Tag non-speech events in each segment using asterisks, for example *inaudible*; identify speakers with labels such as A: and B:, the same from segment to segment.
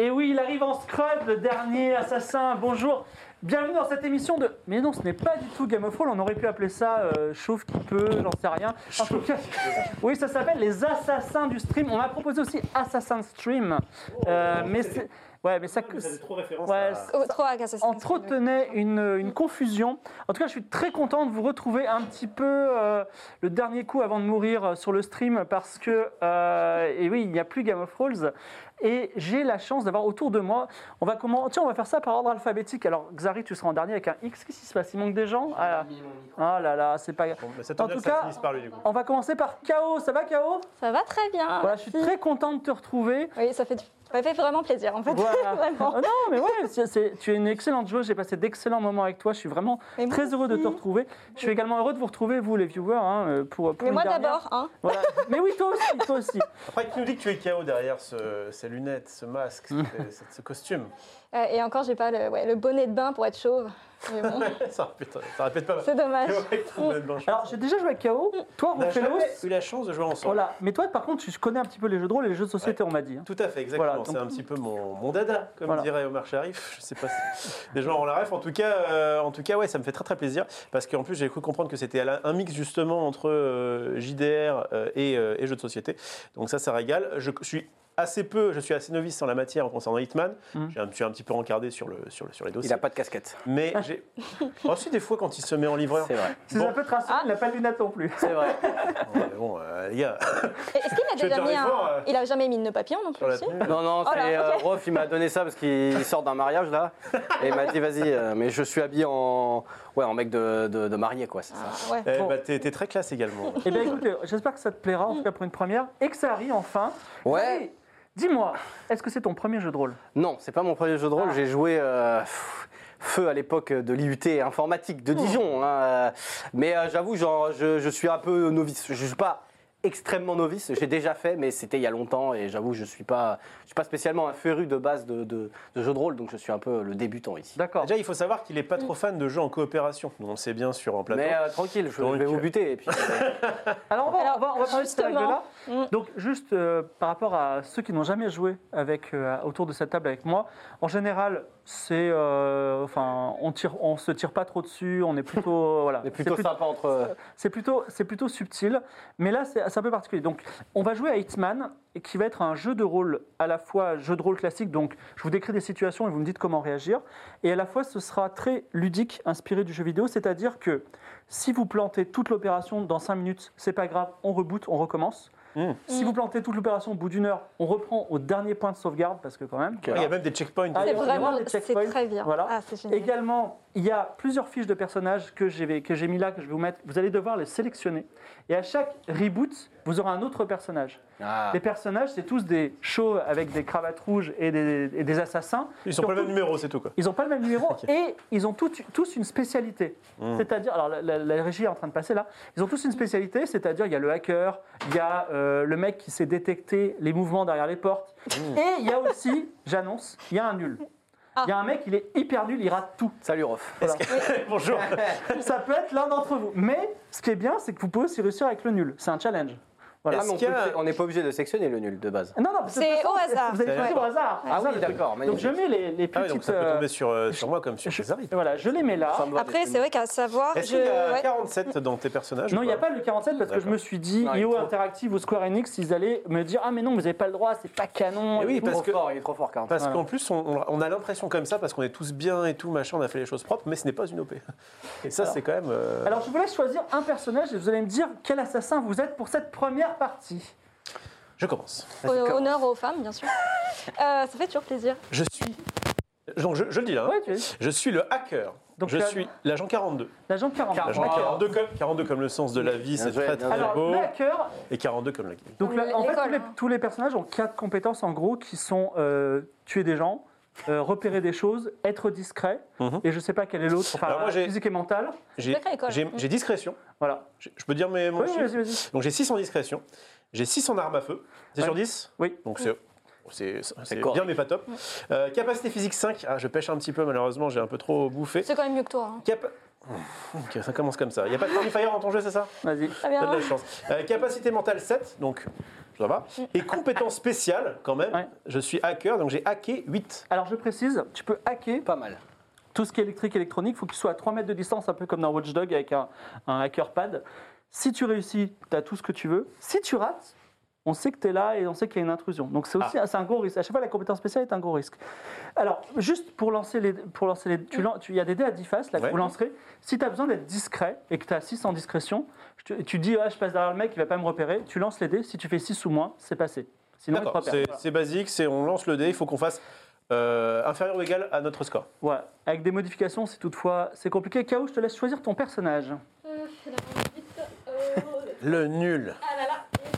A: Et oui, il arrive en scrub, le dernier assassin. Bonjour. Bienvenue dans cette émission de. Mais non, ce n'est pas du tout Game of Thrones. On aurait pu appeler ça euh, Chauffe qui peut, j'en sais rien. En tout cas, *laughs* oui, ça s'appelle les assassins du stream. On m'a proposé aussi Assassin Stream. Euh, mais c'est. Ouais, mais ça. Ouais, ça-
B: Oh, trop agaçant, ça, ça, ça, ça.
A: entretenait une, une confusion. En tout cas, je suis très content de vous retrouver un petit peu euh, le dernier coup avant de mourir euh, sur le stream parce que, euh, et oui, il n'y a plus Game of Thrones. Et j'ai la chance d'avoir autour de moi. On va comment Tiens, on va faire ça par ordre alphabétique. Alors, Xari, tu seras en dernier avec un X. Qu'est-ce qui se passe Il manque des gens ah, ah là là, c'est pas.
C: Ça
A: En tout cas, on va commencer par K.O. Ça va, K.O.
B: Ça va très bien.
A: Voilà, je suis
B: merci.
A: très content de te retrouver.
B: Oui, ça fait, du- ça fait vraiment plaisir en fait.
A: Voilà.
B: *laughs* Vraiment.
A: Ah non, mais ouais, c'est- c'est- tu es une excellente joueuse. J'ai passé d'excellents moments avec toi. Je suis vraiment
B: Mais moi
A: très heureux de te
B: aussi.
A: retrouver. Je suis également heureux de vous retrouver, vous, les viewers, hein, euh, pour, pour
B: Mais
A: une
B: moi
A: dernière.
B: d'abord, hein.
A: Voilà. Mais oui, toi aussi, toi aussi.
C: Après, qui nous dit que tu es KO derrière ce- ces lunettes, ce masque,
A: *laughs*
C: ce- ce, ce costume *laughs*
B: Euh, et encore, j'ai pas le, ouais, le bonnet de bain pour être chauve. Mais
C: *laughs*
B: bon,
C: ça, répète, ça répète pas mal.
B: c'est dommage.
A: Alors, j'ai déjà joué avec K.O.
B: Mm.
A: Toi,
C: on a
A: Rofelos.
C: jamais eu la chance de jouer ensemble.
A: Voilà. Mais toi, par contre, tu connais un petit peu les jeux de rôle et les jeux de société, on m'a dit. hein.
C: Tout à fait, exactement.
A: Voilà, donc-
C: c'est un petit peu mon, mon dada, comme
A: Voilà.
C: dirait Omar Sharif. *laughs* Je sais pas si des gens en la ref. En tout cas, euh, en tout cas, ouais, ça me fait très très plaisir parce qu'en plus j'ai cru comprendre que c'était à la- un mix justement entre euh, JDR euh, et, euh, et jeux de société. Donc ça, ça régale. Je suis assez peu, je suis assez novice en la matière en concernant Hitman.
A: Mhm.
C: J'ai un- Je suis un petit peu rencardé sur, le, sur, le, sur les
D: Il
C: dossiers.
D: n'a pas de casquette.
C: Mais j'ai aussi des fois quand il se met en livreur.
D: C'est vrai.
A: Si ça peut te
B: Ah.
A: rassurer, il n'a pas de lunettes non plus.
D: C'est vrai.
C: Bon, mais bon, euh, les gars,
B: Et Est-ce qu'il a
C: Je vais
B: déjà
C: te
B: mis
C: répondre,
B: un-
C: euh,
B: Il a jamais mis de nœud papillon non
C: sur
B: plus
C: la
B: si
C: tenue.
D: *laughs* Non, non,
B: Oh là,
D: c'est euh,
B: ok.
D: Rof, il m'a donné ça parce qu'il sort d'un mariage là. Et il m'a dit, vas-y, euh, mais je suis habillé en, ouais, en mec de, de, de marié, quoi, c'est ça.
B: Ah, Ouais.
C: Eh,
A: Bon.
C: bah, t'es t'es très classe également.
A: Eh
B: *laughs*
A: bien, écoute, euh, j'espère que ça te plaira, en
B: Mm.
A: tout cas pour une première, et que ça arrive enfin.
D: Ouais.
A: Dis-moi, est-ce que c'est ton premier jeu de rôle
D: Non, c'est pas mon premier jeu de
B: Ah.
D: rôle. J'ai joué euh, pff, feu à l'époque de l'IUT informatique
B: Oh.
D: de Dijon. hein, euh, Mais euh, j'avoue, genre, je, je suis un peu novice. Je suis pas extrêmement novice. J'ai déjà fait, mais c'était il y a longtemps. Et j'avoue, je suis pas, je suis pas spécialement un féru de base de, de, de jeux de rôle, donc je suis un peu le débutant ici.
A: D'accord. Mm.
C: Déjà, il faut savoir qu'il est pas trop fan de jeux en coopération. Nous, on le sait bien sur en plateau. Ah,
D: Mais euh, tranquille, je, je
C: Donc,
D: vais vous
C: euh,
D: buter. Et puis,
B: *laughs*
A: Alors on va,
B: Alors,
A: on va- on va parler de cette
B: justement.
A: règle-là.
B: Mm.
A: Donc juste euh, par rapport à ceux qui n'ont jamais joué avec, euh, autour de cette table avec moi, en général, c'est, euh, enfin, on tire, on se tire pas trop dessus, *laughs* on est plutôt, euh, voilà,
D: mais
A: c'est
D: plutôt sympa entre.
A: c'est plutôt, c'est plutôt subtil, mais là c'est c'est un peu particulier. Donc on va jouer à Hitman, et qui va être un jeu de rôle à la fois jeu de rôle classique, donc je vous décris des situations et vous me dites comment réagir, et à la fois ce sera très ludique, inspiré du jeu vidéo, c'est-à-dire que si vous plantez toute l'opération dans 5 minutes, c'est pas grave, on reboot, on recommence.
C: Mmh.
A: Si
B: Mmh.
A: vous plantez toute l'opération au bout d'une heure, on reprend au dernier point de sauvegarde, parce que quand même...
C: Ah, Il y a même des checkpoints.
A: Ah,
B: C'est
A: il y a vraiment
B: vraiment
A: des
B: c'est
A: checkpoints.
B: très bien.
A: Voilà.
B: Ah, c'est génial.
A: Également, il y a plusieurs fiches de personnages que j'ai que j'ai mis là, que je vais vous mettre. Vous allez devoir les sélectionner. Et à chaque reboot, vous aurez un autre personnage.
D: Ah.
A: Les personnages, c'est tous des chauves avec des cravates rouges et des, et des assassins.
C: Ils sont pas le même numéro,
A: *laughs*
C: c'est tout quoi.
A: Ils n'ont pas le même
C: *laughs*
A: numéro et ils ont toutes- tous une spécialité.
C: Hmm.
A: C'est-à-dire, alors la, la- la régie est en train de passer là, ils ont tous une spécialité, c'est-à-dire il y a le hacker, il y a euh, le mec qui sait détecter les mouvements derrière les portes,
C: Hmm.
A: et il y a aussi, j'annonce, il y a un nul. Il y a un mec, il est hyper nul, il rate tout.
D: Salut Rof.
C: Bonjour.
A: Ça peut être l'un d'entre vous. Mais ce qui est bien, c'est que vous pouvez aussi réussir avec le nul. C'est un challenge. Voilà.
D: Ah, mais on
C: qu'il y a-
D: peut- on n'est pas obligé de sectionner le nul de base.
A: Non, non, parce que de toute
B: C'est
A: façon,
B: au hasard.
A: Vous allez
C: C'est
A: choisir au hasard.
D: Ah
A: C'est ça,
D: oui,
A: le truc.
D: d'accord,
A: Donc
D: magnifique.
A: je mets les, les
C: Ah oui,
A: petites.
C: donc ça peut
A: euh,
C: tomber sur, euh, sur moi comme sur
A: je-
C: César.
A: voilà, je les mets là.
D: Ça me va
B: Après,
D: d'être
B: c'est vrai qu'à savoir,
C: Est-ce euh,
B: je.
C: qu'il y a
B: ouais.
C: 47 dans tes personnages
A: Non,
C: ou
A: il n'y a pas le 47 parce que je
C: D'accord.
A: me suis dit,
D: Non, il est
A: IO
D: trop-
A: Interactive ou Square Enix, ils allaient me dire Ah, mais non, vous n'avez pas le droit, c'est pas canon.
C: Eh oui,
A: et tout.
C: parce
D: trop
C: que-
D: fort, il est trop fort, 40.
C: Parce qu'en plus, on, on a l'impression comme ça, parce qu'on est tous bien et tout, machin, on a fait les choses propres, mais ce n'est pas
A: *laughs*
C: une OP. Et ça,
A: Alors.
C: c'est quand même. euh,
A: Alors, je vous laisse choisir un personnage et vous allez me dire quel assassin vous êtes pour cette première partie.
C: Je commence.
B: Honneur aux femmes, bien sûr. Euh, ça fait toujours plaisir.
C: Je suis Donc, je, je le dis là. hein.
A: Ouais, tu es.
C: Je suis le hacker.
A: Donc,
C: je
A: tu as-
C: suis l'agent 42.
A: L'agent 40.
C: L'agent
A: D'accord.
C: 42 comme, 42 comme le sens de la vie,
D: Bien
C: c'est
D: joué,
C: très
D: bien
C: très
A: Alors,
C: beau.
A: le hacker,
C: Et 42 comme la vie.
A: donc
B: Comme
A: là, en fait,
B: l'école,
A: tous les,
B: hein.
A: tous les personnages ont quatre compétences en gros qui sont euh, tuer des gens, euh, repérer des choses, être discret,
C: Mhm.
A: et je sais pas quel est l'autre, enfin,
C: Alors, moi, j'ai-
A: physique et mentale.
C: J'ai
B: Sacrée école.
C: j'ai-
B: Mm.
C: j'ai discrétion.
A: Voilà.
C: J'ai- Je peux dire mes mon
A: Oui,
C: chiffre
A: vas-y, vas-y.
C: Donc j'ai 6 en discrétion. J'ai 6 en armes à feu. C'est
A: Ouais.
C: sur 10
A: Oui.
B: Mm.
C: Donc c'est. C'est c'est
D: correct.
C: bien, mais pas top. Euh, capacité physique 5. Ah, je pêche un petit peu, malheureusement, j'ai un peu trop bouffé.
B: C'est quand même mieux que toi. hein.
C: Cap- Ok, ça commence comme ça. Il n'y a pas de qualifier dans ton jeu, c'est ça
A: Vas-y.
B: Très
C: T'as de
B: bien.
C: la chance. Euh, capacité mentale 7, donc ça va.
B: Mm.
C: Et compétence spéciale, quand même.
A: Ouais.
C: Je suis hacker, donc j'ai hacké 8.
A: Alors je précise, tu peux hacker
D: Pas mal.
A: tout ce qui est électrique électronique, il faut que tu sois à 3 mètres de distance, un peu comme dans Watch Dog avec un, un hacker pad. Si tu réussis, tu as tout ce que tu veux. Si tu rates, on sait que tu es là et on sait qu'il y a une intrusion. Donc c'est
C: Ah.
A: aussi c'est un gros risque. À chaque fois, la compétence spéciale est un gros risque. Alors, juste pour lancer les. Pour lancer les tu lan- tu- il y a des dés à 10 faces, là, que
C: Ouais.
A: vous lancerez. Si tu as besoin d'être discret et que tu as 6 en discrétion, je te- tu dis, ah, je passe derrière le mec, il va pas me repérer. Tu lances les dés. Si tu fais 6 ou moins, c'est passé. Sinon, il te
C: D'accord,
A: repère.
C: c'est c'est basique, c'est on lance le dé, il faut qu'on fasse euh, inférieur ou égal à notre score.
A: Voilà. Avec des modifications, c'est toutefois. C'est compliqué. K.O., je te laisse choisir ton personnage.
C: Le nul.
B: Ah là là,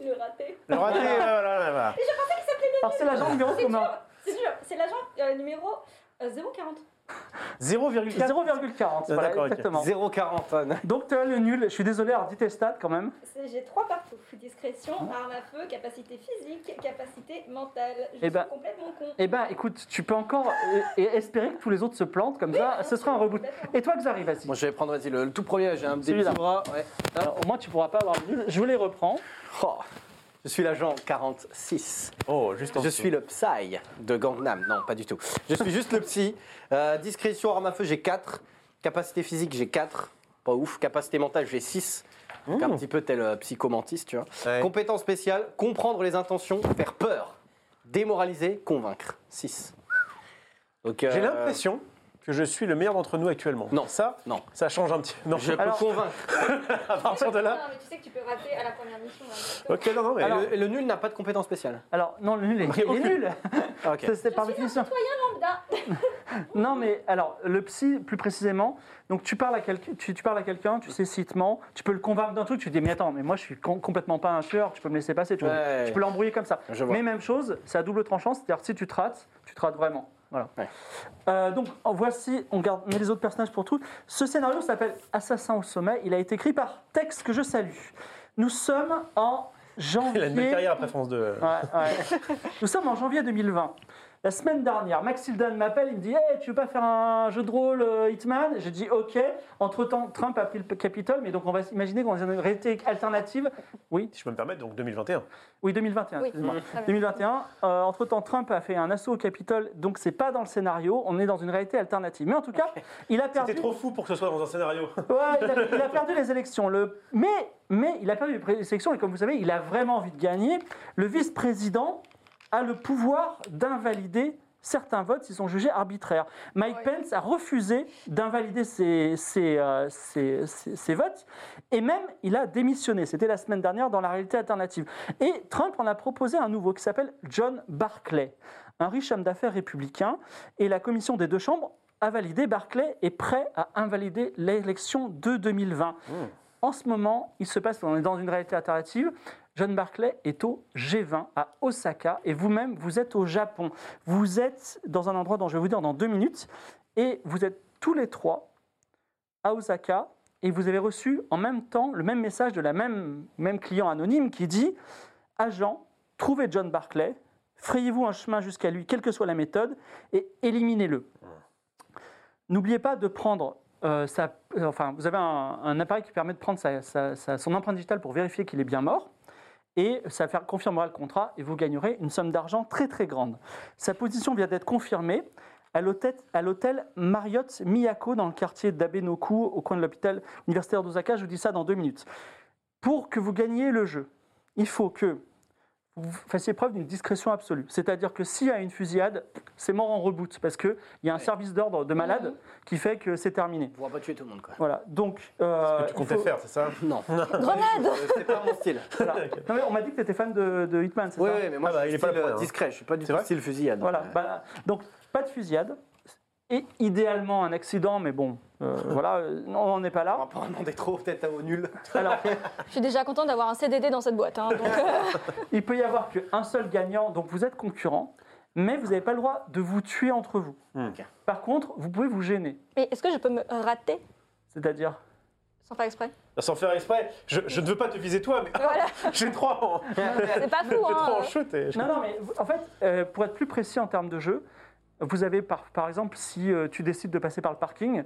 B: le raté.
C: Le raté, oh voilà, voilà, voilà.
A: Alors, c'est l'agent numéro *laughs* commun.
B: C'est dur, c'est l'agent euh, numéro euh, 040.
C: 0,4.
A: 0,40,
C: Ah,
A: voilà,
C: d'accord, ok.
A: exactement.
D: 0,40.
A: Donc tu as le nul, je suis désolé, alors dis tes stats quand même.
E: C'est- J'ai trois partout. Discrétion, arme à feu, capacité physique, capacité mentale. Je
A: Ah. Eh ben-
E: suis complètement con.
A: Eh ben écoute, tu peux encore euh, et espérer que tous les autres se plantent, comme ça ce sera un reboot. Et toi Xari, vas-y.
D: Moi, je vais prendre, vas-y, le, le tout premier, j'ai un petit
A: Celui-là.
D: bras. Ouais.
A: Alors, au moins tu pourras pas avoir le nul, je vous les reprends.
D: Oh, je suis l'agent 46.
C: Oh, juste en
D: Je
C: dessous.
D: suis le psy de Gangnam. Non, pas du tout. Je suis juste le psy. Euh, discrétion, arme à feu, j'ai 4. Capacité physique, j'ai 4. Pas ouf. Capacité mentale, j'ai 6. Donc, un petit peu tel euh, psychomantis, tu vois.
C: Ouais.
D: Compétence spéciale, comprendre les intentions, faire peur, démoraliser, convaincre. 6. Donc, euh,
C: J'ai l'impression que je suis le meilleur d'entre nous actuellement.
D: Non.
C: ça,
D: Non.
C: ça change un petit peu. Non,
D: Je peux
A: Alors-
D: convaincre.
C: à partir de là.
E: Non, mais tu sais que tu peux rater à la première mission. hein, exactement.
C: Ok, non, non, mais
D: Et
C: alors,
D: le, et le nul n'a pas de compétence spéciale.
A: Alors non, le nul est, il est nul.
D: Ah, ok.
A: C'est- C'est par définition. *laughs* Non mais alors le psy plus précisément, donc tu parles à quelqu'un, tu, tu parles à quelqu'un, tu sais citement, tu peux le convaincre d'un truc, tu dis mais attends, mais moi je suis com- complètement pas un tueur, tu peux me laisser passer, tu, vois.
D: Ouais.
A: Tu peux l'embrouiller comme ça.
D: Je vois.
A: Mais même chose, c'est à double tranchant, c'est-à-dire si tu te rates, tu te rates vraiment. Voilà.
D: Ouais.
A: Euh, donc en voici, on garde on met les autres personnages pour tout. Ce scénario s'appelle Assassin au sommet. Il a été écrit par Tex que je salue. Nous sommes
D: *laughs*
A: en janvier.
C: il a une belle carrière après France 2.
A: Ouais, ouais. Nous sommes en janvier 2020. La semaine dernière, Max Hildan m'appelle, il me dit Hey, tu veux pas faire un jeu de rôle euh, Hitman J'ai dit Ok. Entre temps, Trump a pris le Capitole, mais donc on va imaginer qu'on est dans une réalité alternative. Oui,
C: Si je peux me permettre, donc 2021.
A: oui, 2021.
B: Oui.
D: Mm-hmm.
A: excuse-moi.
B: Très bien.
A: 2021. euh, Entre-temps, Trump a fait un assaut au Capitole, donc c'est pas dans le scénario. On est dans une réalité alternative. Mais en tout cas, il a perdu.
C: C'était trop fou pour que ce soit dans un scénario.
A: Ouais, il, a, il a perdu les élections. Le... Mais, mais il a perdu les pré- les élections et comme vous savez, il a vraiment envie de gagner. Le vice-président a le pouvoir d'invalider certains votes s'ils sont jugés arbitraires. Mike
B: Ouais.
A: Pence a refusé d'invalider ces ces, euh, ces- ces- ces votes et même il a démissionné. C'était la semaine dernière dans la réalité alternative. Et Trump en a proposé un nouveau qui s'appelle John Barclay, un riche homme d'affaires républicain. Et la commission des deux chambres a validé Barclay est prêt à invalider l'élection de 2020. En ce moment, il se passe, on est dans une réalité alternative. John Barclay est au G20 à Osaka et vous-même, vous êtes au Japon. Vous êtes dans un endroit dont je vais vous dire dans deux minutes et vous êtes tous les trois à Osaka et vous avez reçu en même temps le même message de la même, même client anonyme qui dit Agent, trouvez John Barclay, frayez-vous un chemin jusqu'à lui, quelle que soit la méthode, et éliminez-le. N'oubliez pas de prendre. euh, sa- euh, enfin, vous avez un, un appareil qui permet de prendre sa- sa- sa- son empreinte digitale pour vérifier qu'il est bien mort. Et ça faire- confirmera le contrat et vous gagnerez une somme d'argent très très grande. Sa position vient d'être confirmée à l'hôtel- à l'hôtel Marriott Miyako dans le quartier d'Abenoku au coin de l'hôpital universitaire d'Osaka. Je vous dis ça dans deux minutes. Pour que vous gagniez le jeu, il faut que vous fassiez preuve d'une discrétion absolue. C'est-à-dire que s'il y a une fusillade, c'est mort en reboot, parce qu'il y a un service d'ordre de malade qui fait que c'est terminé.
D: On va pas tuer tout le monde, quoi.
A: Voilà, donc... euh,
C: Tu
A: il
C: comptais
A: faut-
C: faire, c'est ça
D: Non. Euh,
B: Grenade
D: C'est pas mon style.
C: *laughs*
A: voilà. Non, mais on m'a dit que tu étais fan de, de Hitman, c'est
D: Oui,
A: ça
D: oui, mais moi,
C: Ah bah,
D: je suis
C: il est pas
D: style,
C: le premier,
D: euh,
C: hein.
D: discret. Je suis pas du
C: C'est
D: tout
C: vrai
D: style fusillade.
A: Voilà,
D: Euh,
A: bah, donc pas de fusillade, et idéalement un accident, mais bon,
D: *laughs*
A: euh, voilà, euh, non, on n'en est pas
D: On va
A: là.
D: pas en demander trop, peut-être au nul.
A: Alors,
B: Je suis déjà contente d'avoir un CDD dans cette boîte. hein, donc, euh,
A: il peut y avoir qu'un seul gagnant, donc vous êtes concurrent, mais vous n'avez pas le droit de vous tuer entre vous.
C: Hmm.
D: Ok.
A: Par contre, vous pouvez vous gêner,
B: Mais est-ce que je peux me rater
A: c'est-à-dire...
B: sans faire
C: *laughs*
B: exprès
C: Sans faire exprès, je, je ne veux pas te viser toi, mais
B: Voilà,
C: *laughs* j'ai trois en,
B: c'est pas
C: j'ai
B: fou.
C: trois en
B: Hein.
C: chute. et je-
A: Non, non, mais vous- en fait, euh, pour être plus précis en termes de jeu, vous avez par, par exemple, si euh, tu décides de passer par le parking,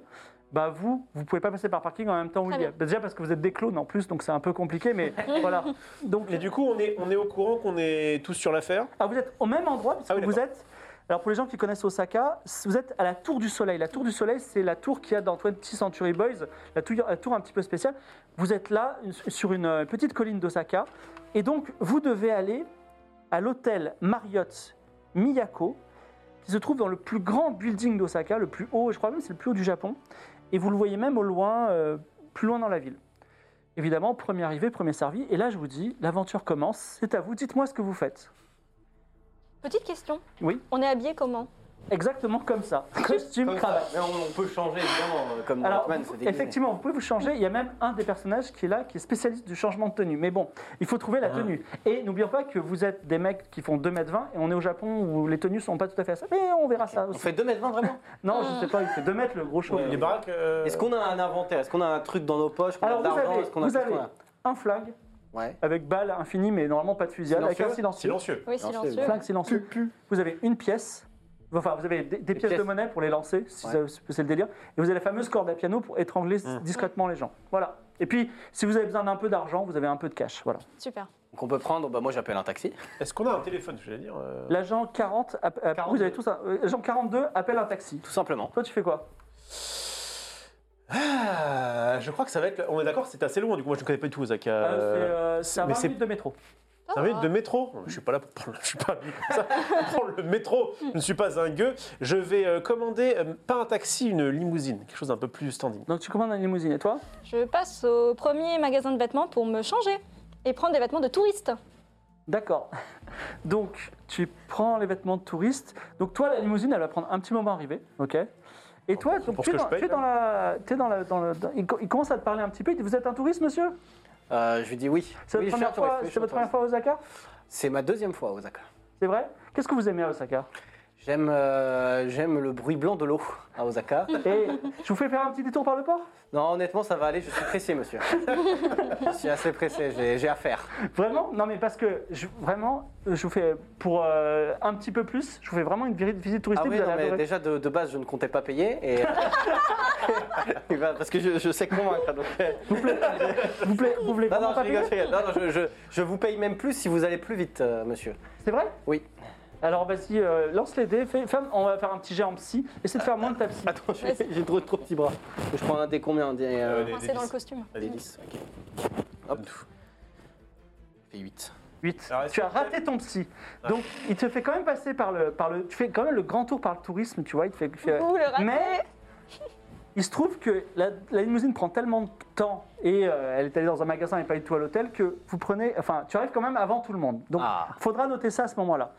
A: bah vous, vous pouvez pas passer par le parking en même temps où
B: Très
A: il y a. Bah, déjà parce que vous êtes des clones en plus, donc c'est un peu compliqué, mais voilà. Donc,
C: Mais du coup, on est, on est au courant qu'on est tous sur l'affaire.
A: ah, vous êtes au même endroit, parce
C: Ah
A: que
C: oui,
A: vous
C: d'accord.
A: êtes. Alors pour les gens qui connaissent Osaka, vous êtes à la Tour du Soleil. La Tour du Soleil, c'est la tour qu'il y a dans 20 Century Boys, la tou- la tour, un petit peu spéciale. Vous êtes là, une- sur une euh, petite colline d'Osaka, et donc vous devez aller à l'hôtel Marriott Miyako, qui se trouve dans le plus grand building d'Osaka, le plus haut, je crois même c'est le plus haut du Japon, et vous le voyez même au loin, euh, plus loin dans la ville. Évidemment, premier arrivé, premier servi, et là je vous dis, l'aventure commence, c'est à vous, dites-moi ce que vous faites.
B: Petite question.
A: Oui.
B: On est habillé comment
A: Exactement comme ça. Costume,
D: Comme
A: cravate.
D: ça. Mais on, on peut changer, évidemment, euh, comme
A: Alors,
D: Batman,
A: vous-
D: c'est déguisé.
A: effectivement, vous pouvez vous changer. Il y a même un des personnages qui est là, qui est spécialiste du changement de tenue. Mais bon, il faut trouver la
D: Ah.
A: tenue. Et n'oublions pas que vous êtes des mecs qui font 2m20 et on est au Japon où les tenues sont pas tout à fait à ça. Mais on verra ça
D: On
A: aussi.
D: fait 2m20 vraiment
A: Non, je sais pas, il fait 2 mètres le gros show.
C: Les baraques. euh,
D: Est-ce qu'on a un inventaire Est-ce qu'on a un truc dans nos poches qu'on a
A: Alors
D: de
A: vous
D: l'argent
A: avez,
D: Est-ce qu'on a
A: vous
D: qu'est-ce
A: avez
D: qu'on a
A: un flag
D: Ouais.
A: avec balle infinie, mais normalement pas de fusillade, avec un silencieux.
C: Silencieux.
B: Oui,
D: Non, c'est-
B: silencieux.
A: Flag silencieux. Vous avez une pièce. Enfin, vous avez des, des pièces, de
D: pièces.
A: monnaie pour les lancer, si
D: Ouais.
A: ça- c'est le délire. Et vous avez la fameuse corde à piano pour étrangler discrètement les gens. Voilà. Et puis, si vous avez besoin d'un peu d'argent, vous avez un peu de cash. Voilà.
B: Super.
D: Donc on peut prendre, bah moi j'appelle un taxi. *laughs*
C: Est-ce qu'on a un téléphone, je vais dire euh,
A: L'agent 40, app- app-
D: 42.
A: vous avez tout ça. Euh, L'agent 42 appelle un taxi.
D: Tout simplement.
A: Toi, tu fais quoi
C: Ah, Je crois que ça va être. On est d'accord, c'est assez loin. Du coup, moi, je ne connais pas du tout Osaka.
A: Euh, c'est, euh, Ah. C'est à
C: mais
A: 20
C: c'est-
A: minutes de métro.
C: Ça va être de métro. Je suis pas là pour prendre, je suis pas habillé comme ça. pour prendre le métro. Je ne suis pas un gueux. Je vais euh, commander euh, pas un taxi, une limousine, quelque chose d'un peu plus standing.
A: Donc, tu commandes une limousine. Et toi
B: Je passe au premier magasin de vêtements pour me changer et prendre des vêtements de touriste.
A: D'accord. *laughs* Donc, tu prends les vêtements de touriste. Donc, toi, la limousine, elle va prendre un petit moment à arriver. OK et toi, donc,
C: pour
A: tu es
C: ce que
A: dans-
C: je paye,
A: tu
D: hein.
A: es dans la. tu es dans la- dans le- dans- il co- il commence à te parler un petit peu. Il dit, Vous êtes un touriste, monsieur
D: Euh, je lui dis oui.
A: C'est
D: Oui, je suis
A: votre, première
D: un touriste,
A: fois,
D: oui, je
A: c'est
D: suis un
A: votre première
D: touriste.
A: fois à Osaka
D: C'est ma deuxième fois à Osaka.
A: C'est vrai Qu'est-ce que vous aimez à Osaka
D: J'aime euh, j'aime le bruit blanc de l'eau à Osaka.
A: Et je vous fais faire un petit détour par le port
D: Non, honnêtement, ça va aller, je suis pressé, monsieur. je suis assez pressé, j'ai j'ai affaire.
A: Vraiment Non, mais parce que je, vraiment, je vous fais pour euh, un petit peu plus, je vous fais vraiment une visite visite
D: Ah
A: touristique.
D: oui,
A: vous
D: non,
A: allez
D: mais
A: adorer.
D: déjà de, de base, je ne comptais pas payer. Et... *laughs* Et bah, parce que je, je sais convaincre. donc, euh,
A: Vous voulez, vous voulez
D: Non,
A: vraiment
D: non, je
A: pas
D: rigole,
A: payer
D: je rigole. Non, non, je, je- je vous paye même plus si vous allez plus vite, euh, monsieur.
A: C'est vrai
D: Oui. *laughs*
A: Alors vas-y, euh, lance les dés, fais- fais- on va faire un petit jet en psy, essaie de faire moins de ta psy.
D: Attends, j'ai j'ai trop, trop petits bras. Je prends un des combien un des, euh,
C: des-
B: Coincé
C: des
B: dans le
C: vis.
B: costume.
D: des 10. Ok. Hop. Fait 8.
A: 8.
C: Alors, est-ce
A: Tu as
C: que- Ah.
A: raté ton psy. Donc il te fait quand même passer par le, par le. Tu fais quand même le grand tour par le tourisme, tu vois. Il te fait, il fait-
B: Ouh, le raté.
A: Mais il se trouve que la, la limousine prend tellement de temps et euh, elle est allée dans un magasin et pas du tout à l'hôtel que vous prenez, enfin, tu arrives quand même avant tout le monde. Donc,
D: Ah.
A: faudra noter ça à ce moment-là.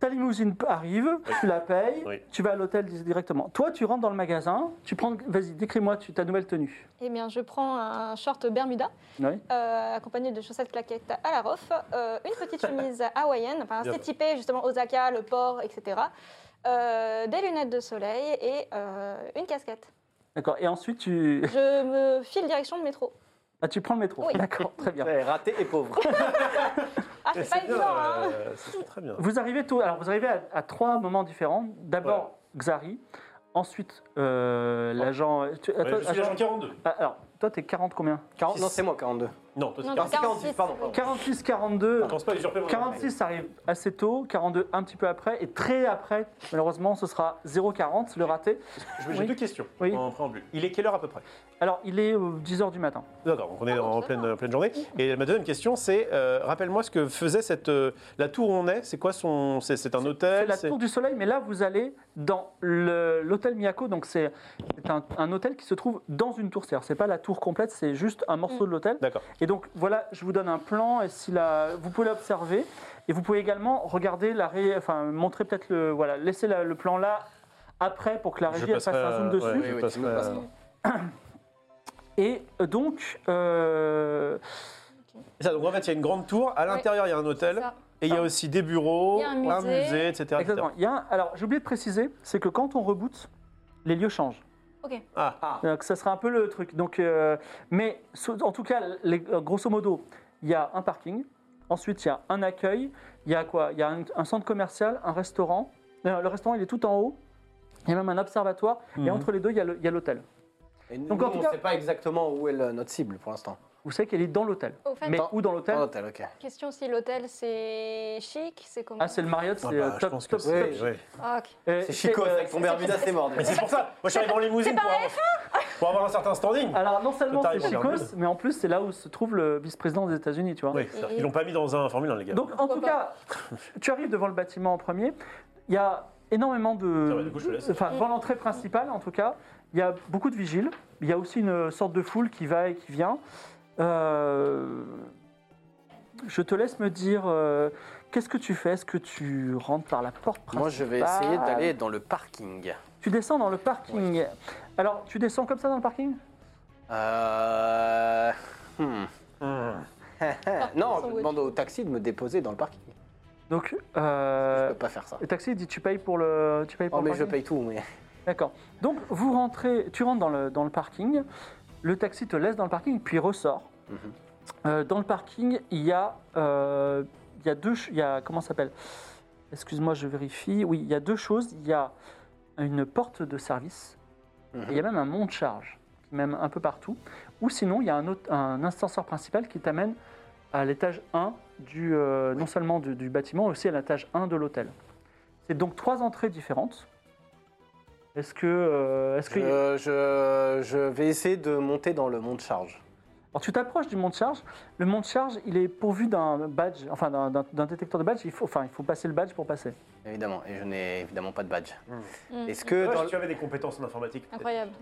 A: Ta limousine arrive, tu la payes,
C: Oui.
A: tu vas à l'hôtel directement. Toi, tu rentres dans le magasin, tu prends, vas-y, décris-moi tu- ta nouvelle tenue.
B: Eh bien, je prends un short Bermuda
A: Oui.
B: euh, accompagné de chaussettes claquettes à la rof, euh, une petite
C: *laughs*
B: chemise hawaïenne, enfin,
C: Bien.
B: c'est typé justement Osaka, le port, etc. euh, des lunettes de soleil et euh, une casquette.
A: D'accord. Et ensuite, tu,
B: Je me file direction de métro.
A: ah, tu prends le métro.
B: Oui.
A: D'accord, très bien.
D: Ouais, raté et pauvre.
B: Ah, c'est pas
C: bien,
B: évident, hein
C: euh, c'est très bien.
A: Vous arrivez tôt. Alors, vous arrivez à, à trois moments différents. D'abord, Xari. Ensuite, euh, l'agent. tu-
C: Ouais,
A: toi,
C: je suis
A: agent-
C: l'agent 42.
A: Ah, Alors, toi, t'es 40 combien
D: 40, Oh, non,
C: Six.
D: c'est moi 42.
C: Non, toi,
B: Non,
F: Ah,
B: non,
F: c'est 46,
B: 46,
F: pardon.
B: oui.
F: pardon.
A: 46, 42.
C: Je pense pas usurper mon
A: 46 arrive assez tôt, 42 un petit peu après, et très après, malheureusement, ce sera 0,40 le raté.
C: Je- J'ai
A: Oui.
C: deux questions
A: Oui.
C: en préambule. Il est quelle heure à peu près
A: Alors, il est 10h du matin.
C: D'accord, donc on est
B: Ah,
C: en
B: ça
C: pleine, pleine journée. Et ma deuxième question, c'est euh, rappelle-moi ce que faisait cette euh, la tour où on est. C'est quoi son C'est c'est un
A: C'est
C: hôtel.
A: la
C: c'est-
A: tour du soleil, mais là, vous allez dans le- l'hôtel Miyako. Donc, c'est c'est un, un hôtel qui se trouve dans une tour. C'est-à-dire, c'est pas la tour complète, c'est juste un morceau de l'hôtel.
C: D'accord.
A: Et donc, voilà, je vous donne un plan. Et si la, vous pouvez l'observer. Et vous pouvez également regarder la ré- enfin, montrer peut-être le, voilà, laisser la- le plan là après pour que la
C: Je
A: régie elle fasse
C: passerai,
A: un zoom
C: euh,
A: dessus.
C: ouais, je
F: Oui, oui,
C: passerai,
F: tu nous passes
C: euh,
F: pas.
A: Et donc, euh,
C: C'est ça, donc en fait, il y a une grande tour. À l'intérieur, il y a un hôtel.
B: ça.
C: Et il y a aussi des bureaux,
B: Il y a un musée.
C: etc. etc.
A: exactement. Il y a un- alors, j'ai oublié de préciser, c'est que quand on reboot, les lieux changent.
C: Ah,
A: Donc, ça sera un peu le truc. Donc, euh, mais so- en tout cas, les- euh, grosso modo, il y a un parking. Ensuite, il y a un accueil. Il y a quoi Il y a un, un centre commercial, un restaurant. Euh, Le restaurant, il est tout en haut. Il y a même un observatoire. Et
C: Mhm.
A: entre les deux, il y a le- il y a l'hôtel.
F: Et nous,
A: Donc, en
F: on
A: tout
F: ne
A: cas-
F: sait pas exactement où est le- notre cible pour l'instant.
A: Vous savez qu'elle est dans l'hôtel.
B: Au fait,
A: Mais
F: Dans-
A: où dans
F: Dans
A: l'hôtel
F: l'hôtel, ok.
B: question si l'hôtel c'est chic, c'est comment
A: Ah, c'est le Marriott, c'est
C: Ah bah,
A: euh,
C: je
A: top,
C: pense que
A: top,
C: c'est.
A: top.
F: oui.
C: ouais.
B: Ah, ok.
A: Euh,
F: C'est Chico
A: euh,
F: avec son Bermuda, c'est mort.
C: Mais c'est pour ça. Moi, je suis arrivé en limousine pour avoir, pour avoir un certain standing.
A: Alors non seulement
C: Total,
A: c'est
C: ils ont perdu.
A: Chicos, mais en plus c'est là où se trouve le vice-président des États-Unis, tu vois.
C: Oui, c'est vrai. ils l'ont pas mis dans un Formule 1, les gars.
A: Donc en tout
B: Pourquoi
A: cas, tu arrives devant le bâtiment en premier. Il y a énormément de,
C: Ça va, du coup, je te laisse.
A: enfin devant l'entrée principale en tout cas, il y a beaucoup de vigiles. Il y a aussi une sorte de foule qui va et qui vient. Euh, Je te laisse me dire euh, qu'est-ce que tu fais. Est-ce que tu rentres par la porte principale
F: Moi, je vais essayer d'aller dans le parking.
A: Tu descends dans le parking. Alors tu descends comme ça dans le parking
F: Euh... hmm.
C: Mmh.
A: euh,
F: Eh, non, je
B: sandwich.
F: demande au taxi de me déposer dans le parking.
A: Donc euh,
F: Je peux pas faire ça.
A: le taxi dit tu payes pour le, tu payes pour
F: Oh,
A: le
F: mais je
A: parking
F: paye tout, mais...
A: D'accord. Donc vous rentrez, tu rentres dans le, dans le parking, le taxi te laisse dans le parking, puis il ressort.
F: Mhm.
A: Euh, dans le parking, il y a, euh, il y a deux, ch- il y a comment ça s'appelle Excuse-moi, je vérifie. Oui, il y a deux choses. Il y a une porte de service.
F: Mhm.
A: et il y a même un monte charge, même un peu partout. Ou sinon, il y a un, autre, un ascenseur principal qui t'amène à l'étage 1 du, euh, non seulement du, du bâtiment, mais aussi à l'étage 1 de l'hôtel. C'est donc trois entrées différentes. Est-ce que, euh, est-ce que
F: Je, je- je vais essayer de monter dans le monte charge.
A: Alors, tu t'approches du monte charge. Le monte charge, il est pourvu d'un badge, enfin d'un- d'un d'un détecteur de badge. Il faut, enfin, il faut passer le badge pour passer.
F: Évidemment, et je n'ai évidemment pas de badge.
B: Mm.
F: Est-ce que
C: Ouais,
F: dans
C: si tu avais des compétences en informatique. peut-être.
B: Incroyable.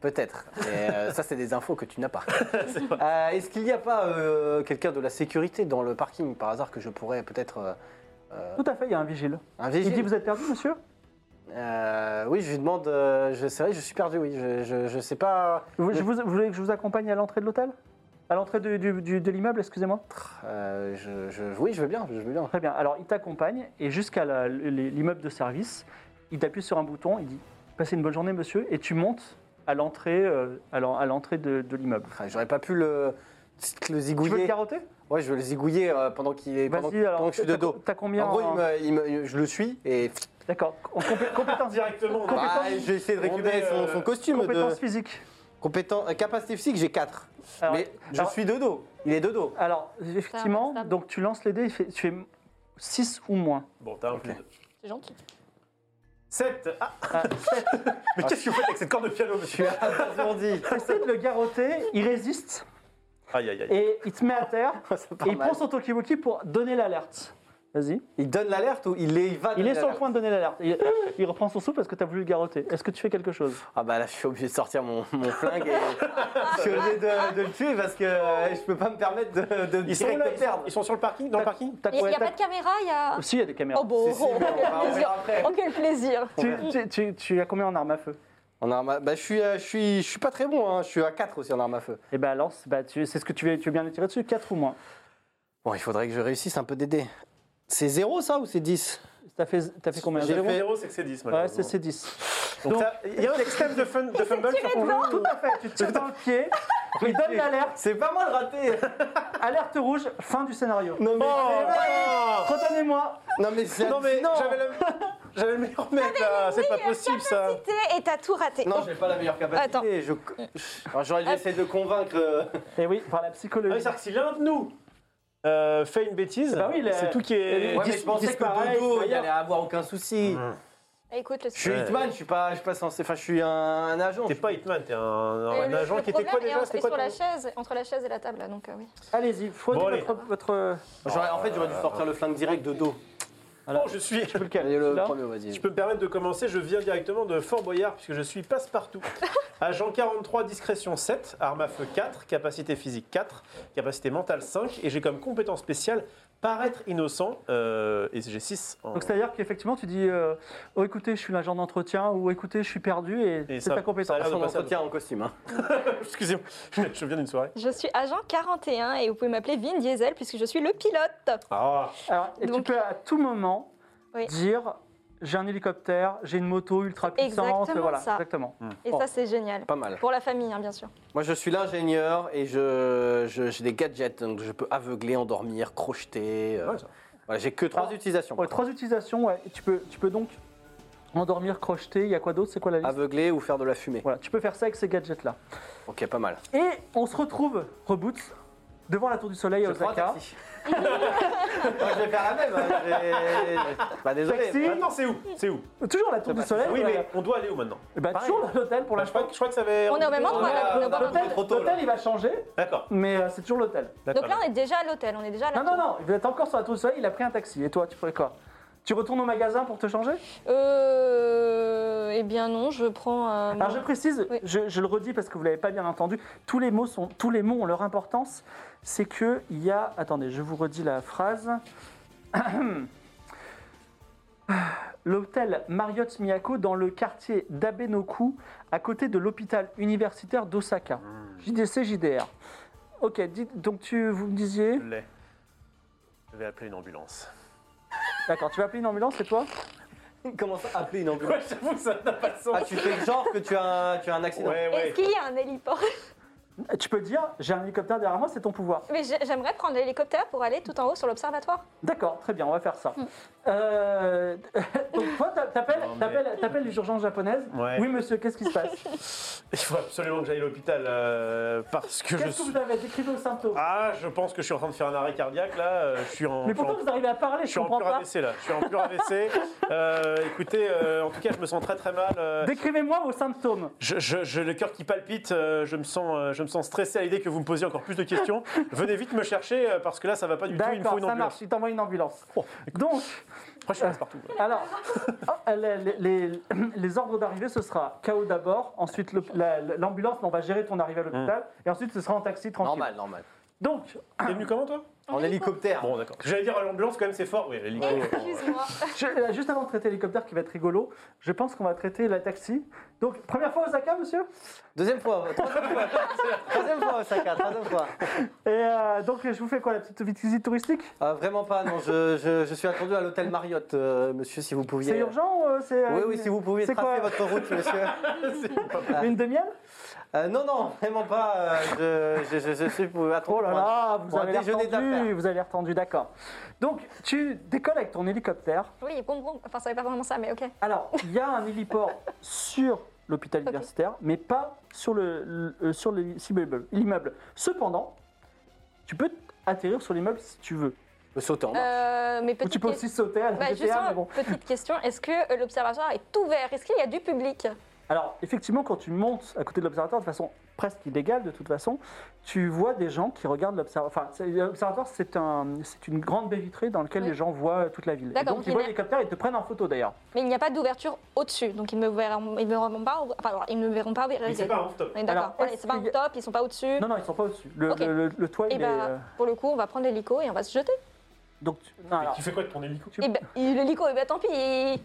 F: Peut-être. Mais euh, ça, c'est des infos que tu n'as pas. Euh, Est-ce qu'il n'y a pas euh, quelqu'un de la sécurité dans le parking, par hasard, que je pourrais peut-être... euh, euh,
A: Tout à fait, il y a un vigile.
F: un
A: Il dit
F: vigile
A: Vous êtes perdu, monsieur
F: Euh, Oui, je lui demande... euh, je- c'est vrai, je suis perdu, oui. Je, je, je sais pas...
A: vous, je vous, vous voulez que je vous accompagne à l'entrée de l'hôtel À l'entrée du- du- du- de l'immeuble, excusez-moi
F: Euh, je, je- oui, je veux bien, je veux bien.
A: Très bien. Alors, il t'accompagne et jusqu'à la- l'immeuble de service, il t'appuie sur un bouton, il dit Passez une bonne journée, monsieur, et tu montes à l'entrée euh, à l'en- à l'entrée de, de l'immeuble.
F: Ah, J'aurais pas pu le, le
A: Tu veux le
F: zigouiller.
A: garrotter
F: ouais, je veux le zigouiller euh, pendant qu'il est pendant,
A: Vas-y, alors.
F: pendant que je suis de
A: t'as-
F: dos.
A: T'as combien
F: En gros, il
A: en-
F: me- il me- je le suis et
A: D'accord. En compé-
F: *laughs*
A: compétence
C: Directement.
F: Bah, je vais essayer de récupérer
C: On est,
F: son,
C: euh,
F: son costume
A: Compétence
F: de
A: physique.
F: compétent, euh, capacité physique, j'ai 4.
A: Alors,
F: Mais je
A: alors-
F: suis de dos. Il est de dos.
A: Alors, effectivement,
B: stable.
A: donc tu lances les dés, il fait- tu fais 6 ou moins.
C: Bon, t'as un plus.
B: C'est gentil.
C: 7 Ah
A: Ah, sept.
C: *laughs* Mais qu'est-ce que vous faites avec cette corde de piano, monsieur
A: Ah, *laughs*
F: Abasourdi.
A: T'essaies de le garrotter, il résiste
C: Aïe, aïe, aïe.
A: et il te met à *laughs* terre
F: *laughs* C'est pas
A: et il
F: mal.
A: prend son Tokiwoki pour donner l'alerte. Vas-y.
F: Il donne l'alerte ou il est, il va
A: Il
F: donner
A: est sur le
F: l'alerte
A: point de donner l'alerte. Il, il reprend son souffle parce que t'as voulu le garrotter. Est-ce que tu fais quelque chose
F: Ah bah là, je suis obligé de sortir mon,
A: *laughs*
F: mon flingue et je suis obligé de, de le tuer parce que euh, je peux pas me permettre de, de
C: Ils sont,
F: direct
C: là,
F: le perdre.
C: ils sont sur le parking Dans le parking
A: T'as
B: Il n'y
A: quoi-
B: a
A: t'as-
B: pas de caméra, il y a.
A: Si, il y a des caméras.
B: Oh, bon,
F: Si, si,
B: oh,
F: mais on
B: quel
F: va- on
B: plaisir.
F: verra après.
B: Oh, quel plaisir.
A: Tu, tu- tu- tu as combien en arme à feu
F: En arme à- bah, je, suis, euh, je, suis, je suis pas très bon, hein. je suis à 4 aussi en arme à feu.
A: Eh ben lance, bah, tu- c'est ce que tu veux, tu veux bien les tirer dessus, 4 ou moins.
F: Bon, il faudrait que je réussisse un peu d'aider. C'est 0 ça ou c'est 10
A: T'as fait, t'as fait combien
F: J'ai
A: Zéro
C: 0, c'est que c'est 10,
A: Ouais,
C: malheureusement.
A: c'est c'est 10.
C: Donc, ça- il y a un extrême de, fun, de fumble sur ton jeu.
A: Tout à fait, tu te tires dans le *laughs* pied, il donne l'alerte,
F: C'est pas moi de rater
A: alerte rouge, fin du scénario.
F: Non mais,
C: Oh
B: Ah,
A: Redonnez-moi
F: non mais c'est
C: Non, mais
F: hallucinant.
C: j'avais la- J'avais le meilleur mec là, c'est pas possible ça.
B: T'es- Et t'as tout raté.
D: Non, j'ai pas la meilleure
B: Attends.
D: capacité. je- Alors, J'aurais dû essayer de convaincre. euh,
A: Et oui, par la
C: Ah oui,
A: psychologie.
C: c'est-à-dire que si l'un de nous euh, fait une bêtise,
A: Bah oui, il est-
C: c'est tout qui est.
D: Ouais, mais je pensais que
A: disparaît,
D: Dodo, il
A: d'ailleurs.
D: allait avoir aucun souci.
C: Mmh.
B: Ah, Écoute, le
D: Je suis Hitman, je suis pas, je suis pas censé. Enfin, je suis un, un agent.
C: T'es pas Hitman, t'es un, un-
B: Et
C: un
B: le-
C: agent
B: le
C: qui était quoi
B: problème est
C: déjà
B: en-
C: C'était
B: est
C: quoi
B: sur la
C: ton-
B: chaise, entre la chaise et la table, là, donc euh, oui.
A: Allez-y, frottez
C: Bon, allez.
A: votre, euh, votre-
D: J'aurais- En fait, j'aurais dû sortir le flingue direct de dos.
C: Oh, je suis.
A: Vous lequel,
D: Allez, le
A: celui-là
D: premier, vas-y.
C: Je peux me permettre de commencer, je viens directement de Fort Boyard puisque je suis *laughs* passe-partout. Agent 43, discrétion 7, arme à feu 4, capacité physique 4, capacité mentale 5, et j'ai comme compétence spéciale paraître innocent, euh, et j'ai 6 en...
A: Donc c'est-à-dire qu'effectivement, tu dis euh, Oh, écoutez, je suis l'agent d'entretien » ou « Écoutez, je suis perdu » et
C: Et
A: c'est
C: ça-
A: ta compétence.
C: ça a l'air de
D: Son
C: passer à
D: entretien en costume. hein.
C: Excusez-moi, *laughs* je viens d'une soirée.
B: Je suis agent 41 et vous pouvez m'appeler Vin Diesel puisque je suis le pilote.
C: Ah,
A: Alors, et
B: Donc-
A: tu peux à tout moment
B: Oui.
A: dire « J'ai un hélicoptère, j'ai une moto ultra puissante. »
B: Exactement
A: Voilà,
B: ça.
A: exactement.
C: Hmm.
B: Et
A: Oh.
B: ça, c'est génial.
D: Pas mal.
B: Pour la famille, hein, bien sûr.
D: Moi, je suis l'ingénieur et je je- j'ai des gadgets, donc je peux aveugler, endormir, crocheter. euh,
C: Ouais, ça.
D: voilà, j'ai que trois
A: Ah.
D: utilisations.
A: Ouais, trois utilisations, ouais. Et tu, peux, tu peux donc endormir, crocheter, il y a quoi d'autre C'est quoi la
C: Ah.
A: liste
D: Aveugler ou faire de la fumée.
A: Voilà, tu peux faire ça avec ces gadgets-là.
D: Ok, pas mal.
A: Et on se retrouve, reboot, devant la Tour du Soleil à
D: Je prends un
A: Osaka.
D: *laughs* taxi. Moi, je vais faire la même. hein. Je vais- Bah, désolé.
A: Taxi.
D: mais-
C: Maintenant, c'est où C'est où
A: Toujours la Tour du Soleil
C: Oui,
A: ouais.
C: mais on doit aller où maintenant
A: Eh ben,
D: Pareil.
A: toujours dans l'hôtel pour
C: Bah,
A: la
C: je, crois que, je crois que ça avait...
B: On est au même endroit.
D: là,
B: là,
D: on
B: on est au
D: va reprendre
B: même endroit.
A: L'hôtel,
D: trop tôt,
A: l'hôtel,
D: là.
A: il va changer,
C: D'accord.
A: mais euh, c'est toujours l'hôtel.
B: Donc
C: d'accord.
B: là, on est déjà à l'hôtel. On est déjà à la
A: Non, non, non, vous êtes encore sur la tour du soleil, il a pris un taxi. Et toi, tu ferais quoi Tu retournes au magasin pour te changer
B: tour. Euh. Eh bien, non, je prends. euh,
A: Alors je précise,
B: Oui.
A: je, je le redis parce que vous l'avez pas bien entendu, tous les, mots sont, tous les mots ont leur importance. C'est que il y a. Attendez, je vous redis la phrase. *clears throat* L'hôtel Marriott Miyako dans le quartier d'Abenoku, à côté de l'hôpital universitaire d'Osaka. JDC JDR. Ok, dites- donc tu, vous me disiez.
C: Je l'ai. Je vais appeler une ambulance.
A: D'accord, tu vas appeler une ambulance et toi
D: *laughs* Comment ça appeler une ambulance
C: Ouais, j'avoue que ça n'a pas de sens.
D: Ah, tu fais genre que tu as un, tu as un accident.
C: Ouais, ouais.
B: Est-ce qu'il y a un héliport
A: Tu peux dire j'ai un hélicoptère derrière moi, c'est ton pouvoir.
B: Mais j'ai- j'aimerais prendre l'hélicoptère pour aller tout en haut sur l'observatoire.
A: D'accord, très bien, on va faire ça. Euh, *laughs* donc toi, t'a- t'appelles,
C: Non, mais-
A: t'appelles, t'appelles les urgences japonaises.
C: Ouais.
A: Oui, monsieur, qu'est-ce qui se passe
C: Il faut absolument que j'aille à l'hôpital euh, parce que je
A: Qu'est-ce que
C: suis.
A: vous avez décrit vos symptômes
C: Ah, je pense que je suis en train de faire un arrêt cardiaque là. euh, Je suis en.
A: Mais
C: je suis en-
A: pourtant, vous arrivez à parler,
C: je
A: je
C: suis en
A: comprends
C: pur
A: pas.
C: AVC là, je suis en pur
A: *laughs*
C: AVC. Euh, écoutez, euh, en tout cas, je me sens très très mal. euh,
A: Décrivez-moi vos symptômes.
C: je, je- je- le cœur qui palpite, euh, je, me sens, euh, je me sens stressé à l'idée que vous me posiez encore plus
A: *laughs*
C: de questions. Venez vite me chercher euh, parce que là, ça va pas du tout. Il me
A: D'accord,
C: faut une Oh,
A: ça
C: ambulance.
A: marche, il t'envoie une ambulance. Donc,
C: Après, je passe partout.
A: alors, *laughs* oh, les, les- les- les ordres d'arrivée, ce sera KO d'abord, ensuite le- la- l'ambulance, on va gérer ton arrivée à l'hôpital,
C: Mm.
A: et ensuite ce sera en taxi tranquille.
D: Normal, normal.
A: Donc,
C: T'es venu comment toi
D: En hélicoptère.
C: Bon, d'accord. J'allais dire à l'ambulance quand même, c'est fort. Oui, l'hélico.
B: Excuse-moi.
A: Je- euh, juste avant de traiter l'hélicoptère qui va être rigolo, je pense qu'on va traiter la taxi. Donc, première fois à Osaka, monsieur
D: Deuxième fois, troisième
C: *laughs*
D: fois. troisième fois, Osaka, troisième fois.
A: Et euh, donc, je vous fais quoi, la petite visite touristique
D: Ah, vraiment pas, non, je, je- je suis attendu à l'hôtel Marriott, euh, monsieur, si vous pouviez.
A: C'est urgent ou, euh, c'est, euh,
D: Oui, oui, si vous pouviez
A: C'est
D: tracer
A: quoi
D: votre route, monsieur.
A: *laughs* Une demi
D: Euh, non, non, vraiment pas. euh, je, je, je, je suis pour- attendu.
A: Oh là là, vous
D: Pour un
A: avez l'air
D: déjeuner
A: tendu,
D: d'affaires.
A: vous avez l'air tendu, d'accord. Donc, tu décolles avec ton hélicoptère.
B: Oui, bon, bon. Enfin, ça n'est pas vraiment ça, mais ok.
A: Alors, il y a un héliport *laughs* sur l'hôpital universitaire, mais pas sur le, le- euh, sur le- l'immeuble. l'immeuble. Cependant, tu peux atterrir sur l'immeuble si tu veux.
D: Le sauter en marche.
B: Euh, mais
A: Ou tu
B: petite
A: peux aussi sauter à la
B: Bah,
A: GTA,
B: justement,
A: mais bon.
B: petite question, est-ce que euh, l'observatoire est ouvert Est-ce qu'il y a du public
A: Alors, effectivement, quand tu montes à côté de l'observatoire, de façon presque illégale, de toute façon, tu vois des gens qui regardent l'observatoire. Enfin, c'est- l'observatoire, c'est un, c'est une grande baie vitrée dans laquelle
B: Oui.
A: les gens voient euh, toute la ville. Et
B: D'accord,
A: donc,
B: donc
A: ils
B: il
A: voient
B: y a-
A: l'hélicoptère et te prennent en photo, d'ailleurs.
B: Mais il n'y a pas d'ouverture au-dessus, donc ils ne me verront, ils me verront pas. ouvrir- Enfin, ils ne me verront pas ouvrir
C: Mais
B: les
C: c'est
B: yeux.
C: pas un stop.
B: On est d'accord.
A: Alors,
B: Voilà,
A: est-ce
B: c'est pas un
A: qu'il y a-
B: top, ils sont pas au-dessus.
A: Non, non, ils sont pas au-dessus. Le,
B: Ok.
A: le- le- le toit,
B: Et
A: il est...
B: bah,
A: euh,
B: pour le coup, on va prendre l'hélico et on va se jeter.
A: Donc, tu- non, alors,
C: Tu fais quoi de ton hélico
B: Et bah, et l'hélico, et bah tant pis.
C: Ouais,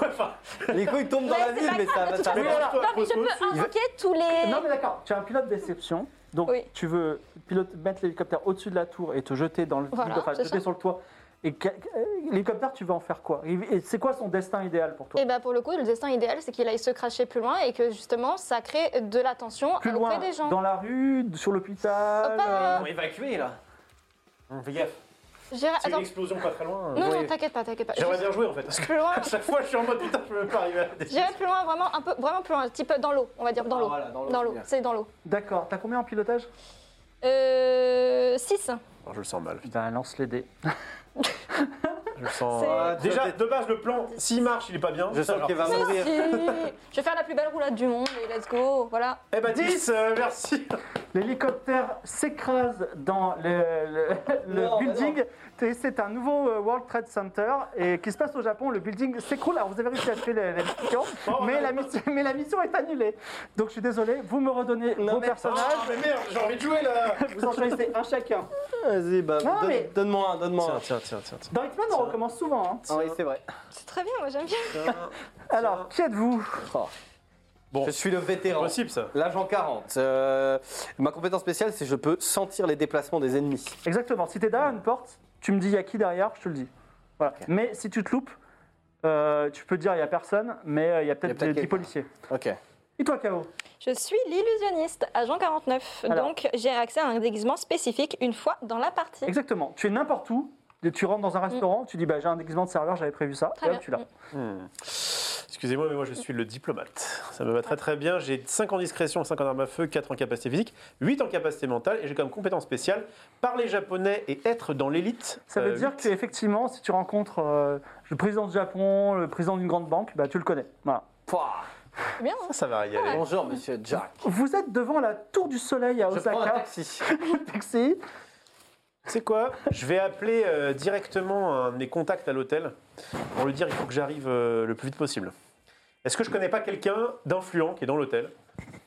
C: enfin,
D: Les couilles tombent dans
B: Ouais,
D: la
B: c'est
D: ville,
B: pas
D: mais ça
B: grave, de
D: va.
B: toute
D: Ça
B: façon,
D: va.
C: va.
B: non, mais je peux invoquer tous les.
A: Non, mais d'accord, tu as un pilote d'exception. Donc,
B: eh Oui.
A: tu veux pilote, mettre l'hélicoptère au-dessus de la tour et te jeter dans le vide,
B: Voilà,
A: enfin,
B: c'est
A: jeter
B: ça.
A: sur le toit. Et que- euh, l'hélicoptère, tu vas en faire quoi Et c'est quoi son destin idéal pour toi
B: Et bah pour le coup, le destin idéal, c'est qu'il aille se cracher plus loin et que justement, ça crée de l'attention
A: Plus
B: auprès
A: loin,
B: des gens.
A: dans la rue, sur l'hôpital.
B: Hop,
A: euh,
B: hop.
D: Ils vont évacuer, là.
C: fais gaffe.
B: J'irai-
C: C'est une
B: Attends.
C: explosion pas très loin.
B: Non, non,
F: Oui.
B: t'inquiète pas, t'inquiète pas.
C: J'aimerais
B: Je-
C: bien jouer en fait. Parce que
B: Plus
C: *laughs*
B: loin.
C: à chaque fois, je suis en mode putain, je peux même pas arriver à la décision.
B: J'irai plus loin, vraiment un peu, vraiment plus loin, type dans l'eau, on va dire dans
F: Ah,
B: l'eau.
F: voilà, dans l'eau,
B: dans
F: c'est
B: l'eau,
F: bien.
B: c'est dans l'eau.
A: D'accord, t'as combien en pilotage
B: Euh. 6.
C: Oh, Je le sens mal.
A: Putain, lance les dés.
C: Je le sens.
B: C'est-
C: euh, Déjà, de base, le plan, s'il marche, il est pas bien.
F: Je sens
C: Alors,
F: qu'il va mourir.
B: *laughs* Je vais faire la plus belle roulade du monde et let's go, voilà.
C: Eh ben 10, euh, merci.
A: L'hélicoptère s'écrase dans le, le- le
F: Non,
A: building. Et C'est un nouveau euh, World Trade Center et qui se passe au Japon. Le building s'écroule. Alors vous avez réussi à tuer les, les missions, mais, la mission, mais la mission est annulée. Donc je suis désolé, vous me redonnez vos
F: mais-
C: Ah,
A: personnages.
C: mais merde, j'ai envie de jouer là.
A: Vous en choisissez un chacun.
F: Vas-y, bah,
A: Non,
F: donne-
A: mais-
F: donne-moi un, donne-moi un.
C: tiens, tiens, tiens. tiens.
A: Dans X-Men, on recommence souvent. hein.
F: Ah oui, c'est vrai.
B: C'est très bien, moi j'aime bien.
A: Alors, qui êtes-vous
F: Oh.
C: Bon.
F: Je suis le
C: C'est
F: vétéran.
C: impossible ça.
F: L'agent 40. Euh, ma compétence spéciale, c'est je peux sentir les déplacements des ennemis.
A: Exactement. Si t'es derrière une porte, tu me dis il y a qui derrière, je te le dis. Voilà. Mais si tu te loupes, euh, tu peux dire il y a personne, mais euh, il y a
F: Il y a
A: peut-être
F: peut-être
A: des- des
F: quelqu'un.
A: policiers.
F: Ok.
A: Et toi, K.O.
B: Je suis l'illusionniste, agent 49.
A: Alors.
B: Donc j'ai accès à un déguisement spécifique une fois dans la
A: *laughs*
B: partie.
A: Exactement. Tu es n'importe où. et Tu rentres dans un restaurant, tu dis bah, j'ai un déguisement de serveur, j'avais prévu ça,
B: Mm. Très
A: et hop,
B: bien.
A: tu l'as.
C: Excusez-moi, mais moi je suis le diplomate. Ça me va très très bien. J'ai 5 en discrétion, 5 en arme à feu, 4 en capacité physique, 8 en capacité mentale et j'ai comme compétence spéciale parler japonais et être dans l'élite.
A: Ça veut
F: Bah,
C: Euh,
A: dire
C: huit.
A: qu'effectivement, si tu rencontres euh, le président du Japon, le président d'une grande banque, bah, tu le connais. Voilà.
F: Pouah.
B: Bien. hein.
C: Ça, ça va y aller.
F: Bonjour, monsieur Jack.
A: Vous êtes devant la tour du soleil à
F: Je prends un
A: Osaka.
F: taxi.
A: Taxi.
C: C'est quoi Je vais appeler euh, directement un de mes contacts à l'hôtel pour lui dire qu'il faut que j'arrive euh, le plus vite possible. Est-ce que je connais pas quelqu'un d'influent qui est dans l'hôtel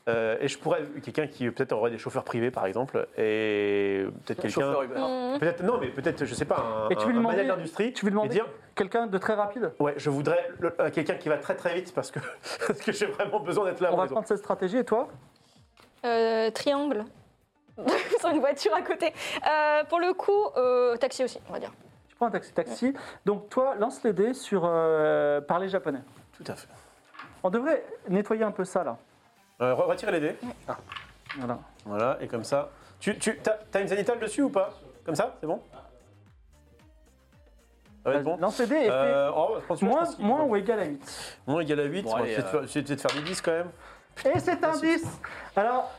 C: Euh, et je pourrais quelqu'un qui peut-être aurait des chauffeurs privés par exemple et peut-être quelqu'un
F: Chauffeur Uber.
C: peut-être non mais peut-être je sais pas un,
A: Et tu
C: un-
A: veux
C: un
A: demander-
C: manager d'industrie
A: Tu veux
C: et
A: demander
C: dire
A: quelqu'un de très rapide
C: Ouais, je voudrais le- euh, quelqu'un qui va très très vite parce que, *laughs* parce que j'ai vraiment besoin d'être là.
A: On
C: pour
A: va
C: les autres.
A: prendre cette stratégie et toi
B: Euh, triangle. *laughs* Sans une voiture à côté. Euh, pour le coup, euh, taxi aussi, on va dire.
A: Tu prends un taxi taxi. Donc toi, lance les dés sur euh, parler japonais.
C: Tout à fait.
A: On devrait nettoyer un peu ça là.
C: Euh, re- retire les dés.
A: Voilà.
C: Voilà, et comme ça. Tu, tu t'as, t'as une zénitale dessus ou pas Comme ça, c'est bon Ça va être
A: Vas-y,
C: bon
A: Lance les dés et
C: Euh, oh, je pense
A: fais
C: que- je
A: moins,
C: pense qu'il-
A: moins ou égal à 8.
C: moins égal à 8.
F: Bon,
C: on va
F: allez,
C: essayer de
F: euh.
C: faire- essayer de faire des 10 quand même.
A: Et c'est un 10 Alors,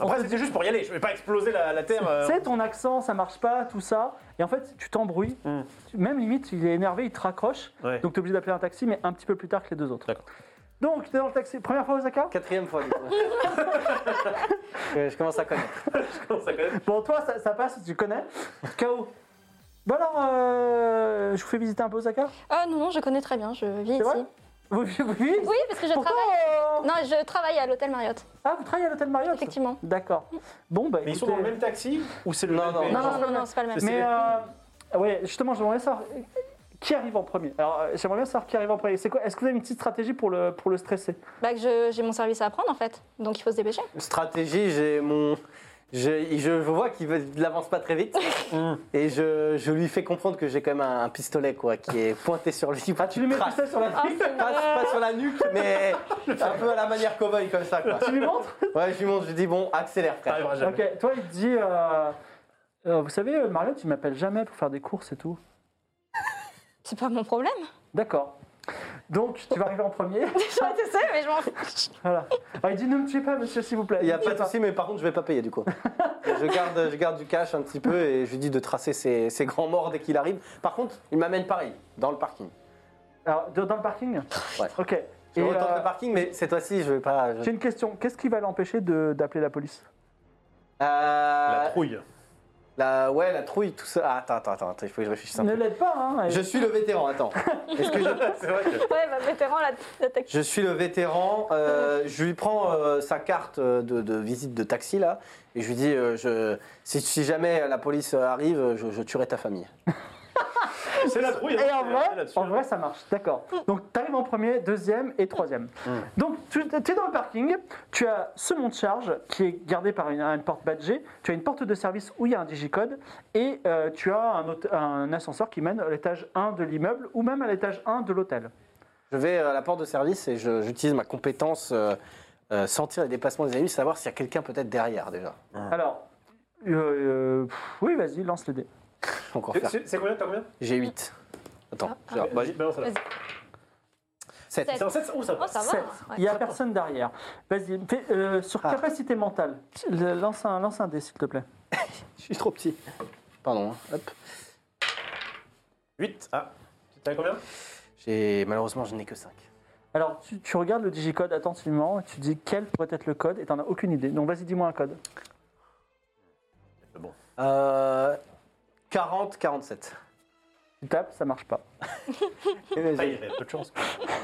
C: Après, c'était juste pour y aller, je vais pas exploser la, la terre. euh.
A: tu sais, ton accent, ça marche pas, tout ça. Et en fait, tu t'embrouilles.
C: Hmm.
A: Tu- Même limite, il est énervé, il te raccroche.
C: Ouais.
A: Donc, tu es obligé d'appeler un taxi, mais un petit peu plus tard que les deux autres.
C: D'accord.
A: Donc, tu es dans le taxi. Première fois à Osaka
F: Quatrième fois, du coup.
A: *laughs*
F: je, je commence à connaître.
C: Ça, quand même.
A: Bon, toi, ça, ça passe, tu connais. KO. Bon, alors, euh, je vous fais visiter un peu Osaka
B: Ah non, non, je connais très bien, je vis ici.
A: vrai Vous vivez
B: Oui, parce que je
A: Pourtant,
B: travaille.
A: euh,
B: Non, je travaille à l'hôtel Marriott,
A: Ah, vous travaillez à l'hôtel Marriott
B: effectivement.
A: D'accord. Bon, bah.
C: Mais ils sont
A: écoutez-
C: dans le même taxi ou c'est le
F: Non,
C: même
F: non,
C: pays
B: Non, non, non, non, c'est pas le même.
C: C'est-
A: Mais euh, ouais, justement, j'aimerais savoir euh, qui arrive en premier. Alors, euh, j'aimerais bien savoir qui arrive en premier. C'est quoi Est-ce que vous avez une petite stratégie pour le pour le stresser
B: Bah, que je- j'ai mon service à prendre en fait, donc il faut se *laughs* dépêcher.
F: Stratégie, j'ai mon. Je, je vois qu'il veut- il avance pas très vite
A: Mm.
F: et je, je lui fais comprendre que j'ai quand même un, un pistolet quoi qui est pointé sur lui.
A: Ah, tu lui mets le pistolet sur la
B: Ah,
A: tête
B: c'est
F: Pas,
B: vrai.
F: pas sur la nuque,
A: *laughs*
F: mais un peu à la manière cowboy comme ça quoi.
A: Tu lui montres
F: Ouais, je lui montre, je lui dis bon, accélère frère.
C: T'arriveras jamais.
A: *laughs* Ok. Toi, il te dit. euh, euh, vous savez, euh, Mario, tu m'appelles jamais pour faire des courses et tout.
B: C'est pas mon problème.
A: D'accord. Donc, tu vas arriver en premier. *laughs*
B: J'aurais été seule, Ah, mais je m'en fiche.
A: Voilà. Alors, il dit ne me tuez pas, monsieur, s'il vous plaît.
F: Il n'y a
A: Ne me
F: pas
A: tuez
F: de souci, mais par contre, je vais pas payer du coup. je, garde, je garde du cash un petit peu et je lui dis de tracer ses, ses grands morts dès qu'il arrive. Par contre, il m'amène pareil, dans le parking.
A: Alors, de- dans le parking.
F: Ouais.
A: Ok.
F: Je
A: Et,
F: retente
A: euh,
F: le parking, mais cette fois-ci, je vais pas. je-
A: J'ai une question. Qu'est-ce qui va l'empêcher de- d'appeler la police
F: Euh,
C: La trouille.
F: la- ouais, la trouille, tout ça. Ah, attends, attends, attends, attends, il faut que je réfléchisse un
A: Ne
F: peu.
A: l'aide pas, hein. elle-
F: Je suis le vétéran, attends. Est-ce que je...
C: C'est vrai que.
B: Ouais, bah, vétéran, la, la taxi.
F: je suis le vétéran, euh, je lui prends euh, sa carte euh, de, de visite de taxi là, et je lui dis euh, je, si, si jamais la police arrive, je, je tuerai ta famille.
C: C'est la trouille. hein,
A: Et en
C: c'est- c'est
A: vrai,
C: là-dessus.
A: en vrai, ça marche, d'accord. Donc, tu arrives en premier, deuxième et troisième.
C: Mmh.
A: Donc, tu es dans le parking, tu as ce monte charge qui est gardé par une, une porte badgée, tu as une porte de service où il y a un digicode et euh, tu as un, aute- un ascenseur qui mène à l'étage 1 de l'immeuble ou même à l'étage 1 de l'hôtel.
F: Je vais à la porte de service et je- j'utilise ma compétence euh, euh, sentir les déplacements des ennemis, savoir s'il
D: Ah.
C: Ah.
F: y a quelqu'un peut-être derrière déjà.
A: Alors, euh, euh, pff, oui, vas-y, lance les dés.
D: Je peux encore
C: C'est-
D: faire.
C: C'est c'est combien T'as combien
D: J'ai 8. Attends,
B: Ah,
D: je- bah,
C: Vas-y, balance là.
B: Vas-y.
D: 7.
C: C'est un 7 Oh, ça
B: Oh,
C: va.
B: ça va.
A: Sept.
B: ouais.
A: Il n'y a personne derrière. Vas-y, fais, euh, sur
D: Ah.
A: capacité mentale, le- lance un, lance un dé, s'il te plaît.
D: Je suis trop petit. Pardon, hein. hop.
C: 8. Ah. T'as combien
D: J'ai malheureusement je n'ai que 5.
A: Alors, tu, tu regardes le digicode attentivement, tu dis quel pourrait être le code, et t'en as aucune idée. Donc, vas-y, dis-moi un code.
C: Bon.
D: Euh, 40, *laughs* 47.
A: Tu tapes, ça marche pas.
C: Ah,
D: J'ai
C: il y avait peu de chance.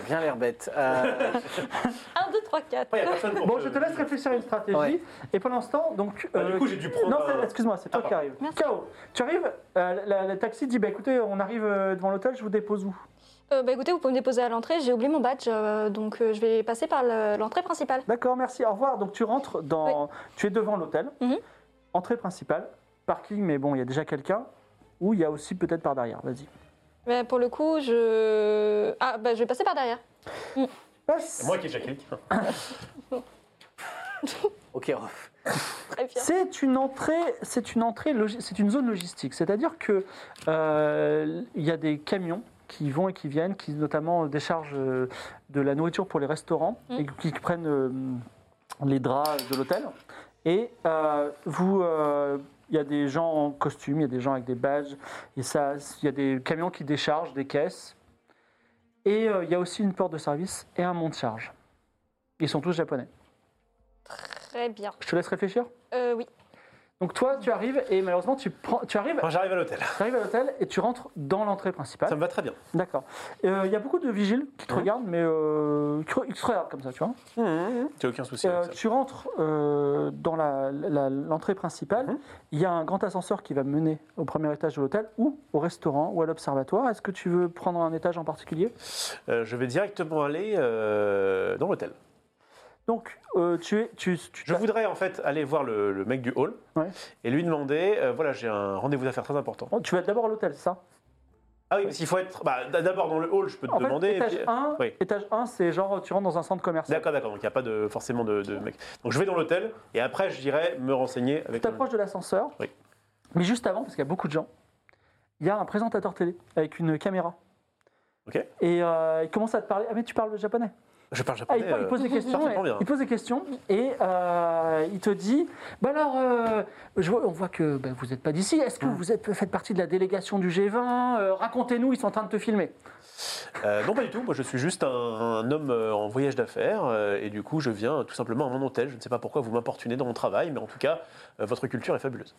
D: bien l'air bête. Euh, *laughs*
B: 1, 2, 3, 4.
C: Après, il y a personne pour
A: Bon,
C: te-
A: je te laisse réfléchir à une stratégie. Ah,
D: Ouais.
A: Et pour l'instant, donc. euh,
C: Bah, du coup, j'ai dû prendre
A: Non,
C: un-
A: c'est- excuse-moi, c'est toi
C: Ah,
A: qui arrives.
B: Merci.
A: Ciao Tu arrives, euh, la- le taxi dit bah, écoutez, on arrive euh, devant l'hôtel, je vous dépose où
B: Euh, bah écoutez, vous pouvez me déposer à l'entrée, j'ai oublié mon badge, euh, donc euh, je vais passer par le- l'entrée principale.
A: D'accord, merci, au revoir. Donc, tu rentres dans. Tu es devant l'hôtel,
B: Mhm.
A: entrée principale, parking, mais bon, il y a déjà quelqu'un, ou il y a aussi peut-être par derrière, vas-y.
B: Mais Bah, pour le coup, je. Ah, bah je vais passer par derrière.
A: Passe.
C: C'est moi qui ai déjà quelqu'un.
D: ok, ref.
B: Très bien.
A: C'est une entrée, c'est une entrée, logi- c'est une zone logistique. C'est-à-dire que euh, il y a des camions qui vont et qui viennent, qui notamment déchargent euh, de la nourriture pour les restaurants
B: Mm.
A: et qui prennent euh, les draps de l'hôtel. Et euh, vous, euh, il y a des gens en costume, il y a des gens avec des badges, et ça, il y a des camions qui déchargent des caisses. Et euh, il y a aussi une porte de service et un monte-charge. Ils sont tous japonais.
B: Très bien.
A: Je te laisse réfléchir.
B: Euh, oui.
A: Donc toi, tu arrives et malheureusement, tu, prends, tu arrives,
C: Enfin, j'arrive à l'hôtel.
A: tu arrives à l'hôtel et tu rentres dans l'entrée
C: Ça
A: principale.
C: me va très bien.
A: D'accord. Euh, Il y a beaucoup de vigiles qui te regardent, mais euh, qui re- qui te regardent comme ça, tu vois.
C: J'ai aucun souci
A: Euh,
C: avec ça.
A: tu rentres euh, dans la- la- l'entrée principale.
C: Mhm.
A: Il y a un grand ascenseur qui va mener au premier étage de l'hôtel ou au restaurant ou à l'observatoire. Est-ce que tu veux prendre un étage en particulier
C: Euh, je vais directement aller euh, dans l'hôtel.
A: Donc, euh, tu es, tu, tu-
C: Je voudrais en fait aller voir le, le mec du hall
A: Ouais.
C: et lui demander euh, voilà, j'ai un rendez-vous d'affaires très important.
A: Oh, tu vas d'abord à l'hôtel, c'est ça
C: Ah oui, parce qu'il faut être. bah, d- D'abord dans le hall, je peux te
A: En fait,
C: demander. et
A: étage,
C: puis-
A: 1,
C: oui.
A: étage 1, c'est genre tu rentres dans un centre commercial.
C: D'accord, d'accord, donc il n'y a pas de, forcément de, de mec. Donc je vais dans l'hôtel et après j'irai me renseigner
A: Tu
C: avec.
A: t'approches de l'ascenseur.
C: Oui.
A: Mais juste avant, parce qu'il y a beaucoup de gens, il y a un présentateur télé avec une caméra.
C: Ok.
A: Et euh, il commence à te parler. Ah, mais tu parles le japonais.
C: Je parle
A: Ah,
C: japonais.
A: il, pa- il
C: euh,
A: pose des questions.
C: parfaitement
A: et-
C: bien.
A: Il pose des questions et euh, il te dit Bah alors, euh, je vois- on voit que ben, vous n'êtes pas d'ici. Est-ce
C: Mmh.
A: que vous êtes, faites partie de la délégation du G20 Euh, Racontez-nous, ils sont en train de te filmer.
C: Euh, non, pas du tout. Moi, je suis juste un, un homme euh, en voyage d'affaires euh, et du coup, je viens euh, tout simplement à mon hôtel. Je ne sais pas pourquoi vous m'importunez dans mon travail, mais en tout cas, euh, votre culture est fabuleuse.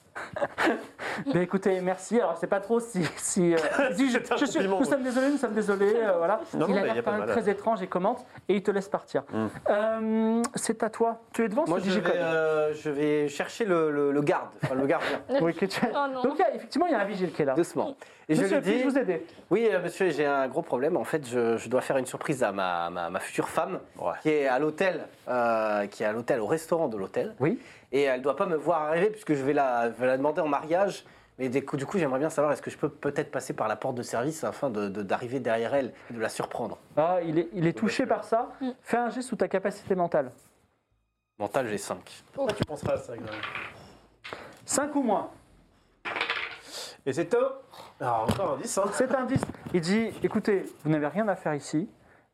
A: Ben écoutez, merci. Alors, c'est pas trop si. si,
C: *laughs*
A: euh, si je,
C: C'est un
A: je suis,
C: compliment,
A: nous sommes désolés, nous sommes désolés. euh, voilà.
C: Non, non,
A: il a
C: mais y
A: l'air
C: a
A: quand
C: pas de
A: même
C: mal. Mm.
A: très étrange et commente, et il te laisse partir. Euh, c'est à toi. Tu es devant
D: Moi
A: ce
D: je
A: digicode.
D: vais, euh, je vais chercher le, le- le garde, enfin le *laughs* gardien,
C: euh,
A: Oui, que tu-
B: Oh non.
A: Donc, il y a- effectivement, il y a un vigile qui est là.
D: doucement. Et
A: Monsieur,
D: je lui
A: puis-je
D: dis,
A: vous aider
D: oui euh, monsieur, j'ai un gros problème. En fait, je, je dois faire une surprise à ma, ma- ma future femme
C: Ouais.
D: qui est à l'hôtel, euh, qui est à l'hôtel, au restaurant de l'hôtel.
A: Oui.
D: Et elle doit pas me voir arriver puisque je vais la, je vais la demander en mariage. Mais du coup, du coup, j'aimerais bien savoir est-ce que je peux peut-être passer par la porte de service afin de- de- d'arriver derrière elle et de la surprendre.
A: Ah, il est, il est touché par ça. Fais un geste sous ta capacité mentale.
D: Mental, j'ai 5.
C: Tu penseras à ça, Xavier.
A: 5 ou moins.
C: Et c'est un. Ah, encore un 10. Hein.
A: Cet indice, il dit écoutez, vous n'avez rien à faire ici.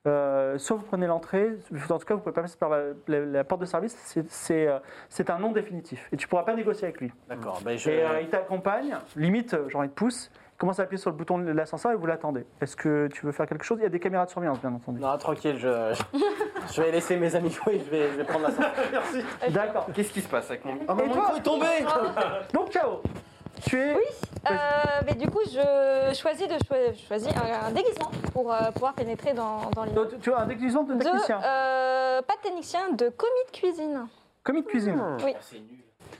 A: Euh, soit vous prenez l'entrée, en tout cas vous pouvez pas passer par la, la- la porte de service, c'est- c'est euh, c'est un non définitif et tu pourras pas négocier avec lui.
D: D'accord. Ben je...
A: Et euh, il t'accompagne, limite, euh, genre il te pousse, il commence à appuyer sur le bouton de l'ascenseur et vous l'attendez. Est-ce que tu veux faire quelque chose Il y a des caméras de surveillance, bien entendu.
D: Non, tranquille, je, je- je vais laisser mes amis jouer, je vais, je vais prendre la sortie.
C: Merci.
B: Euh,
A: D'accord.
D: Qu'est-ce qui se passe avec mon Ah, micro
A: Et toi
D: est tombé
A: Donc, ciao Tu es.
B: Oui, euh, mais du coup, je choisis, de choi- je choisis un, un déguisement pour euh, pouvoir pénétrer dans, dans l'immeuble.
A: Donc, tu as un déguisement de
B: De,
A: technicien.
B: euh, pas de technicien, de commis de cuisine.
A: Commis de cuisine.
D: *laughs*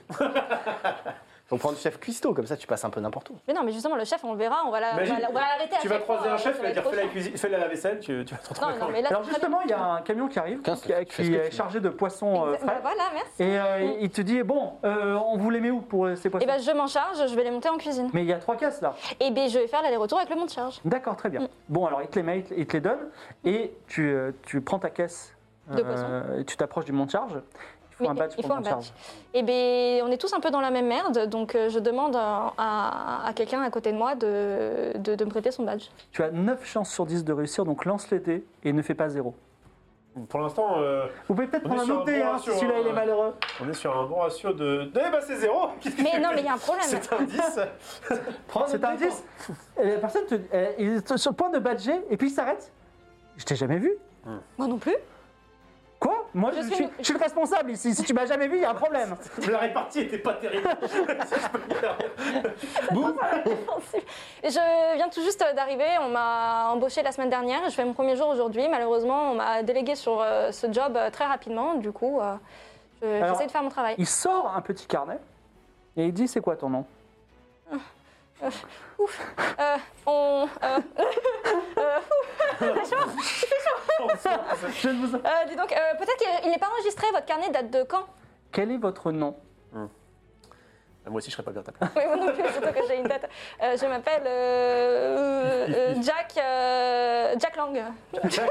D: On prend le chef cuistot, comme ça tu passes un peu n'importe où.
B: Mais non, mais justement, le chef, on le verra, on va, la- on va, la- on va l'arrêter à
C: Tu vas
B: chaque fois,
C: croiser
B: euh,
C: un
B: ça
C: chef, il
B: va
C: va
B: être
C: dire
B: trop
C: fais la,
B: chiant.
C: cuisine, fais la vaisselle, tu, tu vas te retrouver.
B: Non, non, mais là,
A: Alors
B: c'est très
A: justement, il y a un camion qui arrive,
D: Putain,
A: qui,
D: tu fais
A: qui
D: ce que tu veux.
A: est chargé de poissons euh,
B: Exa- bah
A: frais.
B: voilà, merci.
A: Et euh, il te dit, bon, euh, on vous les met où pour euh, ces poissons
B: Et Mm. ben, je m'en charge, je vais les monter en cuisine.
A: Mais il y a trois caisses là.
B: Et ben, je vais faire l'aller-retour avec le monte-charge.
A: D'accord, très
B: Mm.
A: bien. Bon, alors il te les met, il te- il te les donne, et tu, euh, tu prends ta caisse,
B: De
A: et tu t'approches du monte-charge. Il faut un
B: Mais
A: badge
B: il
A: pour
B: faut
A: le
B: un
A: charge.
B: Eh bien, on est tous un peu dans la même merde, donc euh, je demande à, à- à quelqu'un à côté de moi de, de- de me prêter son badge.
A: Tu as 9 chances sur 10 de réussir, donc lance les dés et ne fais pas zéro.
C: Pour l'instant, euh,
A: Vous pouvez peut-être
C: On est
A: prendre un
C: sur
A: autre
C: un
A: dé,
C: bon
A: hein, si
C: ratio,
A: celui-là
C: hein,
A: il est
C: ouais.
A: malheureux.
C: on est sur un bon ratio de. Eh ben c'est zéro *laughs* Qu'est-ce que
B: Mais
C: tu
B: non,
C: fais
B: mais il y a un problème.
C: C'est un 10
A: C'est un 10. Et La personne te- elle- il est sur le point de badger et puis il s'arrête. Je t'ai jamais vu.
B: Moi non plus.
A: Quoi Moi, je,
B: Je
A: suis,
B: suis-
A: je suis le responsable ici. Si tu m'as jamais vu, il y a un problème.
C: La répartie était pas terrible Si je peux dire.
B: Je viens tout juste d'arriver, on m'a embauché la semaine dernière, je fais mon premier jour aujourd'hui. Malheureusement, on m'a délégué sur euh, ce job euh, très rapidement, du coup, euh, je-
A: Alors-
B: j'essaie de faire mon travail.
A: Il sort un petit carnet et il dit C'est quoi ton nom
B: Euh, on, euh, *laughs*
A: Je ne vous-
B: euh, dis donc, euh, peut-être qu'il n'est pas enregistré, votre carnet date de quand *laughs*
A: Quel est votre nom
C: Ah, Moi aussi, je serais pas bien à ta *laughs* place.
B: Oui, moi non plus, surtout que j'ai une tête. Euh, je m'appelle euh, euh, euh, Jack, euh, Jack Lang.
A: Mais C'est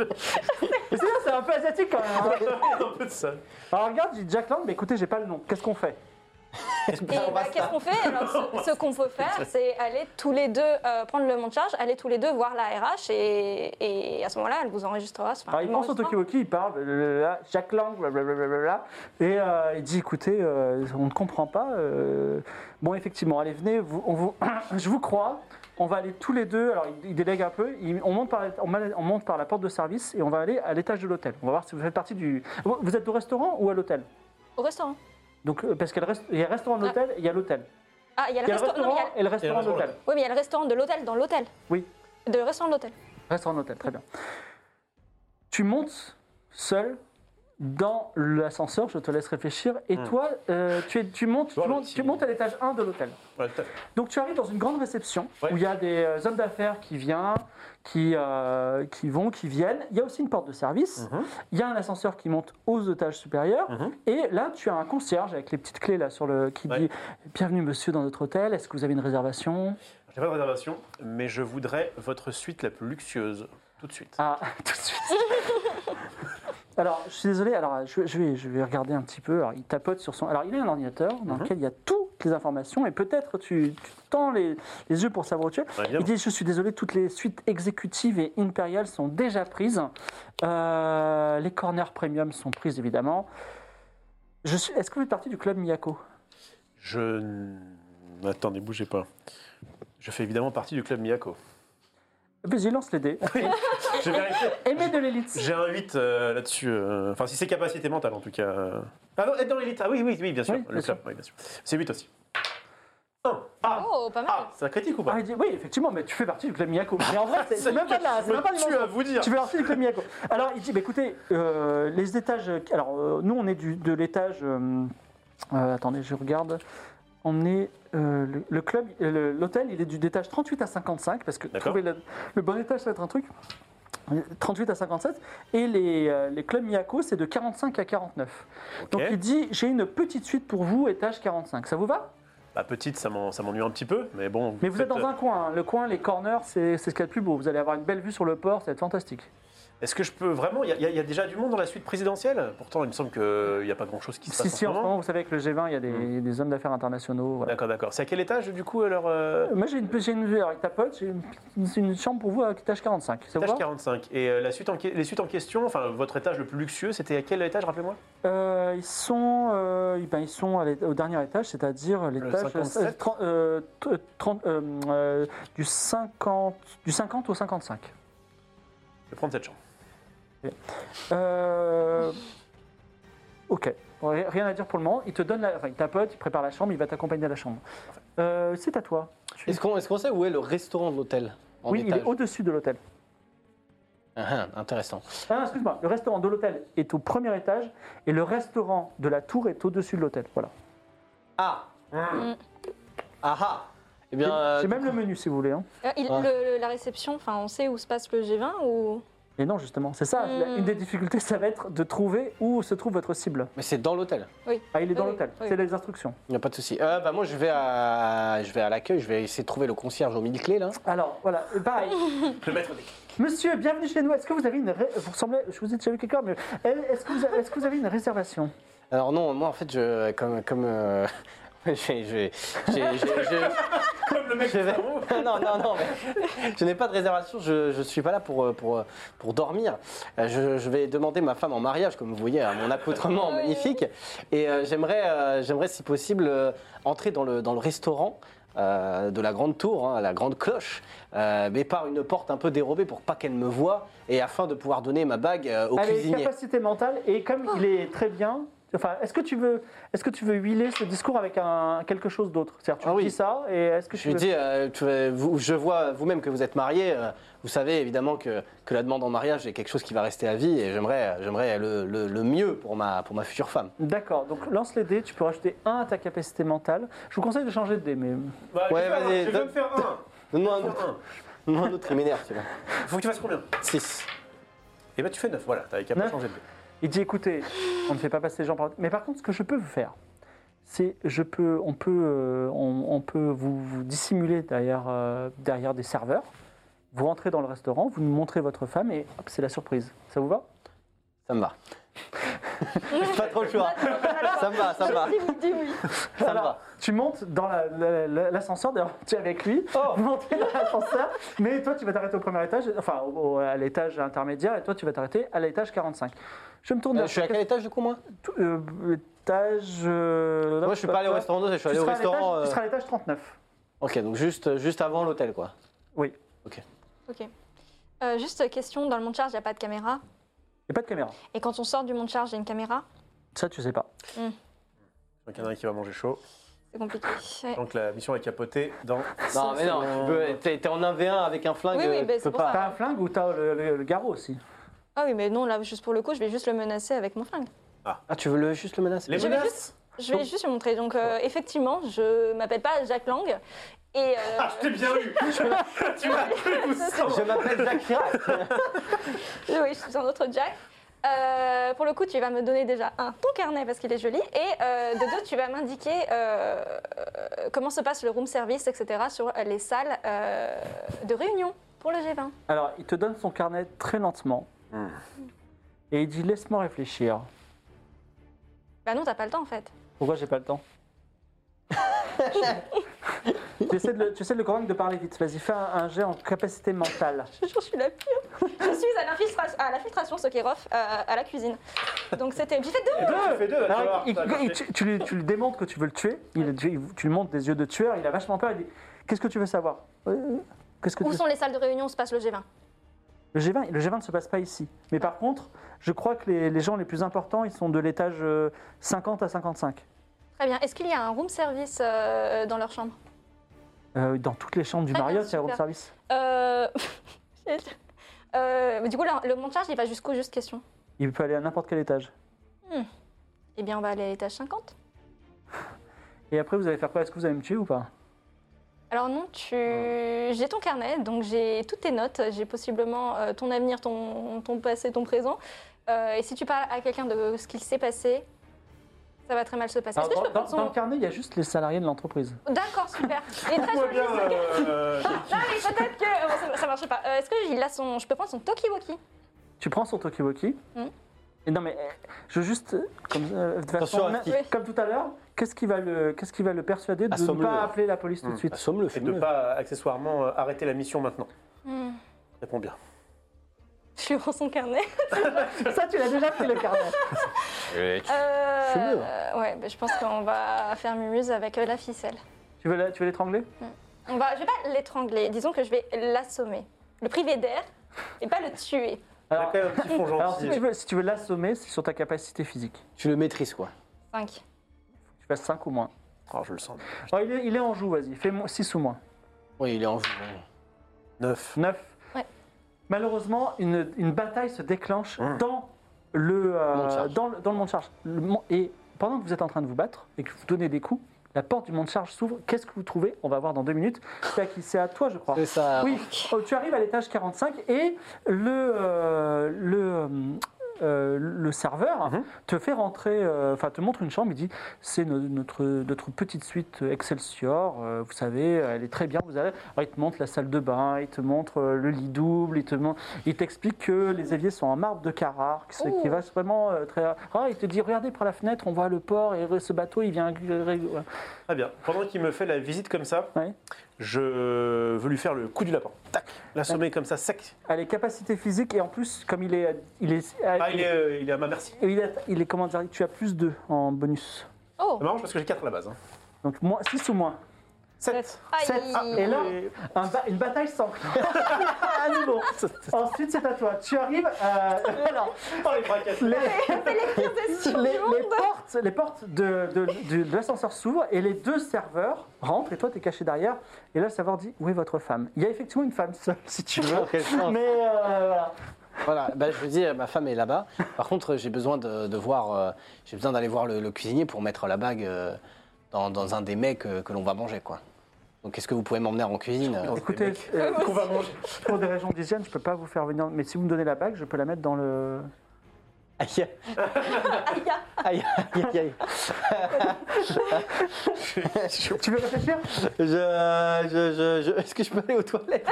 A: bien, c'est un peu asiatique quand même.
C: *laughs*
A: hein.
C: un peu de ça.
A: Alors regarde, il dit Jack Lang, mais écoutez, j'ai pas le nom. Qu'est-ce qu'on fait
B: Et bah, qu'est-ce qu'on fait Alors, *laughs* ce, ce qu'on peut faire, c'est aller tous les deux euh, prendre le montage, aller tous les deux voir la RH et, et à ce moment-là, elle vous enregistrera. Enfin,
A: Alors Bah, il
B: elle
A: pense au
B: m'enregistrera.
A: Tokiwoki, il parle, blablabla, Jack Lang, blablabla, et euh, il dit écoutez, euh, on ne comprend pas. euh, bon, effectivement, allez, venez, vous- on vous, *coughs* je vous crois, on va aller tous les deux. Alors il, il délègue un peu, il- on, monte par, on, mal- on monte par la porte de service et on va aller à l'étage de l'hôtel. On va voir si vous faites partie du. Vous vous êtes au restaurant ou à l'hôtel
B: Au restaurant.
A: donc, euh, parce qu'il y a le restaurant de l'hôtel et il y a l'hôtel.
B: Ah, il y a
A: Il y
B: le
A: a le
B: restaurant.
A: restaurant
B: non, mais il y a-
A: et le restaurant de
C: restaurant.
A: l'hôtel.
B: Oui, mais il y a le restaurant de l'hôtel dans l'hôtel.
A: Oui.
B: De restaurant de l'hôtel.
A: Restaurant d'hôtel, très bien. Tu montes seul dans l'ascenseur, je te laisse réfléchir, et toi, euh, tu, es- tu montes,
C: Bon,
A: tu
C: le
A: montes,
C: petit-
A: tu montes à l'étage 1 de l'hôtel.
C: Ouais, tout à fait.
A: Donc tu arrives dans une grande réception
C: Ouais.
A: où il y a des euh, hommes d'affaires qui viennent, qui, euh, qui vont, qui viennent. Il y a aussi une porte de service. Il y a un ascenseur qui monte aux étages supérieurs. Et là, tu as un concierge avec les petites clés là sur le qui
C: Ouais.
A: dit Bienvenue monsieur dans notre hôtel. Est-ce que vous avez une réservation
C: J'ai pas de réservation, mais je voudrais votre suite la plus luxueuse, tout de suite.
A: Ah, *laughs* tout de suite. alors, je suis désolé, alors je, je vais, je vais regarder un petit peu. Alors, il tapote sur son. Alors, il a un ordinateur dans lequel il y a toutes les informations et peut-être tu, tu tends les, les yeux pour savoir où tu es.
C: Ouais, bien.
A: il dit Je suis désolé, toutes les suites exécutives et impériales sont déjà prises. Euh, les corners premium sont prises, évidemment. Je suis- Est-ce que vous êtes parti du club Miyako
C: Je. n- Attendez, bougez pas. Je fais évidemment partie du club Miyako.
A: Vas-y, lance les dés.
C: J'ai vérifié.
A: Aimé de l'élite.
C: J'ai un 8 euh, là-dessus. euh, Enfin, si c'est capacité mentale, en tout cas. euh. Ah non, être dans l'élite. Ah oui, oui, oui, bien sûr.
A: Oui, bien
C: le club, oui, bien sûr. C'est 8 aussi. 1. Ah,
B: Oh, pas mal.
C: ah c'est un critique ou pas
A: Ah, il dit, oui, effectivement, mais tu fais partie du club Miyako. Mais en vrai,
C: *laughs*
A: c'est- c'est même pas de la- c'est même pas du
C: Tu
A: mensonge.
C: à vous dire.
A: Tu veux leur filer le Miyako. Alors, il dit, bah, écoutez, euh, les étages... Alors, euh, nous, on est du, de l'étage... euh, euh, attendez, je regarde. On est... euh, le, le club, euh, le- l'hôtel, il est du d'étage 38 à 55, parce que
C: D'accord.
A: trouver le, le bon étage, ça va être un truc. 38 à 57. Et les, euh, les clubs Miyako, c'est de 45 à 49. Donc, il dit, j'ai une petite suite pour vous, étage 45. Ça vous va
C: Bah, petite, ça m'en- ça m'ennuie un petit peu, mais bon.
A: Mais vous êtes
C: faites,
A: dans
C: euh,
A: un coin. hein. Le coin, les corners, c'est c'est ce qu'il y a de plus beau. Vous allez avoir une belle vue sur le port, ça va être fantastique.
C: Est-ce que je peux vraiment Il y, a- il y a- il y a déjà du monde dans la suite présidentielle Pourtant, il me semble qu'il n'y a pas grand-chose qui se
A: Si,
C: passe
A: si,
C: en
A: en
C: ce
A: ce
C: moment. Mm.
A: moment, vous savez, avec le G20, il y a des, des hommes d'affaires internationaux. voilà.
C: D'accord, d'accord. C'est à quel étage, du coup, alors euh,
A: Euh, Moi, j'ai une petite vue avec ta pote, j'ai une, c'est une chambre pour vous à étage 45. Ça vous
C: Étage
A: va
C: 45. Et euh, la suite en que- les suites en question, enfin, votre étage le plus luxueux, c'était à quel étage, rappelez-moi
A: Euh, Ils sont, euh, eh ben, ils sont à l'é- au dernier étage, c'est-à-dire l'étage
C: 57.
A: euh, tren- euh, t- euh, trente- euh, euh, du, 50, du 50 au 55.
C: Je vais prendre cette chambre.
A: Euh, ok, Bon, ri- rien à dire pour le moment. Il te donne la, enfin, il tapote, il prépare la chambre, il va t'accompagner à la chambre. Euh, c'est à toi.
D: Est-ce qu'on est-ce qu'on sait où est le restaurant de l'hôtel en
A: oui, il
D: étage
A: est au-dessus de l'hôtel.
D: Ah, ah, Intéressant.
A: Ah, excuse-moi, le restaurant de l'hôtel est au premier étage et le restaurant de la tour est au-dessus de l'hôtel. Voilà.
D: Ah Ah ah Eh bien,
A: J'ai
D: euh,
A: même le menu si vous voulez. hein.
B: Euh, il-
D: Ouais.
B: le- le- la réception, enfin, on sait où se passe le G20 ou
A: Et non, justement, c'est ça. la-
B: Hmm.
A: Une des difficultés, ça va être de trouver où se trouve votre cible.
F: Mais c'est dans l'hôtel.
A: Ah, il est dans
B: Oui,
A: l'hôtel.
B: oui.
A: C'est les instructions.
F: Il n'y a pas de souci. Euh, bah, moi, je vais à, je vais à l'accueil. Je vais essayer de trouver le concierge aux mille clés, là.
A: Alors, voilà, et
B: *laughs*
A: pareil.
C: Le maître des
A: Monsieur, bienvenue chez nous. Est-ce que vous avez une. ré- Vous ressemblez. Je vous ai déjà vu quelque part, mais. Est-ce que, vous avez- est-ce que vous avez une réservation
F: Alors, non, moi, en fait, je. Comme. comme euh, *laughs* j'ai- j'ai- j'ai- j'ai- j'ai-
C: *laughs* Comme le mec
F: Je vais- *laughs* non, non, non, mais je n'ai pas de réservation, je ne suis pas là pour, euh, pour, euh, pour dormir. Euh, Je, je vais demander ma femme en mariage, comme vous voyez, à mon accoutrement magnifique. Et euh, j'aimerais, euh, j'aimerais, si possible, euh, entrer dans le, dans le restaurant. euh, de la grande tour, hein, la grande cloche, euh, mais par une porte un peu dérobée pour pas qu'elle me voie et afin de pouvoir donner ma bague euh, au
A: Allez,
F: cuisinier.
A: capacité mentale. Et comme il est très bien. Enfin, est-ce que tu veux, est-ce que tu veux huiler ce discours avec un, quelque chose d'autre C'est-à-dire, tu
F: Ah oui.
A: dis ça, et est-ce que
F: Je
A: tu
F: lui
A: veux-
F: dis, euh, tu vois, vous- je vois vous-même que vous êtes marié, euh, vous savez évidemment que, que la demande en mariage est quelque chose qui va rester à vie et j'aimerais, euh, j'aimerais le, le- le mieux pour ma, pour ma future femme.
A: D'accord, donc lance les dés, tu peux rajouter 1 à ta capacité mentale. Je vous conseille de changer de dés, mais.
C: Bah,
F: Ouais,
C: je vais faire
F: vas-y,
C: un, je vais
F: donne-
C: me faire un.
F: Donne-moi un
C: Je vais faire
F: autre,
C: un.
F: donne-moi un autre, il m'énerve celui-là.
C: Faut que tu fasses combien
F: 6.
C: Et bah tu fais 9, voilà, t'as qu'à pas
A: Neuf.
C: changer de dé.
A: Il dit écoutez, on ne fait pas passer les gens par. Mais par contre, ce que je peux vous faire, c'est je peux, on peut, euh, on, on peut vous, vous dissimuler derrière, euh, derrière des serveurs. Vous rentrez dans le restaurant, vous nous montrez votre femme et hop, c'est la surprise. Ça vous va
F: Ça me va.
B: *laughs*
F: pas trop le choix. ça me va, ça me va.
B: Si vous dites oui.
F: Ça me
A: Alors,
F: va.
A: Tu montes dans la- la- la- l'ascenseur, d'ailleurs tu es avec lui,
F: Oh.
A: vous montez dans l'ascenseur, mais toi tu vas t'arrêter au premier étage, enfin au- au- à l'étage intermédiaire, et toi tu vas t'arrêter à l'étage 45. Je me tourne
F: Euh,
A: vers
F: je suis à quel étage du coup moi
A: Euh, étage. euh,
F: Moi je suis pas allé au restaurant 2, je suis
A: Tu
F: allé au
A: seras à l'étage-
F: restaurant...
A: Tu
F: euh,
A: seras à l'étage 39.
F: Ok, donc juste, juste avant l'hôtel quoi.
A: Oui.
B: Ok. Euh, juste question, dans le monte charge, il n'y a pas de caméra.
A: Il n'y a pas de caméra.
B: Et quand on sort du monte charge, il y a une caméra
A: Ça, tu sais pas.
C: Donc il y en a un qui va manger chaud.
B: C'est compliqué. Ouais.
C: Donc la mission est capotée dans.
F: Non mais non,
C: secondes.
F: tu peux- t'es t'es en 1v1 avec un flingue, euh,
B: Oui, oui, bah,
F: tu
B: c'est
F: peux
B: pour
F: pas...
B: ça.
A: T'as un flingue ou t'as le, le- le garrot aussi
B: Ah oui, mais non, là, juste pour le coup, je vais juste le menacer avec mon flingue.
F: Ah tu veux le, juste le menacer
C: Les
B: Je vais
C: menaces
B: juste- Je vais juste lui montrer. Donc, euh, effectivement, je m'appelle pas Jacques Lang. Et euh,
C: Ah, je t'ai bien eu *laughs* Tu m'as cru tout ça
F: Je m'appelle Jacques Chirac.
B: *laughs* oui, je suis un autre Jack. Euh, pour le coup, tu vas me donner déjà un ton carnet parce qu'il est joli, et euh, de deux, tu vas m'indiquer euh, euh, comment se passe le room service, etc., sur euh, les salles euh, de réunion pour le G20.
A: Alors, il te donne son carnet très lentement.
F: Hmm.
A: Et il dit Laisse-moi réfléchir.
B: Bah non, t'as pas le temps en fait. *laughs*
A: Pourquoi j'ai pas le temps *laughs* tu, essaies de le, tu essaies de le convaincre de parler vite. Vas-y, fais un, un jet en capacité
F: *laughs*
A: mentale.
B: Je jure, je suis la pire. Je suis à l'infiltration, à l'infiltration Sokerov, euh, à la cuisine. Donc c'était. J'ai fait deux.
C: Tu fais deux, tu vas
A: Alors,
C: voir,
A: il-
C: ça va
A: il-
C: marcher.
A: tu, tu lui, tu lui démontres que tu veux le tuer. Il, tu, tu lui montres des yeux de tueur. Il a vachement peur. Il dit Qu'est-ce que tu veux savoir Euh, Qu'est-ce que tu
B: Où
A: veux
B: sont les salles de réunion où se passe le G20
A: Le G20, le G20 ne se passe pas ici. Mais par contre, je crois que les, les gens les plus importants, ils sont de l'étage euh, 50 à 55.
B: Très bien. Est-ce qu'il y a un room service euh, dans leur chambre
A: Euh, dans toutes les chambres du
B: Très bien,
A: Marriott, il y a un room
B: super.
A: service.
B: Euh... *laughs* euh, mais du coup, le, le montage, il va jusqu'où Juste question.
A: Il peut aller à n'importe quel étage.
B: Eh bien, on va aller à l'étage 50.
A: Et après, vous allez faire quoi Est-ce que vous allez me tuer ou pas
B: Alors non, tu... j'ai ton carnet, donc j'ai toutes tes notes, j'ai possiblement euh, ton avenir, ton, ton passé, ton présent. Euh, et si tu parles à quelqu'un de ce qu'il s'est passé, ça va très mal se passer. Est-ce que je
A: Alors,
B: peux
A: dans,
B: prendre
A: dans le
B: son...
A: carnet, il y a juste les salariés de l'entreprise.
B: D'accord, super. Il est très
C: Moi,
B: joli,
C: bien,
B: ce carnet.
C: euh,
B: Non, mais peut-être que... euh, bon, ça, ça marche pas. Euh, Est-ce que il a son... je peux prendre son Tokiwoki
A: Tu prends son Tokiwoki.
B: Mhm.
A: Et non, mais euh, je veux juste. euh, Comme, euh, de
F: Attention
A: façon-
F: à ce
B: qu'il-
A: comme tout à l'heure, qu'est-ce qui va le, qu'est-ce qui va le persuader de ne
F: Assomme-le.
A: pas appeler la police tout de
C: Mhm.
A: suite
F: Assomme-le,
C: Et de
F: fais-le.
C: pas euh, accessoirement euh, arrêter la mission maintenant.
B: Hmm.
C: Réponds bien.
B: Je lui rends son carnet.
A: Ça, tu l'as déjà pris le carnet.
B: Euh,
F: C'est mieux.
B: euh, ouais, bah, je pense qu'on va faire mumuse avec euh, la ficelle.
A: tu, veux la- tu veux l'étrangler
B: On va, je vais pas l'étrangler, disons que je vais l'assommer, le priver d'air et pas le tuer.
C: Il y a
A: Alors-
C: quand même un petit fond
A: Alors, si
C: gentil.
A: tu veux, si tu veux l'assommer, c'est sur ta capacité physique.
F: Tu le maîtrises quoi.
B: 5.
A: Tu fasses 5 ou moins.
C: Oh, je le sens.
A: Oh, il, est, il est en joue, vas-y. Fais 6 ou moins.
F: Oui, il est en joue.
C: 9.
A: 9.
B: Ouais.
A: Malheureusement, une, une bataille se déclenche
C: Mmh.
A: dans, le, euh,
F: Monte charge.
A: dans, le, dans le monde charge. Le mon- et pendant que vous êtes en train de vous battre et que vous donnez des coups, La porte du monde charge s'ouvre. Qu'est-ce que vous trouvez On va voir dans deux minutes. Taki, C'est à toi, je crois.
F: C'est ça.
A: Oui, Oh, tu arrives à l'étage 45 et le, euh, le, euh, euh, le serveur
C: Mhm.
A: te fait rentrer, euh, enfin te montre une chambre, il dit c'est no- notre, notre petite suite Excelsior, euh, vous savez, elle est très bien. Vous avez... Alors, il te montre la salle de bain, il te montre euh, le lit double, il te montre- il t'explique que les éviers sont en marbre de Carrare, qui, qui
C: Oh.
B: Ouh.
A: va vraiment euh, très rare. Il te dit regardez par la fenêtre, on voit le port et re- ce bateau, il vient. euh,
C: Très bien. Pendant qu'il me fait la visite comme ça,
A: Ouais.
C: je veux lui faire le coup du lapin. Tac, l'assommer comme ça, sec.
A: Elle est capacité physique et en plus, comme il est. Il est,
C: Ah, il est, euh, il est à ma merci.
A: Et il est, il est- comment dire, tu as plus 2 en bonus.
B: Oh
C: C'est marrant parce que j'ai 4 à la base. hein.
A: Donc moins, 6 ou moins.
C: 7.
B: Aïe.
A: Sept.
C: Ah,
A: Et là,
C: et-
A: un ba- une bataille s'enclenche. *laughs* à nouveau. Ensuite, c'est à toi. Tu arrives. euh, alors,
C: Oh, les braquettes.
A: les,
B: *laughs* décisions
A: les-
B: du
A: les
B: monde.
A: portes, les portes de, de- de- de l'ascenseur s'ouvrent et les deux serveurs rentrent et toi, tu es caché derrière. Et là, le serveur dit Où est votre femme Il y a effectivement une femme seule, si tu
F: *laughs*
A: veux.
F: Quelle chance.
A: Mais euh, voilà.
F: Voilà, bah, je lui dis, euh, ma femme est là-bas. Par contre, euh, j'ai besoin de, de voir, euh, j'ai besoin d'aller voir le, le cuisinier pour mettre la bague euh, dans, dans un des mets que, que l'on va manger, quoi. Donc, est-ce que vous pouvez m'emmener en cuisine euh,
A: écoutez, euh, pour des raisons d'hygiène, je peux pas vous faire venir. Mais si vous me donnez la bague, je peux la mettre dans le.
F: Aïe, aïe, aïe, *laughs* aïe, aïe.
A: Tu veux réfléchir
F: Je, je, je, je- est-ce que je peux aller aux toilettes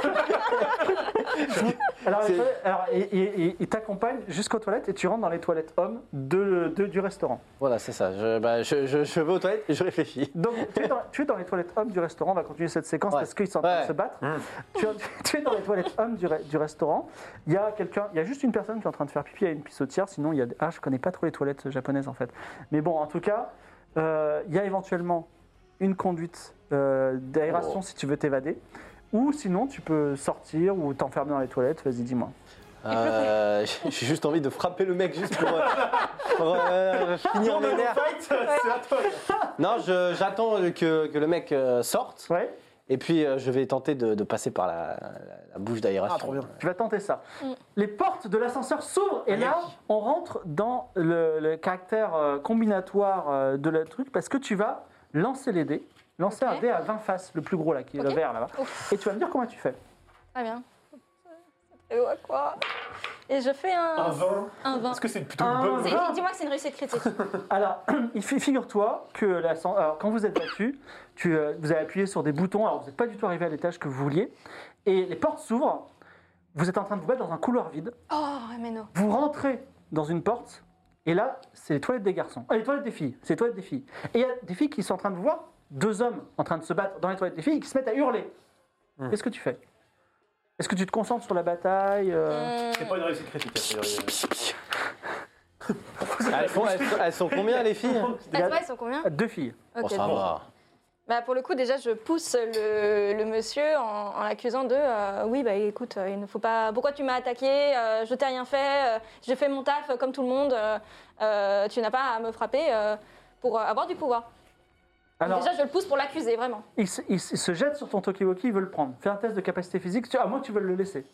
A: Alors,
F: C'est-
A: les toilettes- alors, il- il il- il t'accompagne jusqu'aux toilettes et tu rentres dans les toilettes hommes de, de- du restaurant.
F: Voilà, c'est ça. Je, bah, je, je, je vais aux toilettes et je réfléchis.
A: Donc, tu es, dans, tu es dans les toilettes hommes du restaurant. On va continuer cette séquence
F: Ouais.
A: parce qu'ils sont en train de
F: Ouais. Mmh.
A: se battre. Tu, es- *laughs* tu es dans les toilettes hommes du, re- du restaurant. Il y a quelqu'un, il y a juste une personne qui est en train de faire pipi à une pissotière. Sinon, il y a. Ah, je connais pas trop les toilettes japonaises en fait. Mais bon, en tout cas, euh, il y a éventuellement une conduite euh,
F: Oh.
A: d'aération si tu veux t'évader. Ou sinon, tu peux sortir ou t'enfermer dans les toilettes. Vas-y, dis-moi.
F: Euh, *laughs* j'ai j'ai juste envie de frapper le mec juste pour, euh, pour, euh, finir mes nerfs. Non, je- j'attends que, que le mec euh, sorte.
A: Ouais.
F: Et puis euh, je vais tenter de, de passer par la, la- la bouche d'aération.
C: Ah, trop bien.
A: Tu vas tenter ça.
B: Mm.
A: Les portes de l'ascenseur s'ouvrent et là, on rentre dans le, le caractère euh, combinatoire euh, de le truc parce que tu vas lancer les dés. Lancer un
B: Ok.
A: dé à 20 faces, le plus gros là, qui est le
B: Ok.
A: vert là-bas.
B: Ouf.
A: Et tu vas me dire comment tu fais.
B: Très bien. Et ouais, quoi Et je fais un.
F: Ah,
C: Un vin.
B: Un vin.
C: Est-ce que c'est plutôt
A: Un
C: une bonne
B: C'est-
A: vin.
B: Dis-moi que c'est une réussite critique.
A: Alors, *clears throat* il fi- figure-toi que l'ascenseur- alors, quand vous êtes battu, tu, euh, vous avez appuyé sur des boutons, alors vous n'êtes pas du tout arrivé à l'étage que vous vouliez, et les portes s'ouvrent. Vous êtes en train de vous battre dans un couloir vide.
B: *laughs* Oh, mais non.
A: Vous rentrez dans une porte, et là, c'est les toilettes des garçons. Ah, les toilettes des filles. C'est les toilettes des filles. Et il y a des filles qui sont en train de vous voir, deux hommes en train de se battre dans les toilettes des filles, et qui se mettent à hurler. Qu'est-ce que tu fais Est-ce que tu te concentres sur la bataille
B: Hum,
A: euh,
C: C'est pas une réussite critique. a priori.
F: Elles, font- elles sont- elles sont combien les filles
B: Ah, toi, ils sont combien
A: Deux filles.
F: Bon,
B: Ok,
F: Oh, ça
B: bon.
F: va.
B: Bah, pour le coup, déjà, je pousse le, le monsieur en, en l'accusant de euh, Oui, bah écoute, euh, il ne faut pas. Pourquoi tu m'as attaqué Euh, Je t'ai rien fait. euh, J'ai fait mon taf euh, comme tout le monde. euh, euh, tu n'as pas à me frapper euh, pour euh, avoir du pouvoir. Donc,
A: Alors,
B: Déjà, je le pousse pour l'accuser, vraiment.
A: il, se, il se- il se jette sur ton Tokiwoki, il veut le prendre. Fais un test de capacité physique, tu- à moins que tu veuilles le laisser.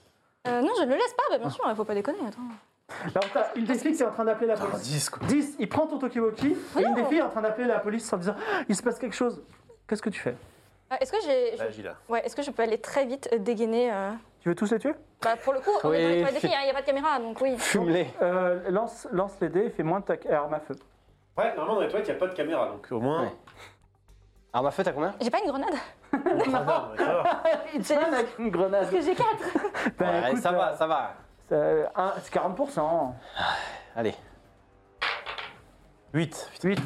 B: Euh, non, je ne le laisse pas, bah, bien sûr, il ne faut pas déconner. Attends.
A: Alors, t'as une des filles qui est en train d'appeler la police.
C: 10 quoi.
A: 10, il prend ton Tokiwoki, et une des
B: Non.
A: filles est en train d'appeler la police en disant Il se passe quelque chose. Qu'est-ce que tu fais
B: Euh, Est-ce que, j'ai- je-
C: Là, j'y là.
B: ouais, est-ce que je peux aller très vite euh, dégainer euh,
A: Tu veux tous les tuer
B: Bah, pour le coup, on est dans
F: Oui.
B: les toilettes des filles, hein, il n'y a pas de caméra, donc oui.
F: Fume-les.
A: Euh, lance, lance les dés et fais moins de ta arme à feu.
C: Ouais, normalement dans les toilettes, il n'y a pas de caméra donc au moins.
F: Ouais. Alors ma fête à combien
B: *laughs* J'ai pas une grenade
C: Ah, ouais, ça va.
A: C'est avec une grenade.
B: Parce que j'ai quatre.
A: Bah,
F: Ouais,
A: écoute,
F: Ça
A: euh,
F: va, ça va.
A: c'est, euh, un- C'est 40%.
F: Allez.
C: 8.
A: 8.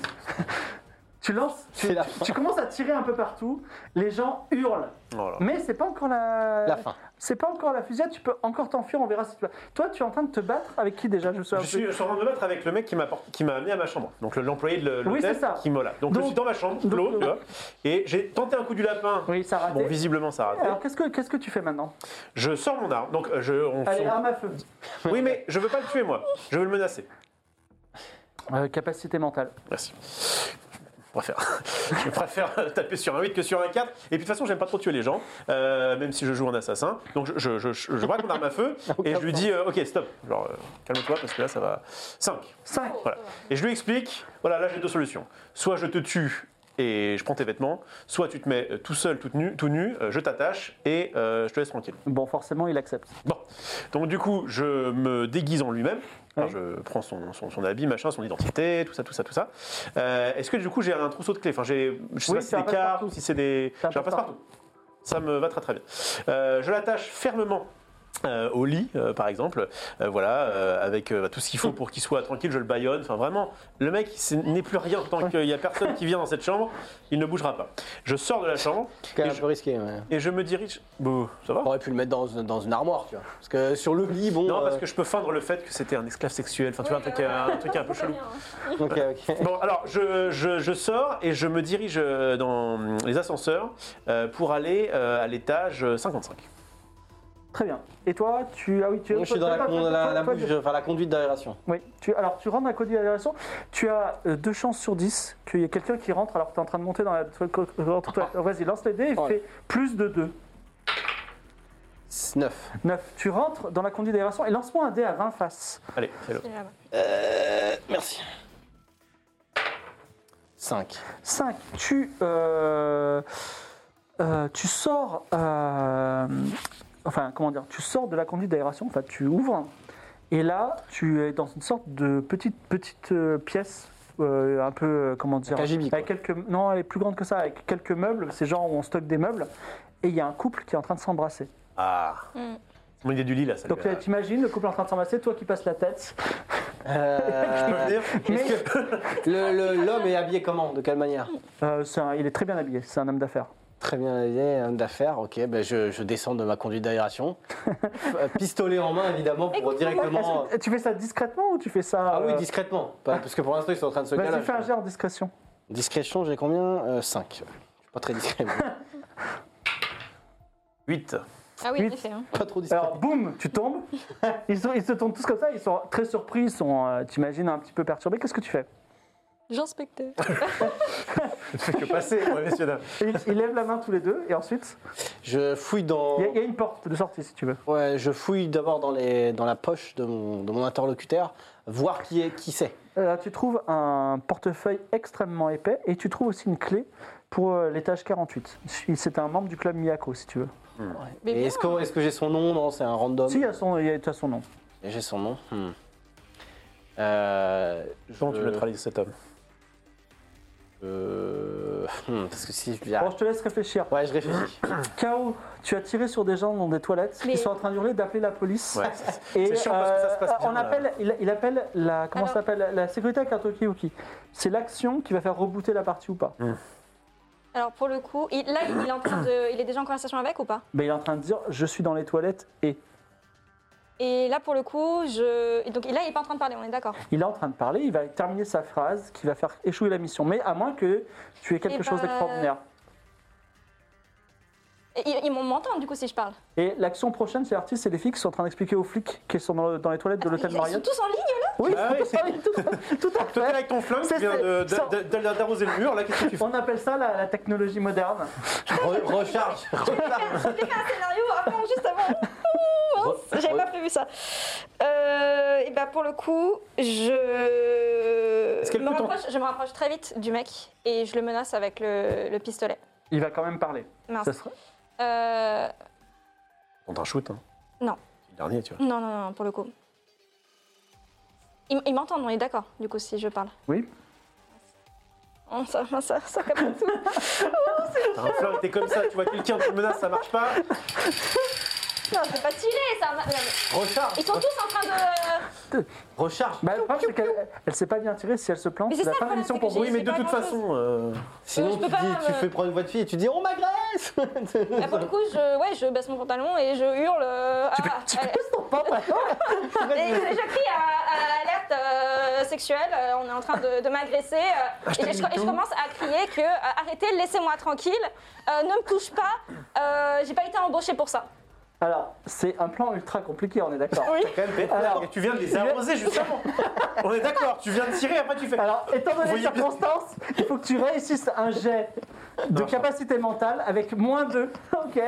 A: tu lances, tu,
F: C'est la
A: tu-
F: fin.
A: tu commences à tirer un peu partout. Les gens hurlent.
C: Voilà.
A: Mais c'est pas encore la.
F: La fin.
A: C'est pas encore la fusillade, tu peux encore t'enfuir, on verra si tu vas. Toi, tu es en train de te battre avec qui déjà Je me souviens
C: Je
A: plus.
C: suis, je suis en train de me battre avec le mec qui m'a porté- qui m'a amené à ma chambre. Donc le- l'employé de
A: Oui,
C: l'hôtel
A: c'est ça.
C: qui m'a là. Donc,
A: Donc-
C: je suis dans ma chambre,
A: donc-
C: Claude, tu vois. Et j'ai tenté un coup du lapin.
A: Oui, ça a raté.
C: Bon, visiblement ça a raté.
A: Alors qu'est-ce que qu'est-ce que tu fais maintenant
C: Je sors mon arme. Donc euh, je on
A: Allez,
C: on-
A: arme à feu.
C: Oui, mais je veux pas le tuer moi. Je veux le menacer.
A: Euh, capacité mentale.
C: Merci. Je préfère, *laughs* je préfère taper sur un 8 que sur un 4. Et puis de toute façon, j'aime pas trop tuer les gens, euh, même si je joue un assassin. Donc je, je, je, je, je braque mon arme à feu et je lui dis euh, Ok, stop, genre euh, calme-toi parce que là ça va. 5.
A: 5.
C: Voilà. Et je lui explique Voilà, là j'ai deux solutions. Soit je te tue et je prends tes vêtements. Soit tu te mets euh, tout seul, tout nu, tout nu euh, je t'attache et euh, je te laisse tranquille.
A: Bon, forcément, il accepte.
C: Bon, donc du coup, je me déguise en lui-même. Enfin,
A: Ouais.
C: Je prends son, son- son habit, machin, son identité, tout ça, tout ça, tout ça. Euh, Est-ce que du coup, j'ai un trousseau de clés Enfin, j'ai, je sais
A: Oui,
C: pas si
A: t'as
C: c'est
A: un
C: des cartes,
A: passe-partout.
C: si c'est des.
A: T'as un
C: J'ai un passe-partout. Ça me va très très bien. Euh, je l'attache fermement. euh, au lit, euh, par exemple, Euh, voilà, euh, avec euh, bah, tout ce qu'il faut pour qu'il soit tranquille, je le baillonne. Enfin, vraiment, le mec c'est- n'est plus rien tant qu'il n'y a personne qui vient dans cette chambre, il ne bougera pas. Je sors de la chambre
F: C'est quand
C: Et
F: même un
C: je-
F: peu risqué, ouais.
C: et je me dirige. Bouh, ça va
F: On aurait pu le mettre dans, dans une armoire, tu vois. Parce que sur le lit, bon.
C: Non, parce
F: euh,
C: que je peux feindre le fait que c'était un esclave sexuel, enfin, tu vois, un truc, euh, un truc un peu chelou.
E: hein.
F: Ok, ok. *laughs*
C: Bon, alors je, je- je sors et je me dirige euh, dans les ascenseurs euh, pour aller euh, à l'étage 55.
A: Très bien. Et toi, tu. Ah oui, tu
F: Moi, je suis dans la,
A: toi, toi,
F: con- la-
A: toi,
F: la
A: toi,
F: bouche, enfin, la conduite d'aération.
A: Oui, tu, alors tu rentres à Cody à l'aération, tu as euh, deux chances sur 10 qu'il y ait quelqu'un qui rentre alors que tu es en train de monter dans la. Vas-y, lance les dés et
F: Oh là.
A: fais plus de 2.
F: 9.
A: 9. Tu rentres dans la conduite d'aération et lance-moi un dé à 20 faces.
C: Allez, hello.
F: Merci. 5.
A: 5. Tu, euh, euh, tu sors. euh, enfin, comment dire Tu sors de la conduite d'aération, enfin, tu ouvres. Et là, tu es dans une sorte de petite, petite euh, pièce. euh, un peu, euh, comment dire
F: KGB, quoi.
A: avec quelques, Non, elle est plus grande que ça, avec quelques meubles. C'est genre où on stocke des meubles. Et il y a un couple qui est en train de s'embrasser.
C: Ah, mon idée du lit là, ça
A: Donc
C: lui a-
A: euh, t'imagines le couple en train de s'embrasser, toi qui passes la tête.
F: Euh, est-ce que le- le- l'homme est habillé comment De quelle manière
A: Euh, c'est un- il est très bien habillé, c'est un homme d'affaires.
F: Très bien habillé, homme d'affaires. Ok, ben je, je descends de ma conduite d'aération. Euh, Pistolet en main, évidemment, pour directement.
A: Est-ce que- Tu fais ça discrètement ou tu fais ça
F: Ah oui,
A: euh,
F: discrètement. Pas- Parce que pour l'instant, ils sont en train de se
A: Vas-y,
F: galer.
A: fais un jet en discrétion.
F: Discrétion, j'ai combien 5. Je suis pas très discret. mais *laughs*
C: Huit.
B: Ah oui, en
A: Huit.
B: effet. hein.
F: pas trop discret.
A: Alors, boum, tu tombes. *laughs* Ils, sont- ils se tournent tous comme ça, ils sont très surpris, ils sont, euh, t'imagines, un petit peu perturbés. Qu'est-ce que tu fais
B: J'inspectais.
C: Que passer, ouais, messieurs dames.
A: Et ils, ils lèvent la main tous les deux, et ensuite,
F: Je fouille dans.
A: il y, a- il y a une porte de sortie si tu veux.
F: Ouais, je fouille d'abord dans, les- dans la poche de mon, de mon interlocuteur, voir qui est qui c'est.
A: Euh, tu trouves un portefeuille extrêmement épais, et tu trouves aussi une clé pour euh, l'étage 48. C'est un membre du club Miyako si tu veux.
B: Mais
F: Et
B: bien.
F: Est-ce que, est-ce que j'ai son nom Non, c'est un random.
A: Si, il y a son, il y a- tu as son nom.
F: Et J'ai son nom. Hmm. Euh,
C: Comment tu
F: je-
C: neutralises cet homme
F: euh, hmm, Parce que si je viens.
A: Bon, je te laisse réfléchir.
F: Ouais,
D: *laughs*
F: je réfléchis.
A: K.O., tu as tiré sur des gens dans des toilettes
B: Mais-
A: qui sont en train d'hurler, d'appeler la police.
C: Ouais, c'est-
A: Et
C: c'est chiant parce que ça se passe
A: euh,
C: bien,
A: on
C: là.
A: appelle, il, il appelle la, comment ça
B: Alors-
A: s'appelle la sécurité à Katokioki. C'est l'action qui va faire rebooter la partie ou
C: Mm.
A: pas.
B: Alors pour le coup, il- là, il est, en train de... il est déjà en conversation avec ou pas
A: Mais il est en train de dire je suis dans les toilettes et
B: Et là, pour le coup, je. Donc là, il est pas en train de parler, on est d'accord.
A: il est en train de parler. Il va terminer sa phrase qui va faire échouer la mission. Mais à moins que tu aies quelque
B: Eh
A: chose
B: ben-
A: d'extraordinaire.
B: Et Ils, ils m'entendent du coup si je parle.
A: Et l'action prochaine, c'est l'artiste et les flics qui sont en train d'expliquer aux flics qu'ils sont dans, le- dans les toilettes de l'hôtel
B: Ils- ils sont
A: Marriott.
B: tous en ligne là
A: *laughs* Oui,
C: Ah
A: ils sont tous en ligne, tout, tout à
C: Toi, t'es là
A: fait.
C: avec ton flingue, tu
A: C'est-
C: viens
A: c'est-
C: de- d'a-
A: sans-
C: d'a- d'a- d'arroser le mur, là, qu'est-ce que tu fais
A: On appelle ça la, la technologie moderne.
F: Re- recharge.
C: *laughs*
B: J'ai fait un scénario avant, juste avant. Ouh, mince, J'avais pas prévu ça. Euh, et bah pour le coup, je.
C: qu'elle
B: me
C: peut t'en-
B: rapproche- je me rapproche très vite du mec et je le menace avec le, le pistolet.
A: Il va quand même parler.
B: Mince.
A: Ça serait-
B: Euh,
C: On t'en shoot, hein
B: Non.
C: C'est le dernier, tu vois.
B: non, non, non, pour le coup. Ils, ils m'entendent, on est d'accord, du coup, si je parle.
A: Oui.
B: Oh, ça, ça, ça capte
C: *laughs*
B: tout.
C: T'as un flingue, t'es comme ça, tu vois quelqu'un te menace, ça marche pas.
B: Non, c'est pas stylé, ça. Non, mais-
F: Recharge.
B: Ils sont tous en train de.
F: Recharge.
A: Bah, le problème, c'est qu'elle elle sait pas bien tirer. Si elle se plante,
B: Mais
A: c'est
B: c'est
A: la
B: ça,
A: fin de
B: le
A: l'émission
B: problème,
A: pour
B: c'est
A: vous.
B: que
C: Oui, mais de
B: pas
C: toute
B: grand-chose.
C: façon. euh,
F: Sinon,
B: je peux
F: tu,
B: pas,
F: dis, tu
B: euh,
F: fais prendre une voix de fille et tu dis On m'agresse
B: Là, Ah, pour le coup, je, ouais, je baisse mon pantalon et je hurle. euh, ah, allez. *laughs* Et je, je crie à, à alerte euh, sexuelle, euh, on est en train de, de m'agresser. euh, et, je- je- je commence à crier que euh, arrêtez, laissez-moi tranquille, euh, ne me touche pas, euh, j'ai pas été embauchée pour ça.
A: Alors, c'est un plan ultra compliqué, on est d'accord.
B: Oui.
C: Quand même, mais-
A: Alors-
C: et tu viens de les arroser juste avant. *laughs* On est d'accord, tu viens de tirer, après tu fais.
A: Alors, étant donné les
C: Voyez bien.
A: circonstances, il faut que tu réussisses un jet de capacité mentale avec moins 2. *laughs* Ok.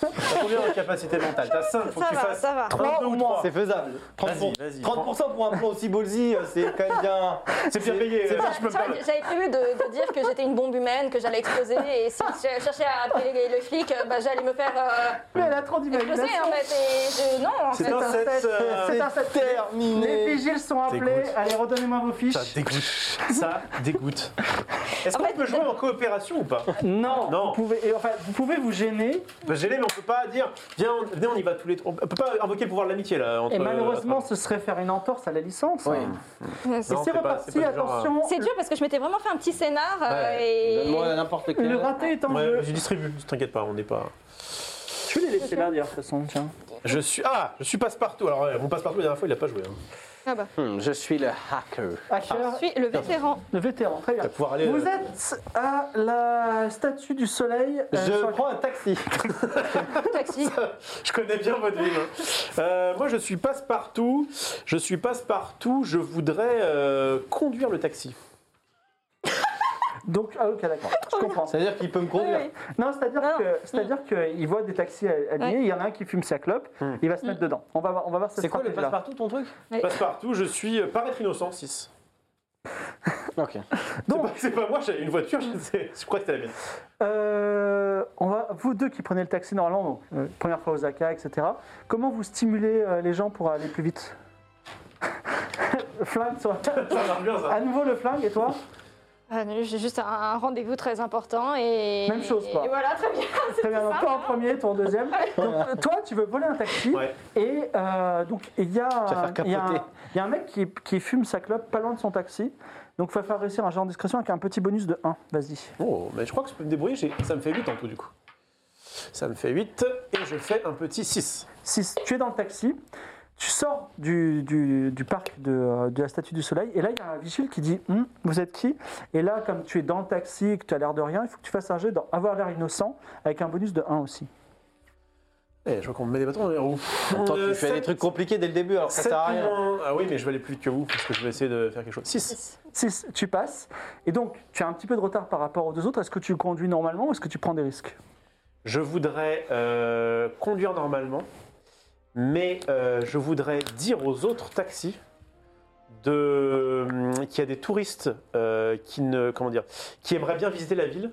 C: T'as combien de capacité mentale T'as 5, faut que
B: Ça
C: tu
B: va,
C: fasses
B: ça va.
C: 32 ou 3.
D: C'est faisable. 30%,
C: Vas-y, vas-y.
D: 30% pour un plan aussi ballsy, euh, c'est quand même bien.
C: C'est bien payé.
D: c'est
C: euh,
D: pas-
C: je peux me
B: Tu vois,
C: permettre.
B: J'avais prévu de, de dire que j'étais une bombe humaine, que j'allais exploser, et si je cherchais à appeler les- le flic, euh, bah, j'allais me faire euh,
A: Mais elle a trop d'imagination.
B: exploser en fait. Et je- non, en
C: C'est
B: fait.
C: un euh, 7.
A: C'est un set. Les vigiles sont appelés.
C: Dégoûte.
A: Allez, redonnez-moi vos fiches.
C: Ça dégoûte. Ça dégoûte. Est-ce qu'on peut jouer en coopération ou pas
A: Non,
C: Non.
A: Vous, pouvez, et enfin, vous pouvez vous gêner.
C: Parce que j'ai l'air, mais on peut pas dire, viens, on, venez, on y va tous les trois. On peut pas invoquer le pouvoir de l'amitié là. Entre,
A: Et malheureusement, ce serait faire une entorse à la licence.
D: Oui.
C: Euh, Non,
A: Et c'est
C: c'est pas-
A: reparti,
C: c'est pas du genre,
A: attention.
B: C'est dur parce que je m'étais vraiment fait un petit scénar euh, et.
F: Donne-moi n'importe lequel.
A: Le raté est en
C: euh. Ouais,
A: jeu.
C: je distribue, ne t'inquiète pas, on n'est pas.
A: Je vais les laisser là, d'ailleurs, de toute façon, tiens.
C: Je suis. Ah Je suis passe-partout. Alors, ouais, mon passe-partout, la dernière fois, il a pas joué. hein.
F: Hmm, je suis le hacker.
A: Hacker,
B: Je suis le vétéran.
A: le vétéran, très bien.
C: vas pouvoir aller,
A: Vous
C: euh,
A: êtes à la statue du soleil. euh, sur
D: Je
A: la-
D: prends un taxi.
A: *laughs*
B: Taxi.
C: Je connais bien votre ville. hein. Euh, moi, je suis passe-partout. Je suis passe-partout. Je voudrais euh, conduire le taxi.
A: Donc, ah, ok, d'accord. Je comprends.
D: C'est-à-dire qu'il peut me conduire.
B: Oui,
A: Non, c'est-à-dire
B: Non.
A: que c'est-à-dire qu'il voit des taxis alignés,
B: Ouais. Hmm.
A: il y en a un qui fume sa clope, il va se mettre dedans. On va voir, on va voir cette
D: Hmm. C'est quoi le
A: stratégie-là.
D: passe-partout ton truc
C: Passe-partout, je suis euh, paraître innocent 6.
F: Ok.
C: C'est pas, c'est pas moi, j'avais une voiture, je, sais- je crois que c'était la mienne.
A: Euh, on va, vous deux qui prenez le taxi normalement, donc, euh, première fois Osaka, etc. Comment vous stimulez euh, les gens pour aller plus vite *laughs* Flingue,
D: *laughs*
A: toi.
C: Ça marche bien ça.
A: À nouveau le flingue et toi
B: Ah, non, J'ai juste un, un rendez-vous très important et.
A: Même chose, quoi.
B: Et voilà, très bien.
A: Très bien, donc toi
B: hein.
A: en premier, toi en deuxième. Donc euh, toi, tu veux voler un taxi
C: Ouais.
A: et euh, donc il y, a un-
D: faire
A: il y a un-
D: capoter.
A: il y a un mec qui, qui fume sa clope pas loin de son taxi. Donc il faut faire réussir un genre de discrétion avec un petit bonus de 1. Vas-y.
C: Oh, mais je crois que je peux me débrouiller, j'ai- ça me fait 8 en tout du coup. Ça me fait 8 et je fais un petit 6.
A: Si tu es dans le taxi, tu sors du, du- du parc de, euh, de la Statue du Soleil, et là, il y a un vigile qui dit Hum, Vous êtes qui Et là, comme tu es dans le taxi et que tu as l'air de rien, il faut que tu fasses un jeu dans Avoir l'air innocent, avec un bonus de 1 aussi.
C: Eh, je vois qu'on me met des bâtons dans les roues.
D: Attends,
C: Euh,
D: tu fais des
C: sept-
D: trucs compliqués dès le début alors que ça
C: sept
D: sert à rien.
C: moins- Ah oui, mais je vais aller plus vite que vous parce que je vais essayer de faire quelque chose. 6.
A: 6, tu passes, et donc tu as un petit peu de retard par rapport aux deux autres. Est-ce que tu conduis normalement ou est-ce que tu prends des risques
C: Je voudrais euh, conduire normalement, mais euh, je voudrais dire aux autres taxis de euh, qu'il y a des touristes euh, qui ne comment dire qui aimeraient bien visiter la ville.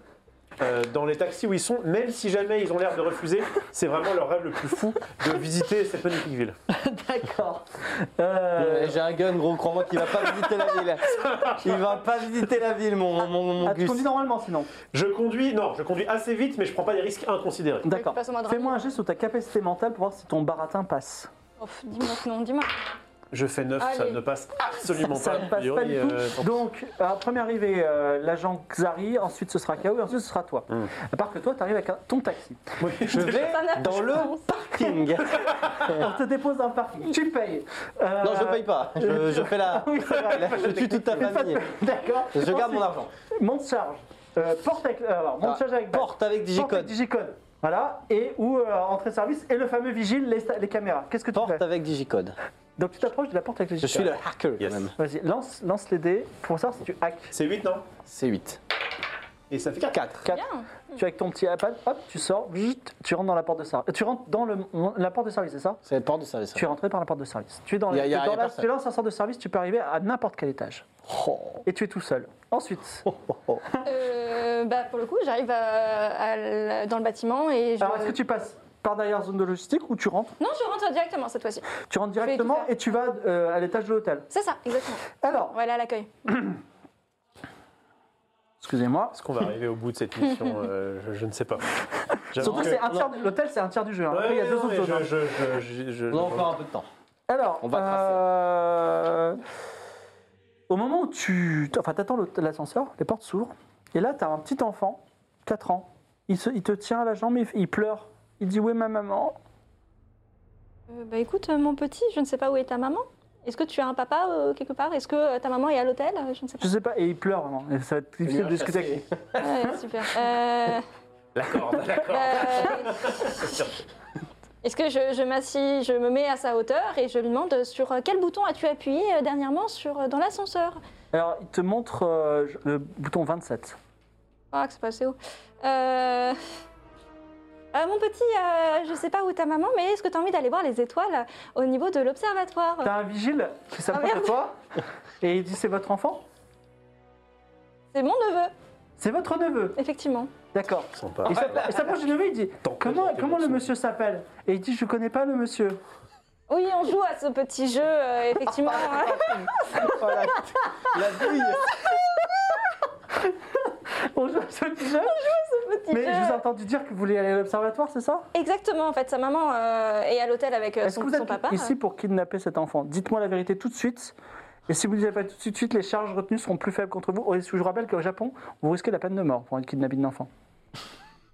C: euh, dans les taxis où ils sont, même si jamais ils ont l'air de refuser, c'est vraiment leur rêve le plus fou de visiter cette magnifique ville.
A: D'accord. Euh,
D: Euh, J'ai un gun, gros, crois-moi qu'il va pas visiter la
F: *laughs*
D: ville. Il va pas visiter la ville, mon, mon, mon
A: ah, tu
D: Gus.
A: conduis normalement sinon
C: Je conduis, non, je conduis assez vite, mais je prends pas des risques inconsidérés.
A: D'accord.
B: passe au mode
A: Fais-moi un geste sur ta capacité mentale pour voir si ton baratin passe.
B: Oh, dis-moi que non, dis-moi.
C: Je fais 9, ça
B: Allez.
C: ne passe absolument
A: Ah, Ça
C: pas.
A: ne passe
C: a
A: pas
C: priori,
A: du tout.
C: euh, tant-
A: Donc, à première arrivée, euh, l'agent Xari, ensuite ce sera Kao, et ensuite ce sera toi.
D: Hum.
A: À part que toi, tu arrives avec un- ton taxi.
D: Je
A: *laughs*
D: vais
B: Ça n'a
D: dans
B: pas de
D: le
B: sens.
D: parking.
A: On te dépose dans le parking, tu payes. Euh,
D: Ah. Non, je paye pas. Je, je fais la.
A: oui, c'est vrai.
D: la- *laughs* je tue toute ta
A: Une fois de
D: famille.
A: plus. D'accord.
D: Je garde
A: Ensuite,
D: mon argent.
A: Monte charge. Euh, porte avec. euh, alors, monte
D: Ah,
A: charge avec.
D: Porte avec
A: Porte avec
D: digicode.
A: digicode. Voilà. Et ou euh, entrée de service et le fameux vigile, les, sta- les caméras. Qu'est-ce que tu
D: Porte
A: fais
D: avec digicode.
A: Donc, tu t'approches de la porte avec le
D: Je
A: digicode.
D: suis le hacker
C: Yes.
D: quand même.
A: Vas-y, lance, lance les dés pour savoir si tu hacks.
C: C'est 8, non
D: C'est 8.
C: Et ça fait 4.
D: 4.
A: Quatre. Tu avec ton petit iPad, hop, tu sors, bzzzt, tu rentres dans la porte de service. Tu rentres dans le, la porte de service, c'est ça
F: C'est la porte de service.
A: Tu es rentré par la porte de service. Tu es dans,
F: Y a-
A: le-
F: y a-
A: t'es
F: y a
A: dans la-
F: personne.
A: tu es dans l'ascenseur de service, tu peux arriver à n'importe quel étage. Et tu es tout seul. Ensuite,
B: Euh, bah, pour le coup, j'arrive à- à l- dans le bâtiment et je.
A: alors est-ce que tu passes par derrière zone de logistique ou tu rentres
B: Non, je rentre directement cette fois-ci.
A: Tu rentres
B: vais tout
A: directement
B: faire.
A: et tu vas euh, à l'étage de l'hôtel.
B: C'est ça, exactement. On
A: Alors,
B: va aller à l'accueil.
A: excusez-moi.
C: Est-ce qu'on va arriver au bout de cette mission Euh, je, je ne sais pas. J'avoue
A: Surtout,
C: que-
A: c'est un tiers du- l'hôtel, c'est un tiers du jeu. hein.
C: Ouais,
A: Après, il y a deux
C: non,
A: autres
C: mais
A: zones. hein.
C: je- je- je- je- je-
F: On a encore un peu de temps.
A: Alors,
F: On va tracer.
A: euh, au moment où tu enfin, attends l'ascenseur, les portes s'ouvrent, et là, tu as un petit enfant, 4 ans. Il, se- il te tient à la jambe, il, il pleure. Il dit Oui, ma maman.
B: Euh, bah écoute, euh, mon petit, je ne sais pas où est ta maman. Est-ce que tu as un papa euh, quelque part Est-ce que euh, ta maman est à l'hôtel Euh, Je ne sais pas.
A: Je sais pas, et il pleure vraiment. Et ça va être difficile de discuter avec lui. Hein
B: Ouais, super.
A: *laughs*
B: Euh,
C: La corde, la corde.
B: bah, Est-ce que je, je m'assis, je me mets à sa hauteur et je lui demande euh, sur euh, quel bouton as-tu appuyé euh, dernièrement sur, euh, dans l'ascenseur
A: Alors, il te montre euh, le bouton 27.
B: Ah, que c'est passé haut. Euh, Euh, mon petit, euh, je sais pas où est ta maman, mais est-ce que tu as envie d'aller voir les étoiles euh, au niveau de l'observatoire
A: T'as un vigile qui s'approche de
B: merde.
A: toi et il dit c'est votre enfant
B: C'est mon neveu,
A: C'est votre neveu.
B: effectivement.
A: D'accord. *laughs*
C: Sympa.
A: Il s'app- il s'approche du neveu, il dit
C: Tant que
A: comment,
C: j'étais
A: comment le
C: bon
A: monsieur s'appelle Et il dit je connais pas le monsieur.
B: Oui, on joue à ce petit jeu, euh, effectivement.
A: *laughs*
D: Oh, la, la douille.
A: Bonjour, ce petit jeu.
B: Petit
A: Mais
B: jeu.
A: je vous ai entendu dire que vous voulez aller à l'observatoire, c'est ça
B: Exactement, en fait, sa maman euh, est à l'hôtel avec euh,
A: Est-ce
B: son,
A: que vous
B: son
A: êtes
B: papa.
A: ici pour kidnapper cet enfant Dites-moi la vérité tout de suite. Et si vous ne le dites pas tout de suite, les charges retenues seront plus faibles contre vous. Et je vous rappelle qu'au Japon, vous risquez la peine de mort pour une kidnapping d'enfant.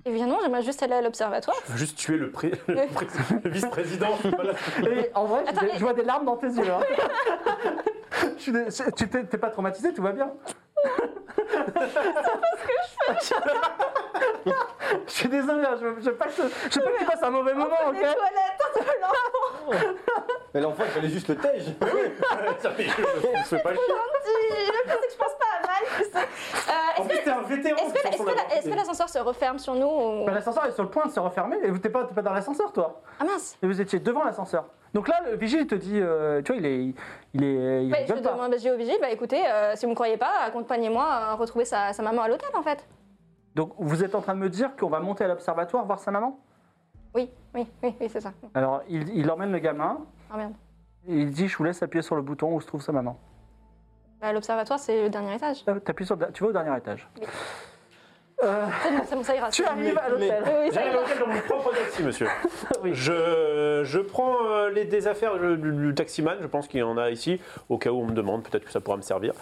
B: Eh bien non, j'aimerais juste aller à *laughs* l'observatoire.
C: Je veux juste tuer le, pré- le pré- le vice-président. je
A: *laughs*
C: suis pas là. *laughs*
A: Et en vrai, je-
B: Attends,
A: je,
B: mais-
A: vois des larmes dans tes yeux. hein. *laughs* Je suis dé- c'est- tu t'es t'es pas traumatisé, tout va bien. *laughs* C'est pas ce que je fais. je suis désolé, hein, je veux, je veux pas que, je veux pas que tu passes un mauvais moment,
B: Les
A: ok
B: toilettes de l'enfant,
D: Mais l'enfant, il fallait juste le tège.
C: Ça fait- On se fait pas chier.
B: Le pire, c'est que je pense pas à mal. tu sais. Euh,
C: En plus, t'es un vétéran.
B: Est-ce que, est-ce que la- est-ce que l'ascenseur se referme sur nous ou-
A: Bah, L'ascenseur est sur le point de se refermer et vous t'es pas, t'es pas dans l'ascenseur, toi.
B: Ah mince
A: Et vous étiez devant l'ascenseur. Donc là, le vigile il te dit, euh, tu vois, il est, il est, il
B: Bah, Je
A: rigole pas.
B: demande au vigile, bah écoutez, euh, si vous me croyez pas, accompagnez-moi à retrouver sa, sa maman à l'hôtel en fait.
A: Donc vous êtes en train de me dire qu'on va monter à l'observatoire voir sa maman
B: Oui, oui, oui, oui c'est ça.
A: Alors il, il emmène le gamin
B: Ah merde.
A: et il dit, je vous laisse appuyer sur le bouton où se trouve sa maman.
B: Bah, l'observatoire, c'est le dernier étage.
A: Là, T'appuies sur, le- tu vas au dernier étage.
B: C'est bon, c'est bon, Ah, ça ira.
A: Tu
B: c'est bon.
A: arrives à
B: Oui,
A: l'hôtel.
B: oui, ça
C: J'arrive à
B: ira.
C: l'hôtel dans mon propre taxi, monsieur.
A: *laughs* Oui.
C: Je, je prends euh, les, des affaires le- du, du taximan, je pense qu'il y en a ici, au cas où on me demande, peut-être que ça pourra me servir.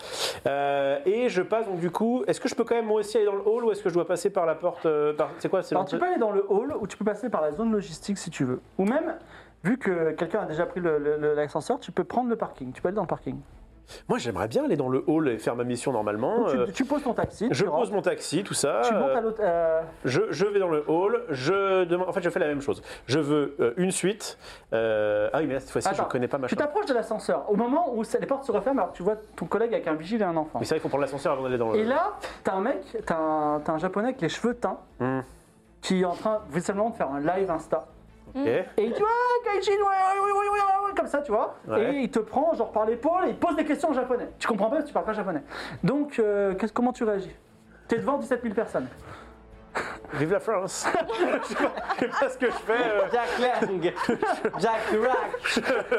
C: Euh, et je passe, donc du coup, est-ce que je peux quand même moi aussi aller dans le hall ou est-ce que je dois passer par la porte euh, par- C'est quoi c'est
A: Alors
C: l'entrée-
A: tu peux aller dans le hall ou tu peux passer par la zone logistique si tu veux. Ou même, vu que quelqu'un a déjà pris le- le- le- l'ascenseur, tu peux prendre le parking. Tu peux aller dans le parking.
C: Moi, j'aimerais bien aller dans le hall et faire ma mission normalement.
A: Donc, tu-
C: Euh,
A: tu, poses ton taxi.
C: je
A: tu rentres,
C: pose mon taxi, tout ça.
A: Tu montes
C: Euh,
A: à l'hôtel. euh,
C: Je, je vais dans le hall, je demande. En fait, je fais la même chose. Je veux euh, une suite. euh, ah oui, mais là, cette fois-ci, je
A: Attends,
C: connais pas ma
A: Tu
C: chambre.
A: t'approches de l'ascenseur. Au moment où ça- les portes se referment, alors tu vois ton collègue avec un vigile et un enfant.
C: Mais c'est vrai qu'il faut prendre l'ascenseur avant d'aller dans le.
A: Et là, t'as un mec, t'as un, t'as un japonais avec les cheveux teints
C: Hmm.
A: qui est en train visiblement de faire un live Insta.
C: Ok.
A: Et il dit Ah, Gaijin, ouais, ouais, ouais, ouais, ouais, ouais, comme ça, tu vois.
C: Ouais.
A: Et il te prend genre par l'épaule et il pose des questions en japonais. Tu comprends pas parce que tu parles pas japonais. Donc, euh, qu'est-ce- comment tu réagis T'es devant 17 000 personnes.
C: Vive la France *laughs* Je sais pas- je sais pas ce que je fais. euh,
D: Jack Lang.
C: *laughs*
D: Jack Rack.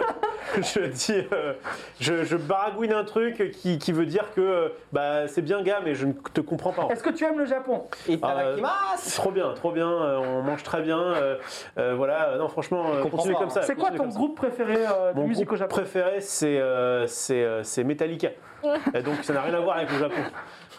C: je dis, euh, je, je baragouine un truc qui, qui veut dire que euh, bah, c'est bien gars, mais je ne te comprends pas. en fait.
A: Est-ce que tu aimes le Japon
C: Euh, trop bien, trop bien. euh, on mange très bien. euh, euh, voilà. euh, Non, franchement, euh,
D: comprend
C: continuez
D: pas,
C: comme
D: hein.
C: ça.
A: C'est quoi
C: continuez
A: ton
C: comme ça.
A: groupe préféré euh, de
C: Mon
A: musique au
C: groupe
A: Japon
C: préféré, c'est euh, c'est euh,
A: *laughs*
C: c'est Metallica. Et donc ça n'a rien à voir avec le Japon.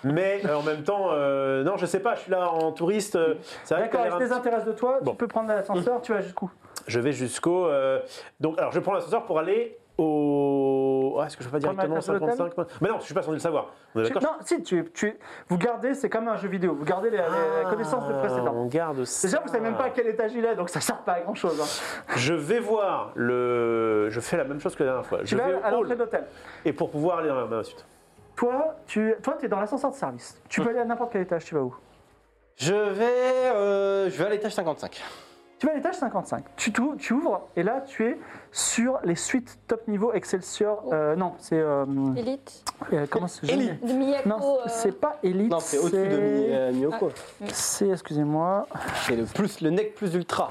C: Mais euh, en même temps, euh, non, je sais pas. Je suis là en touriste. euh, c'est vrai que
A: D'accord, elle se
C: t'as l'air un petit-
A: désintéresse de toi,
C: Bon. Hmm.
A: tu peux prendre l'ascenseur, tu vas jusqu'où
C: Je vais jusqu'au. euh, donc, alors, je prends l'ascenseur pour aller au. Ah, est-ce que je peux pas
A: Prendre la
C: directement au
A: place de l'hôtel
C: 55 moi Mais non, je suis pas censé le savoir. On est
A: Tu-
C: d'accord
A: Non, si, tu, tu- vous gardez, c'est comme un jeu vidéo, vous gardez les, les connaissances de
C: Ah,
A: précédent.
C: On garde ça.
A: Déjà, vous savez même pas
D: Ah.
A: à quel étage il est, donc ça sert pas à hein. grand chose.
C: Je vais voir le. Je fais la même chose que la dernière fois.
A: Tu
C: Je vais
A: vas à
C: au
A: l'entrée de
C: hall.
A: l'hôtel.
C: Et pour pouvoir aller dans la suite.
A: Toi, tu toi, es dans l'ascenseur de service. Tu
D: Hum.
A: peux aller à n'importe quel étage, tu vas où
D: Je vais, euh, je vais à l'étage 55.
A: Tu vas à l'étage 55. Tu, t'ou- tu ouvres et là, tu es sur les suites top niveau Excelsior. euh, non, c'est. euh,
B: Elite,
A: euh, comment c'est
D: Elite.
B: Oh. de Miyako.
A: Non,
B: euh,
A: c'est pas Elite.
D: Non, c'est au-dessus de Mi- euh, Miyoko.
A: C'est, excusez-moi.
D: Ah. C'est le plus, le nec plus ultra.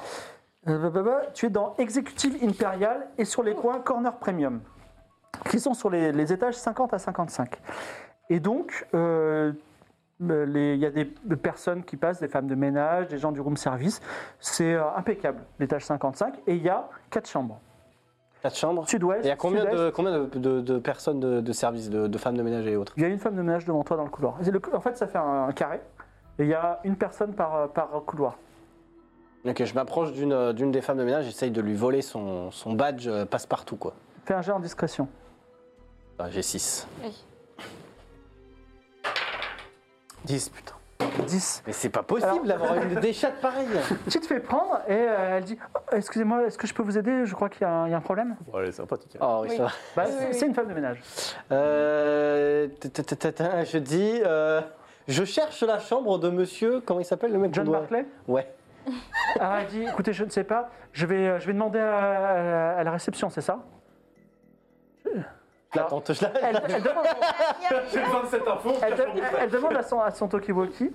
A: Euh, bah, bah, bah, tu es dans Executive Imperial et sur les coins Corner Premium, qui sont sur les, les étages 50 à 55. Et donc, euh, euh, les- il y a des personnes qui passent, des femmes de ménage, des gens du room service. C'est euh, impeccable, l'étage 55. Et il y a quatre chambres.
D: Quatre chambres. Et
A: Sud-ouest,
D: il y a combien
A: sud-est.
D: de, combien de, de- de personnes de, de service, de, de femmes de ménage et autres
A: Il y a une femme de ménage devant toi dans le couloir. C'est le cou- en fait, ça fait un, un carré. Et il y a une personne par, euh, par couloir.
D: Ok, je m'approche d'une euh, d'une des femmes de ménage, j'essaye de lui voler son, son badge euh, passe-partout, quoi.
A: Fais un jet en discrétion.
D: Enfin, Ah, J'ai 6.
B: oui.
D: 10, putain.
A: 10.
D: Mais c'est pas possible d'avoir une des chattes pareilles
A: Tu te fais prendre et euh, elle dit Oh, Excusez-moi, est-ce que je peux vous aider Je crois qu'il y a un- il y a un problème.
C: Bon, allez, sympathique. hein.
D: Oh, oui,
B: Oui.
D: ça va.
A: Bah,
B: Oui,
A: c'est
B: oui,
A: c'est une femme de ménage.
D: Euh, ta- ta- ta- ta- ta, je dis, euh, je cherche la chambre de monsieur, comment il s'appelle le mec qu'on
A: John
D: doit-
A: Barclay
D: Ouais.
A: Alors elle dit, écoutez, je ne sais pas, je vais, je vais demander à, à la réception, c'est ça
F: La tante, je la-
A: elle, elle demande,
C: J'ai besoin de cette info.
A: elle de- elle demande à son, à son Tokiwoki,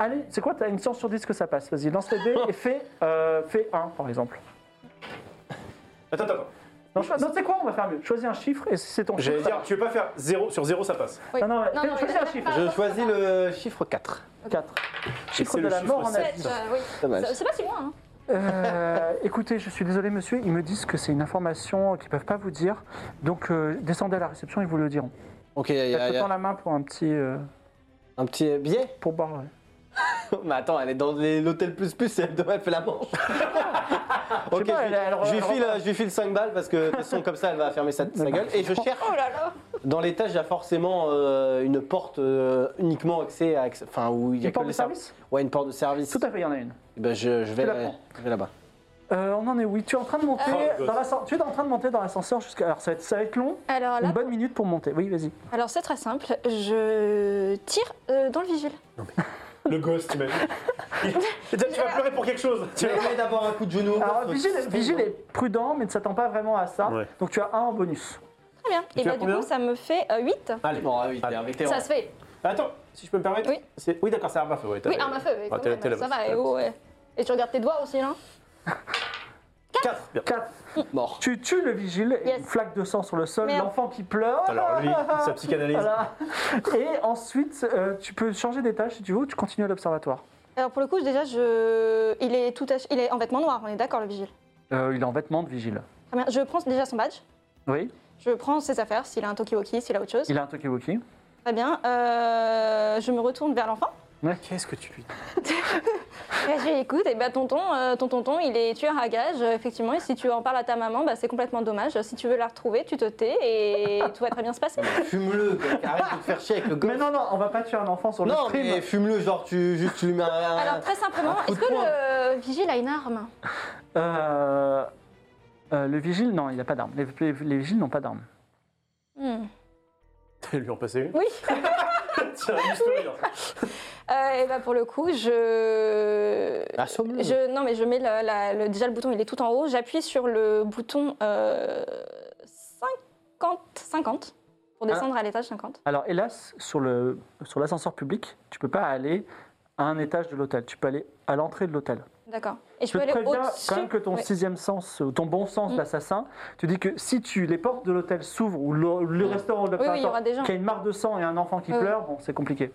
A: allez, c'est quoi, t'as une chance sur 10 que ça passe, vas-y, lance les dés et fais, euh, fais 1 par exemple.
C: Attends, attends.
A: Non, cho- non, c'est quoi, on va faire mieux, choisis un chiffre et si c'est ton chiffre...
C: J'allais dire, tu veux pas faire 0 sur 0, ça passe.
B: Oui.
A: Non, non, fais-
B: il
A: choisis
B: a
A: un
B: même
A: chiffre.
B: pas
F: Je
B: raison,
F: choisis
B: ça
F: le chiffre 4.
A: 4. Chiffre
C: c'est
A: de
C: le
A: la
C: chiffre
A: mort en
B: va.
C: sept.
A: avis.
B: Sept, euh, oui.
F: Dommage.
B: Ça- C'est pas si loin. hein.
A: Euh, écoutez, je suis désolé, monsieur, ils me disent que c'est une information qu'ils peuvent pas vous dire, donc euh, descendez à la réception, ils vous le diront.
F: Ok, il y a- il y
A: Elle
F: a,
A: te
F: il y
A: tend
F: a
A: la main pour un petit... euh,
F: un petit billet *laughs*
A: pour boire, ouais.
F: Mais attends, elle est dans les- l'hôtel plus plus et elle, doit- elle fait
A: *laughs*
F: la manche. ok,
A: pas,
F: je lui-
A: elle- elle-
F: je lui
A: elle-
F: file, je lui file 5 balles parce que de toute façon, comme ça, elle va fermer sa, sa gueule. Et je cherche.
B: Oh là là.
F: Dans l'étage, il y a forcément euh, une porte euh, uniquement accès à. acc- Enfin, où il y a
A: Une
F: que
A: porte
F: les
A: de
F: serv-
A: service
F: Ouais, une porte de service.
A: Tout à fait, il y en a une.
F: Eh ben, je, je vais,
A: Tu la
F: là-
A: prends.
F: je vais là-bas.
A: Euh, on en est oui. Tu es en train de monter
C: Ah, oh,
A: dans l'ascenseur. Tu es en train de monter dans l'ascenseur jusqu'à. Alors ça va être, ça va être long.
B: Alors là,
A: Une bonne minute pour monter. Oui, vas-y.
B: alors c'est très simple. Je tire euh, dans le vigile.
C: Le ghost, imagine. *laughs* Et toi, tu vas pleurer pour quelque chose. Tu vas-
F: Je vais d'abord un coup de genou.
A: Alors vigile, vigile est prudent, mais ne s'attend pas vraiment à ça.
C: Ouais.
A: Donc tu as un en bonus.
B: Très bien. Et
C: as
A: Ah,
B: bah du
C: combien
B: coup, ça me fait euh, 8.
F: Allez, bon, ah oui, t'es
C: Allez.
F: un vétéran.
B: Ça se fait.
C: Attends, si je peux me permettre.
B: Oui.
C: c'est- Oui, d'accord, c'est arme à feu. ouais, t'as-
B: Oui,
F: Euh,
B: arme à feu.
C: Ah,
B: quand
C: t'es-
B: même,
C: t'es là-bas.
B: ça va. Et, oh, ouais. et tu regardes tes doigts aussi, là
C: Quatre. Bien.
A: 4.
F: Mort.
A: Tu tues le vigile, et
B: Yes.
A: une flaque de sang sur le sol,
B: Merde.
A: l'enfant qui pleure.
C: Alors lui, sa psychanalyse.
A: Voilà. Et ensuite, euh, tu peux changer d'étage si tu veux ou tu continues à l'observatoire.
B: Alors pour le coup, déjà, je... il est tout ach- il est en vêtements noirs. On est d'accord, le vigile.
A: Euh, il est en vêtements de vigile.
B: Très bien. Je prends déjà son badge.
A: Oui,
B: Je prends ses affaires, s'il a un Tokiwoki, s'il a autre chose.
A: il a un Tokiwoki.
B: Très bien. Euh, je me retourne vers *laughs* l'enfant.
C: Qu'est-ce que tu lui dis
B: Et je lui écoute, et bah tonton, euh, ton tonton, il est tueur à gage, euh, effectivement. Et si tu en parles à ta maman, bah, c'est complètement dommage. Si tu veux la retrouver, tu te tais et tout va très bien se
F: Euh,
B: passer.
F: Fume-le, quoi. arrête de te faire chier avec le gosse.
A: Mais non, non, on va pas tuer un enfant sur le
F: Non,
A: stream.
F: mais fume-le, genre, tu, juste, tu lui mets un.
B: Alors très simplement,
F: Un coup
B: est-ce
F: de
B: que
F: poing.
B: le vigile a une arme
A: Euh, euh, le vigile, non, il n'a pas d'arme. Les, les- les vigiles n'ont pas d'arme.
B: Hmm.
C: Lui en passer une
B: Oui.
C: Tiens, juste le dire.
B: Euh, et bah pour le coup, je...
F: Assomme-le.
B: je non mais je mets la- la- le- déjà le bouton, il est tout en haut. J'appuie sur le bouton euh, 50, 50 pour descendre à l'étage 50.
A: Alors, hélas, sur le sur l'ascenseur public, tu peux pas aller à un étage de l'hôtel. Tu peux aller à l'entrée de l'hôtel.
B: D'accord. Et
A: Je
B: je peux
A: te
B: aller
A: préviens
B: au-dessus.
A: quand même que ton
B: Oui.
A: sixième sens, euh, ton bon sens
B: Mm.
A: d'assassin, tu dis que si tu les portes de l'hôtel s'ouvrent ou le, le restaurant de
B: Mm. oui, il y aura des gens.
A: qui a une mare de sang et un enfant qui
B: Oui, oui.
A: pleure, bon, c'est compliqué.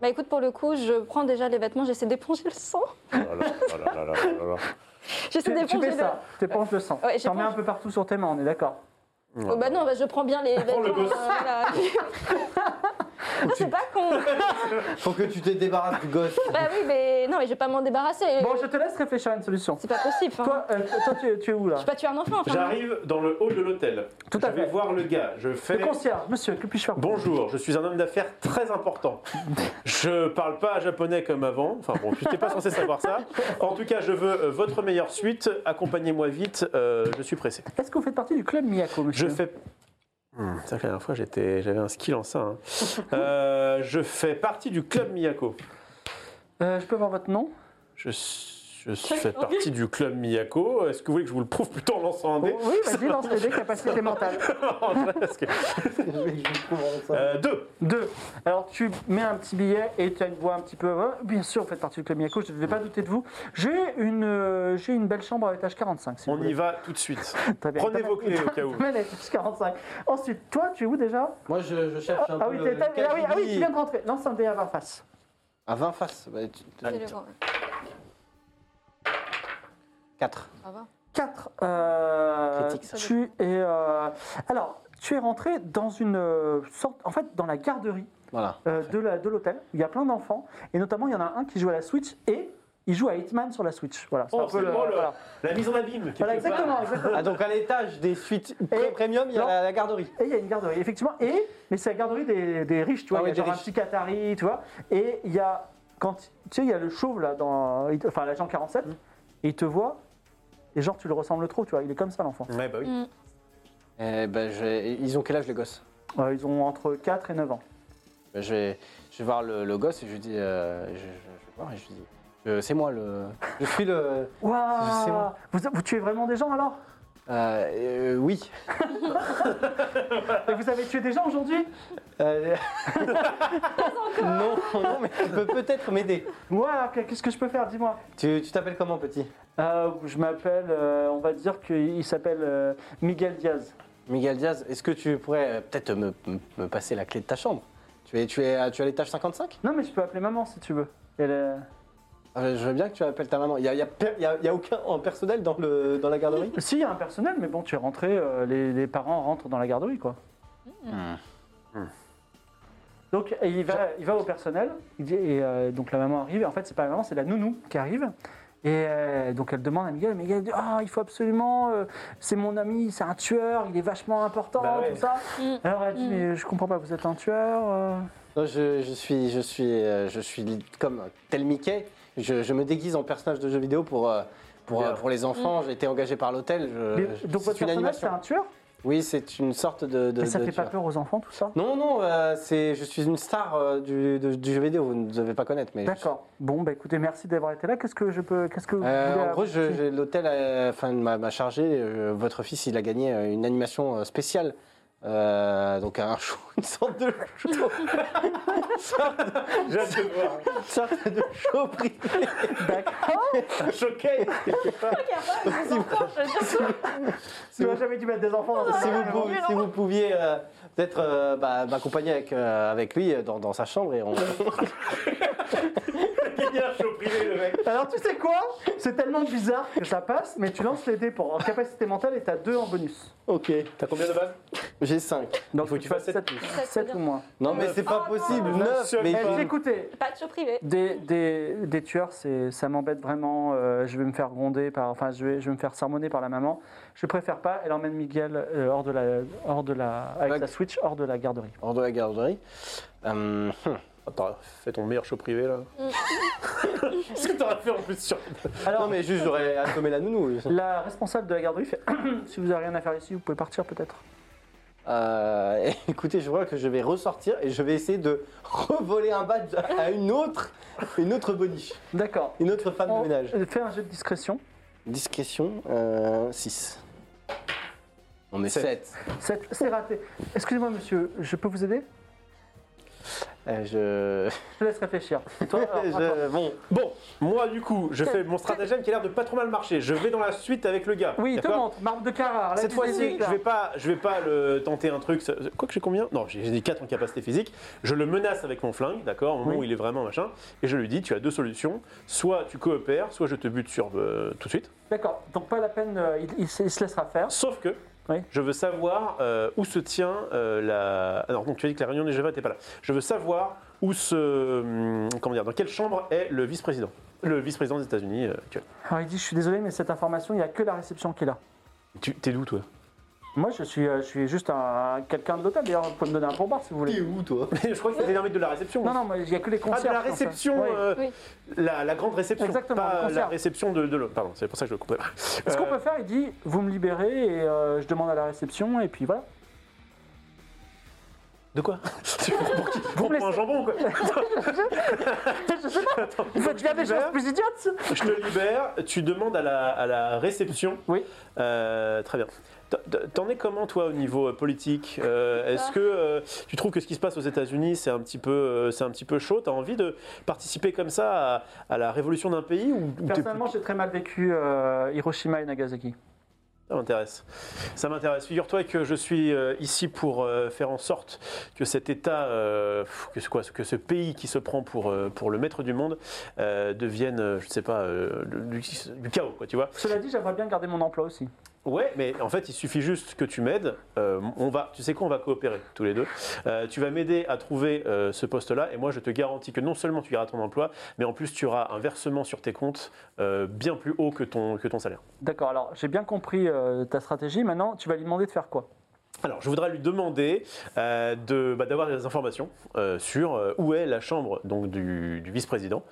B: Bah écoute, pour le coup, je prends déjà les vêtements, j'essaie d'éponger le sang.
C: *laughs*
B: *laughs*
C: Oh là là, oh là là là là là.
A: Tu,
B: J'essaie
A: tu
B: d'éponger
A: fais
B: le
A: ça, t'éponges le sang.
B: Ouais,
A: T'en mets un
B: j'éponge.
A: peu partout sur tes mains, on est d'accord.
B: Oh, bah non, bah, je prends bien les vêtements.
C: le gosse.
B: euh,
C: *laughs*
B: voilà. Ah, c'est pas con.
F: Faut que tu te débarrasses du gosse. *laughs*
B: bah oui, mais non, mais je vais pas m'en débarrasser.
A: Bon, je te laisse réfléchir à une solution.
B: C'est pas possible. hein.
A: Toi, euh, toi, tu, es- tu es où là
B: Je vais pas tuer un enfant. enfin.
C: J'arrive dans le hall de l'hôtel.
A: Tout à
C: Je vais
A: fait.
C: voir le gars. Je fais.
A: Le concierge, monsieur, que puis-je faire pour
C: Bonjour, je suis un homme d'affaires très important. Je parle pas japonais comme avant. Enfin bon, je n'étais pas censé savoir ça. En tout cas, je veux euh, votre meilleure suite. Accompagnez-moi vite. euh, je suis pressé.
A: Est-ce que vous faites partie du club Miyako, monsieur
C: Je fais. Hmm, c'est vrai que la dernière fois, j'étais, j'avais un skill en
A: *laughs*
C: ça. hein. Euh, je fais partie du club Miyako.
A: Euh, je peux avoir votre nom
C: Je, s- je fais partie du club Miyako. Est-ce que vous voulez que je vous le prouve plutôt en lançant un dé
A: Oui, vas-y, lance les dés, capacité mentale.
C: Parce que- Euh, Deux.
A: Deux. Alors, tu mets un petit billet et tu as une voix un petit peu. euh, Bien sûr, vous faites partie du club Miyako, je ne vais pas douter de vous. J'ai une, euh, j'ai une belle chambre à étage 45. Si vous
C: On y
A: voulez.
C: va tout
A: *laughs*
C: de suite.
A: Très bien.
C: Prenez vos clés au cas où.
A: Tu mets à *laughs* l'étage 45. Ensuite, toi, tu es où déjà
F: Moi, je, je cherche un
A: Ah
F: peu. euh,
A: oui,
F: le-
A: t'es-
F: le
A: t'as- ah oui, ah oui,
F: caddie.
A: tu viens de rentrer. Lance un dé à 20 faces.
F: À 20 faces. Bah, tu-
B: C'est le grand.
F: 4.
B: Ça va.
A: 4. Euh,
F: Critique.
A: tu es. euh, alors, tu es rentré dans une euh, sorte. En fait, dans la garderie.
F: Voilà.
A: euh, de la- de l'hôtel. il y a plein d'enfants. Et notamment, il y en a un qui joue à la Switch et il joue à Hitman sur la Switch. Voilà, c'est
C: Oh,
A: un peu
C: c'est
A: le-
C: drôle.
A: voilà.
C: La mise en abîme. quelque
A: Voilà,
C: part. *laughs*
A: exactement, exactement.
F: Ah, donc à l'étage des suites pré- premium, il y a
A: Non.
F: la, la garderie.
A: Et il y a une garderie, effectivement. Et, mais c'est la garderie des, des riches, tu vois.
F: Ah
A: il y a
F: oui, des
A: genre un
F: riches.
A: petit Qatari, tu vois. Et il y a. Quand, tu sais, il y a le chauve, là, dans, il te- enfin, l'agent 47. Et il te voit. Et genre, tu le ressembles trop, tu vois. Il est comme ça, l'enfant.
C: Ouais, bah oui.
A: Mm.
F: Eh ben, je vais- Ils ont quel âge, les gosses
A: Euh, ils ont entre 4 et 9 ans.
F: Bah, Ben, je, vais... je vais voir le, le gosse et je lui dis. euh, je, je- je vais voir et je lui dis. Je- C'est moi le. Je suis le.
A: Waouh
F: C'est moi.
A: vous, vous tuez vraiment des gens alors
F: Euh, euh, oui.
A: Et vous avez tué des gens aujourd'hui
F: *laughs* Euh, non, non, mais tu peux peut-être m'aider.
A: Moi, qu'est-ce que je peux faire Dis-moi.
F: Tu tu t'appelles comment, petit
A: Euh, je m'appelle, euh, on va dire qu'il s'appelle euh, Miguel Diaz.
F: Miguel Diaz, est-ce que tu pourrais euh, peut-être me, me- me passer la clé de ta chambre tu es, tu, es, à- tu es à l'étage 55
A: Non, mais je peux appeler maman si tu veux. Elle, euh,
F: Euh, Je veux bien que tu appelles ta maman. Il n'y a, il y a per- il y a- il y a aucun en personnel dans, le, dans la garderie
A: Si, il y a un personnel, mais bon, tu es rentré, euh, les, les parents rentrent dans la garderie, quoi.
F: Hmm.
A: Donc, et il va, il va au personnel, il dit- et euh, donc la maman arrive, et en fait, c'est pas la maman, c'est la nounou qui arrive. Et euh, donc, elle demande à Miguel, Miguel dit Ah, il faut absolument, euh, c'est mon ami, c'est un tueur, il est vachement important,
C: Bah ouais.
A: tout ça. Alors, elle dit Mais je comprends pas, vous êtes un tueur euh.
F: Non, je, je suis, je, suis, euh, je suis comme tel Mickey. Je, je me déguise en personnage de jeu vidéo pour, euh, pour, euh, pour les enfants. J'ai été engagé par l'hôtel. je-
A: Mais-
F: Euh, je-
A: Donc,
F: c'est
A: votre
F: une
A: personnage, c'est
F: animation.
A: un tueur
F: Oui, c'est une sorte de. de
A: Mais ça
F: de
A: fait pas
F: tueur.
A: peur aux enfants, tout ça
F: Non, non, euh, c'est, je suis une star euh, du, de- du jeu vidéo, vous ne devez pas connaître. Mais je
A: D'accord. Bon, bah écoutez, merci d'avoir été là. Qu'est-ce que je peux. Qu'est-ce que vous
F: Euh,
A: voulez
F: en gros, je-
A: apporter
F: je- l'hôtel euh, enfin, m'a m'a chargé. euh, votre fils, il a gagné euh, une animation euh, spéciale. Euh, donc un show, une sorte de show,
C: *laughs* J'ai hâte de voir.
F: une sorte de show privé. *laughs*
C: Choqué
A: Tu n'aurais jamais dû mettre des enfants dans
F: si vous,
A: cette maison.
F: pouviez- si vous pouviez euh, peut-être euh, bah, m'accompagner avec, euh, avec lui euh, dans, dans sa chambre et on...
C: Il a un show privé, le mec.
A: hein. Alors, tu sais quoi C'est tellement bizarre que ça passe, mais tu lances les dés pour en capacité mentale et t'as deux en bonus.
F: ok,
C: T'as combien de balles
F: j'ai 5.
A: Donc,
C: faut que tu fasses sept
A: sept- sept ou moins.
F: Non mais c'est
C: Ah,
F: pas
B: Oh,
F: possible,
B: non.
F: 9 mais
A: Eh,
F: je-
A: écoutez,
B: Pas de show privé.
A: des, des, des tueurs, c'est- ça m'embête vraiment. euh, je vais me faire gronder, par, enfin, je vais, je vais me faire sermonner par la maman. Je préfère pas. Elle emmène Miguel euh, hors de la, hors de la, avec
F: Vague.
A: la Switch, hors de la garderie.
F: hors de la garderie. Euh, hum.
C: Attends, fais Ah, ton meilleur show privé, là. Qu'est-ce que t'aurais fait en plus sur...
F: non mais juste j'aurais assommé la nounou.
A: La responsable de la garderie fait *coughs* Si vous avez rien à faire ici, vous pouvez partir peut-être.
F: Euh, *laughs* écoutez, je vois que je vais ressortir et je vais essayer de *laughs* revoler un badge à une autre, une autre boniche,
A: D'accord.
F: une autre femme de ménage.
A: Fais un jeu de discrétion.
F: Discrétion, 6. On met 7.
A: C'est c'est raté. Excusez-moi, monsieur, je peux vous aider
F: Euh, je...
A: Je te laisse
C: *laughs*
A: réfléchir. Et toi, alors, attends.
F: je- Bon,
C: Bon, moi, du coup, je fais mon stratagème qui a l'air de pas trop mal marcher. Je vais dans la suite avec le gars.
A: Oui, il te
C: D'accord
A: montre, marque de Carrare.
C: Cette fois-ci, je vais pas, je vais pas le tenter un truc. ça- Quoi que j'ai combien Non, j'ai j'ai des 4 en capacité physique. Je le menace avec mon flingue, d'accord, au moment
A: Oui.
C: où il est vraiment machin, et je lui dis tu as deux solutions. Soit tu coopères, soit je te bute sur euh, tout de suite.
A: D'accord, donc pas la peine, euh, il, il se il se laissera faire.
C: Sauf que
A: Oui.
C: je veux savoir euh, où se tient euh, la. Alors donc tu as dit que la réunion des Java n'était pas là. Je veux savoir où se, hum, comment dire, dans quelle chambre est le vice-président, le vice-président des États-Unis. euh, actuel.
A: Alors il dit Je suis désolé, mais cette information, il n'y a que la réception qui est là.
C: tu t'es d'où toi
A: Moi, je suis, euh, je suis juste un, quelqu'un de l'hôtel. D'ailleurs, vous pouvez me donner un pourboire si vous voulez.
F: où toi
C: *laughs* Je crois que c'était l'armée de la réception.
A: Non, non, mais il n'y a que les
C: Ah,
A: concerts.
C: de la réception, euh,
B: Oui.
C: la, la grande réception,
A: Exactement, le
C: pas
A: concert.
C: la réception de, de l'autre. Pardon, c'est pour ça que je le comptais. pas.
A: Ce qu'on
C: Euh,
A: peut faire, il dit Vous me libérez et euh, je demande à la réception, et puis
C: *laughs*
A: voilà. *laughs*
C: De quoi Tu prends pour qui Tu prends
A: me
C: pour un
A: laissez-
C: jambon, quoi.
A: je sais pas, vous faites bien des choses
C: libères
A: plus idiotes
C: Je te libère, tu demandes à la, à la réception.
A: Oui.
C: Euh, très bien. T- t- T'en es comment, toi, au niveau euh, politique Euh, Est-ce que euh, tu trouves que ce qui se passe aux États-Unis, c'est un, petit peu, euh, c'est un petit peu chaud T'as envie de participer comme ça à, à la révolution d'un pays ou, ou t'es
A: Personnellement, j'ai très mal vécu euh, Hiroshima et Nagasaki.
C: Ça m'intéresse. Ça m'intéresse. Figure-toi que je suis euh, ici pour euh, faire en sorte que cet État, euh, pff, que, ce- quoi, que ce pays qui se prend pour, euh, pour le maître du monde euh, devienne, euh, je ne sais pas, euh, du, du- du chaos, quoi, tu vois.
A: Cela dit, j'aimerais bien garder mon emploi aussi.
C: Ouais, mais en fait, il suffit juste que tu m'aides. Euh, on va, tu sais quoi, on va coopérer tous les deux. Euh, tu vas m'aider à trouver euh, ce poste-là, et moi, je te garantis que non seulement tu garderas ton emploi, mais en plus, tu auras un versement sur tes comptes euh, bien plus haut que ton, que ton salaire.
A: D'accord, alors j'ai bien compris euh, ta stratégie. Maintenant, tu vas lui demander de faire quoi
C: Alors, je voudrais lui demander euh, de- bah, d'avoir des informations euh, sur euh, où est la chambre donc, du, du vice-président,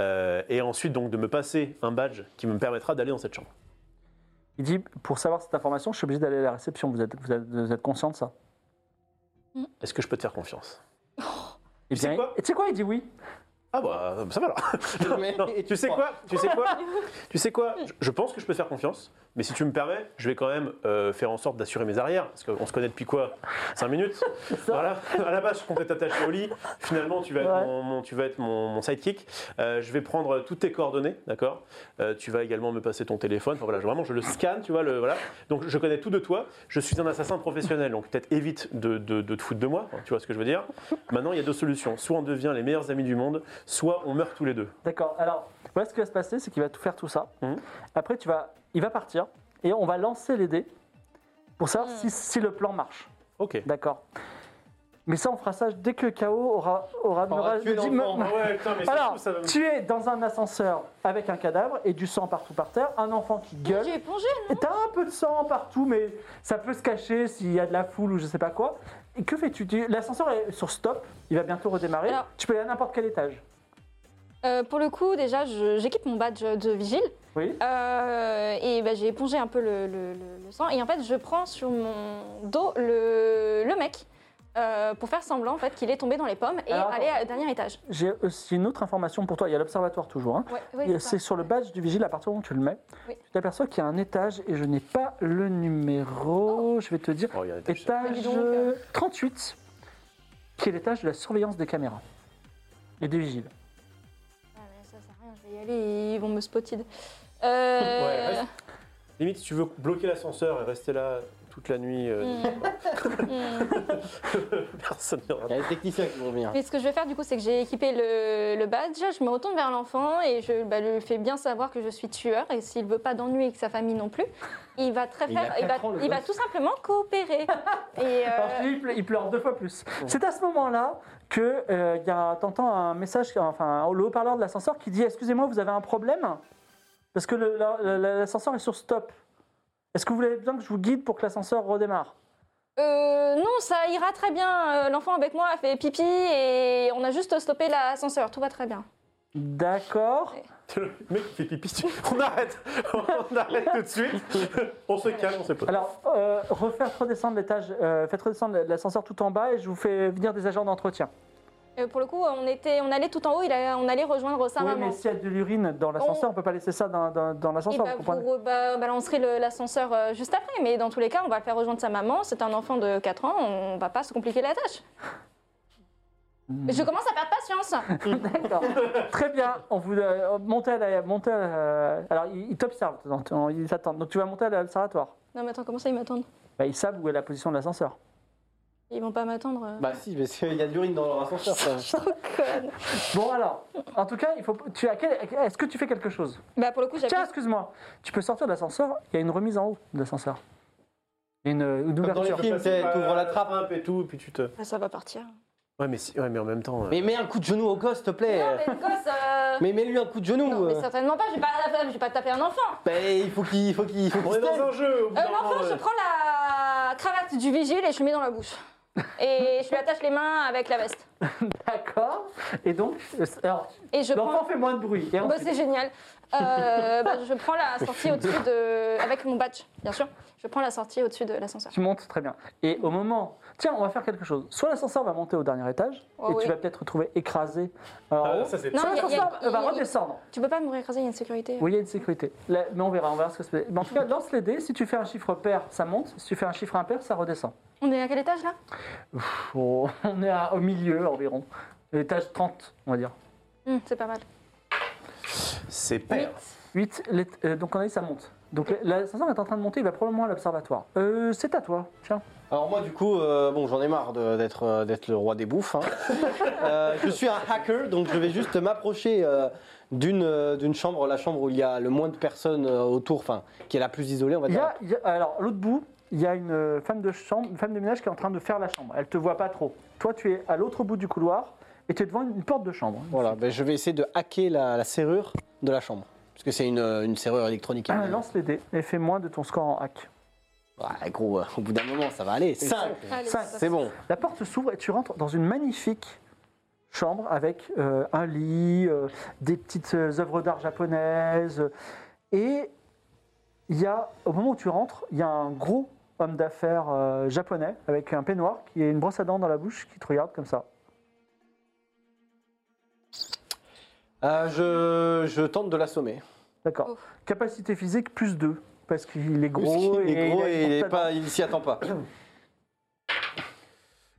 C: euh, et ensuite donc de me passer un badge qui me permettra d'aller dans cette chambre.
A: Il dit Pour savoir cette information, je suis obligé d'aller à la réception. Vous êtes, vous êtes, vous êtes conscient de ça
C: Est-ce que je peux te faire confiance
A: Il
C: Tu sais
A: dit-
C: quoi
A: Et Tu sais quoi Il dit oui.
C: Ah bah ça va alors.
D: Mais-
C: Non, tu sais quoi Tu sais quoi Tu sais quoi je, je pense que je peux te faire confiance, mais si tu me permets, je vais quand même euh, faire en sorte d'assurer mes arrières, parce qu'on se connaît depuis quoi 5 minutes Voilà. À la base, je comptais t'attacher au lit. Finalement, tu vas être,
A: Ouais.
C: mon, mon- tu vas être mon, mon sidekick. Euh, je vais prendre toutes tes coordonnées, d'accord Euh, Tu vas également me passer ton téléphone. Enfin, voilà, je- vraiment, je le scanne, tu vois. Le, voilà. Donc, je connais tout de toi. Je suis un assassin professionnel, donc peut-être évite de, de- de te foutre de moi. hein, Tu vois ce que je veux dire Maintenant, il y a deux solutions. Soit on devient les meilleurs amis du monde, soit on meurt tous les deux.
A: D'accord. Alors, voilà ce qui va se passer, c'est qu'il va tout faire tout ça.
C: Mhm.
A: Après, tu vas, il va partir et on va lancer les dés pour savoir
B: Mhm.
A: si, si le plan marche.
C: Ok.
A: D'accord. Mais ça, on fera ça dès que KO aura aura,
D: Aura tué
A: dit-
D: l'enfant.
A: me-
C: Ouais, putain, mais
A: Alors, tu es dans un ascenseur avec un cadavre et du sang partout par terre, un enfant qui gueule.
B: J'ai épongé,
A: Et T'as un peu de sang partout, mais ça peut se cacher s'il y a de la foule ou je sais pas quoi. Et que fais-tu Tu- L'ascenseur est sur stop, il va bientôt redémarrer.
B: Alors-
A: Tu peux aller à n'importe quel étage.
B: Euh, pour le coup, déjà, je- j'équipe mon badge de vigile.
A: Oui.
B: Euh, et bah, j'ai épongé un peu le, le- le- le sang. Et en fait, je prends sur mon dos le, le mec euh, pour faire semblant en fait, qu'il est tombé dans les pommes et
A: Alors,
B: aller au dernier étage.
A: J'ai aussi une autre information pour toi, il y a l'observatoire toujours. hein.
B: Ouais, ouais,
A: Et
B: c'est ça.
A: C'est sur le badge du vigile, à partir du moment où tu le mets,
B: Oui.
A: tu t'aperçois qu'il y a un étage et je n'ai pas le numéro, je vais te dire.
C: Oh, il y a des tâches.
A: Étage
B: Dis donc, euh.
A: 38, qui est l'étage de la surveillance des caméras et des vigiles.
B: Ah, mais ça sert à rien, je vais y aller, ils vont me spotter. Euh,
C: Ouais, reste. Limite, si tu veux bloquer l'ascenseur et rester là toute la nuit, euh,
B: Mm.
C: n'hésite pas.
B: hmm.
C: personne ne
F: Il y a les techniciens qui vont venir.
B: Mais ce que je vais faire du coup, c'est que j'ai équipé le, le badge, je me retourne vers l'enfant et je bah, lui fais bien savoir que je suis tueur et s'il veut pas d'ennui et que sa famille non plus, il va très
F: Il a
B: faire, il, va,
F: quatre ans, le
B: il va
F: gosse.
B: tout simplement
F: *laughs*
B: coopérer. et euh,
A: Alors, je te dis, il ple- il pleure deux fois plus. C'est à ce moment-là que euh, il y a- t'entends un message, enfin le haut-parleur de l'ascenseur qui dit Excusez-moi, vous avez un problème Parce que le- la- la- la- l'ascenseur est sur stop. Est-ce que vous voulez bien que je vous guide pour que l'ascenseur redémarre
B: euh, non, ça ira très bien. Euh, L'enfant avec moi a fait pipi et on a juste stoppé l'ascenseur. Tout va très bien.
A: D'accord.
C: Le mec qui fait pipi, *laughs* tu- on arrête On arrête tout de suite On se calme, on se pose.
A: Alors, euh, refaites redescendre l'étage, euh, faites redescendre l'ascenseur tout en bas et je vous fais venir des agents d'entretien.
B: Euh, pour le coup, on était, on allait tout en haut, il allait- on allait rejoindre sa
A: oui,
B: maman.
A: mais s'il y a de l'urine dans l'ascenseur, on...
B: On-
A: peut pas laisser ça dans, dans- dans
B: Et
A: l'ascenseur,
B: bah,
A: vous comprenez
B: vous bah, balancerez le- l'ascenseur euh, juste après, mais dans tous les cas, on va le faire rejoindre sa maman. C'est un enfant de 4 ans, on va pas se compliquer la tâche. Je commence à perdre patience.
A: D'accord. Très bien. On vous euh, montez à la, montez à la- alors ils ils t'observent, donc, on- ils t'attendent. Donc tu vas monter à l'observatoire.
B: Non, mais attends, comment ça ils m'attendent
A: Bah, ils savent où est la position de l'ascenseur.
B: Ils vont pas m'attendre. euh.
F: Bah si, parce qu'il y a de l'urine dans leur ascenseur. ça.
A: Bon alors, en tout cas, il faut. Tu as quel- Est-ce que tu fais quelque chose
B: Bah, pour le coup, j'appuie.
A: Tiens, excuse-moi. Tu peux sortir de l'ascenseur. Il y a une remise en haut de l'ascenseur. Il y a Une, une
F: dans les
A: ouverture.
F: films. t'es- t'ouvres la trappe.
C: un et tout, puis tu te.
B: Ah, ça va partir.
C: Ouais, mais, si- ouais, mais en même temps. euh,
F: Mais mets un coup de genou au gosse, s'il te
B: Non,
F: plaît.
B: mais le gosse, euh,
F: Mais mets-lui un coup de
B: non,
F: genou.
B: mais
F: euh.
B: certainement pas. J'ai pas, j'ai pas tapé un enfant.
F: Bah, il faut qu'il il faut qu'il il faut
C: On
F: qu'il
C: est
F: se taise.
C: dans un jeu au bout
B: Euh,
C: d'un moment,
B: L'enfant, je
C: ouais.
B: prends la cravate du vigile et je le mets dans la bouche. Et je lui attache les mains avec la veste.
A: D'accord. Et donc, euh, alors,
B: Et je prends
A: l'enfant fait moins de bruit. Et
B: Bah,
A: ensuite-
B: c'est génial.
A: *laughs*
B: Euh, bah, je prends la sortie au-dessus de. Avec mon badge, bien sûr. Je prends la sortie au-dessus de l'ascenseur.
A: Tu montes très bien. Et au moment. Tiens, on va faire quelque chose. Soit l'ascenseur va monter au dernier étage,
B: Oh
A: et tu
B: oui.
A: vas peut-être te retrouver écrasé. Alors,
C: Ah, ça, c'est-
B: Non, il y a- il y a-
A: l'ascenseur va
B: il y a-
A: redescendre.
B: Tu peux pas me réécraser, il y a une sécurité.
A: Oui, il y a une sécurité. Là, mais on verra, on verra ce que c'est. Mais en tout cas, lance les dés. Si tu fais un chiffre pair, ça monte. Si tu fais un chiffre impair, ça redescend.
B: On est à quel étage là
A: Pff, oh, on est à- au milieu environ. L'étage 30, on va dire. Mmh.
B: Hum, C'est pas mal.
C: C'est père.
A: 8, euh, donc on a dit ça monte. Donc l'ascenseur est en train de monter, il va probablement à l'observatoire. Euh, c'est à toi, tiens.
F: Alors moi du coup, euh, bon j'en ai marre de- d'être euh, d'être le roi des *laughs* bouffes. hein. Euh, je suis un hacker, donc je vais juste m'approcher euh, d'une euh, d'une chambre, la chambre où il y a le moins de personnes euh, autour, enfin qui est la plus isolée on va
A: Il y
F: dire.
A: a, il y a- alors, à l'autre bout, il y a une euh, femme de chambre, une femme de ménage qui est en train de faire la chambre. Elle te voit pas trop. Toi, tu es à l'autre bout du couloir et tu es devant une une porte de chambre.
F: Voilà, ben, je vais essayer de hacker la, la serrure de la chambre. Parce que c'est une, euh, une serrure électronique.
A: Ah, lance les dés et fais moins de ton score en hack.
F: Ouais, gros, euh, au bout d'un moment ça va aller. 5
B: Allez,
A: Ça,
B: ça-
F: C'est bon.
A: La porte s'ouvre et tu rentres dans une magnifique chambre avec euh, un lit, euh, des petites euh, œuvres d'art japonaises. euh, et il y a, au moment où tu rentres, il y a un gros homme d'affaires euh, japonais avec un peignoir qui a une brosse à dents dans la bouche qui te regarde comme ça.
F: Euh, je, je tente de l'assommer.
A: D'accord.
B: Oh.
A: Capacité physique plus 2, parce qu'il est gros.
F: il est gros
A: a une
F: et il est
A: portée-
F: pas- il s'y attend pas.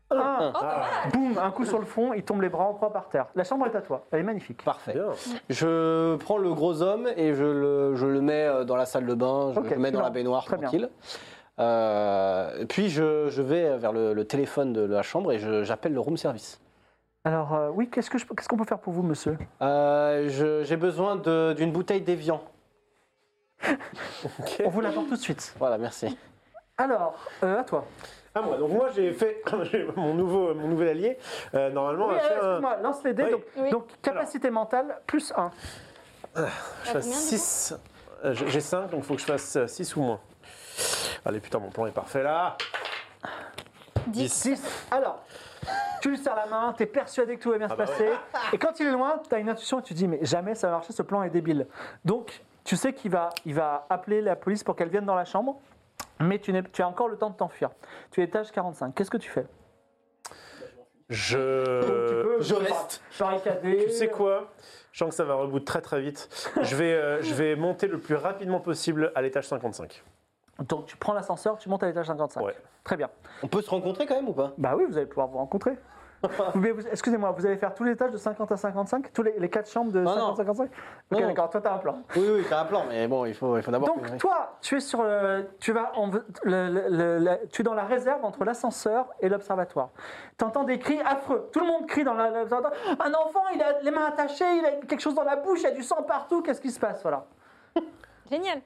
A: Ah,
B: Oh, pas mal.
A: Boum, un coup sur le front, il tombe les bras en proie par terre. La chambre est à toi, elle est magnifique.
F: Parfait.
C: Bien.
F: Je prends le gros homme et je le, je le mets euh, dans la salle de bain, je
A: Ok,
F: le mets dans
A: non,
F: la baignoire
A: très bien.
F: tranquille. Euh, puis je, je vais vers le, le téléphone de la chambre et je- j'appelle le room service.
A: Alors, euh, oui, qu'est-ce que je peux- qu'est-ce qu'on peut faire pour vous, monsieur
F: Euh, je- J'ai besoin de- d'une bouteille d'évian.
A: On vous l'apporte tout de suite.
F: Voilà, merci.
A: Alors, euh, à toi.
C: Ah, moi, donc moi, j'ai fait *coughs* j'ai mon, nouveau, mon nouvel allié. Euh, normalement,
A: Oui,
C: on va
A: euh,
C: faire un-
A: excuse-moi, lance les dés.
C: Oui.
A: Donc,
B: Oui.
A: donc, capacité mentale, plus 1.
C: je fasse
B: combien, du coup
C: 6. J'ai 5, donc il faut que je fasse 6 ou moins. Allez, putain, mon plan est parfait là. 10.
A: 6. Alors, tu lui serres la main, t'es persuadé que tout va bien se
C: bah
A: passer. Et quand il est loin, t'as une intuition et tu te dis, mais jamais ça va marcher, ce plan est débile. Donc, tu sais qu'il va, il va appeler la police pour qu'elle vienne dans la chambre, mais tu, n'es- tu as encore le temps de t'enfuir. Tu es étage 45. Qu'est-ce que tu fais
C: Euh, Je.
F: je reste.
A: Barricadé.
C: Tu sais quoi Je sens que ça va reboot très très vite. Je vais, euh, je vais monter le plus rapidement possible à l'étage 55.
A: Donc, tu prends l'ascenseur, tu montes à l'étage 55.
C: Ouais.
A: Très bien.
F: On peut se rencontrer quand même ou pas
A: Bah oui, vous allez pouvoir vous
F: *laughs*
A: rencontrer. Vous- mais vous- Excusez-moi, vous allez faire tous les étages de 50 à 55 Tous les, les quatre chambres de
F: Ah Non,
A: 50
F: non.
A: à 55
F: Non,
A: Ok,
F: non.
A: d'accord, toi t'as un plan.
F: Oui, oui, t'as un plan, mais bon, il faut, il faut d'abord.
A: Donc toi, tu es sur le, tu vas en- le- le- le- le- tu es dans la réserve entre l'ascenseur et l'observatoire. T'entends des cris affreux. Tout le monde crie dans la- l'observatoire. Un enfant, il a les mains attachées, il a quelque chose dans la bouche, il y a du sang partout. Qu'est-ce qui se passe Voilà. *laughs*
B: Génial.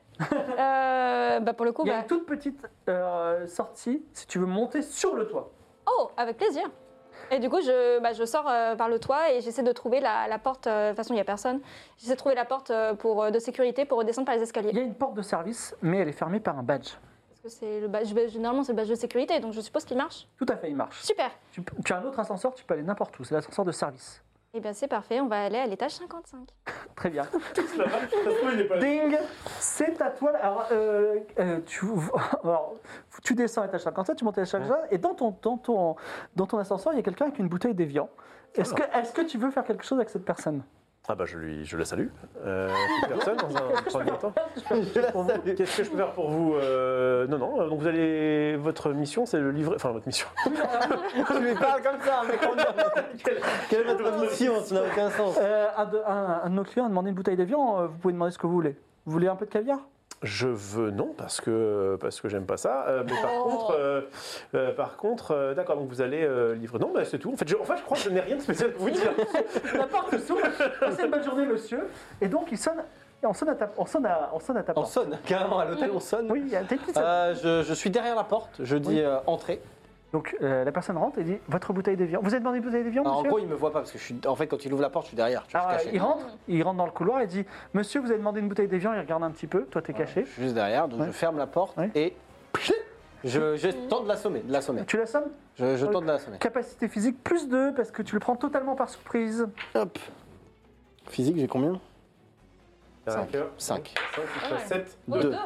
B: Euh, bah, pour le coup,
A: Il y a
B: bah-
A: une toute petite euh, sortie si tu veux monter sur le toit.
B: Oh, avec plaisir. Et du coup, je, bah, je sors euh, par le toit et j'essaie de trouver la, la porte. euh, De toute façon, il n'y a personne. J'essaie de trouver la porte euh, pour, euh, de sécurité pour descendre par les escaliers.
A: Il y a une porte de service, mais elle est fermée par un badge.
B: Parce que c'est le badge, bah, généralement, c'est le badge de sécurité, donc je suppose qu'il marche.
A: Tout à fait, il marche.
B: Super.
A: Tu, peux- tu as un autre ascenseur, tu peux aller n'importe où. C'est l'ascenseur de service.
B: Eh bien, c'est parfait. On va aller à l'étage 55.
A: Très bien. Ding C'est à toi. Alors, euh, euh, tu, *laughs* alors, tu descends à l'étage 57, tu montes à l'étage 57, et dans ton, dans, ton, dans ton ascenseur, il y a quelqu'un avec une bouteille d'évian. Est-ce que, est que tu veux faire quelque chose avec cette personne
C: Ah bah je, lui, je la salue. Euh, cette personne dans un premier temps. Qu'est-ce que je peux faire pour vous Euh, Non, non, euh, donc vous allez. Votre mission, c'est le livrer. Enfin, votre mission.
F: *laughs* tu
C: *laughs*
F: lui parles comme ça, mec. Quelle est votre mission Ça n'a aucun sens.
A: Euh, un, de, un- un de nos clients a demandé une bouteille d'évian, euh, vous pouvez demander ce que vous voulez. Vous voulez un peu de caviar
C: Je veux non, parce que, parce que j'aime pas ça. Euh, mais par
B: Oh.
C: contre, euh, euh, par contre euh, d'accord, donc vous allez euh, livrer. Non, bah c'est tout. En fait, je, en fait, je crois que je n'ai rien de spécial à vous dire.
A: La porte s'ouvre, *laughs* passez une bonne journée, monsieur. Et donc, il sonne, et on, sonne à ta, on, sonne à, on sonne à ta
F: On
A: porte.
F: sonne, carrément à l'hôtel, on sonne.
A: Oui, il y a t'as une petite sonne.
F: Euh, je, je suis derrière la porte, je dis euh, entrée.
A: Donc, euh, la personne rentre et dit Votre bouteille d'évian. Vous avez demandé une bouteille d'évian,
F: Alors,
A: monsieur
F: en gros, il me voit pas parce que je suis. En fait, quand il ouvre la porte, je suis derrière. Je suis
A: Alors,
F: caché.
A: il rentre, il rentre dans le couloir et dit Monsieur, vous avez demandé une bouteille d'évian. Il regarde un petit peu. Toi, t'es caché.
F: Je suis juste derrière, donc
A: Ouais.
F: je ferme la porte
A: Ouais.
F: et je, je tente de l'assommer, de l'assommer.
A: Tu l'assommes
F: Je, je tente de l'assommer.
A: Capacité physique plus 2 parce que tu le prends totalement par surprise.
F: Hop. Physique, j'ai combien
C: Cinq.
F: 5.
B: Pas mal.
C: 7.
B: Oh,
F: Deux.
B: deux.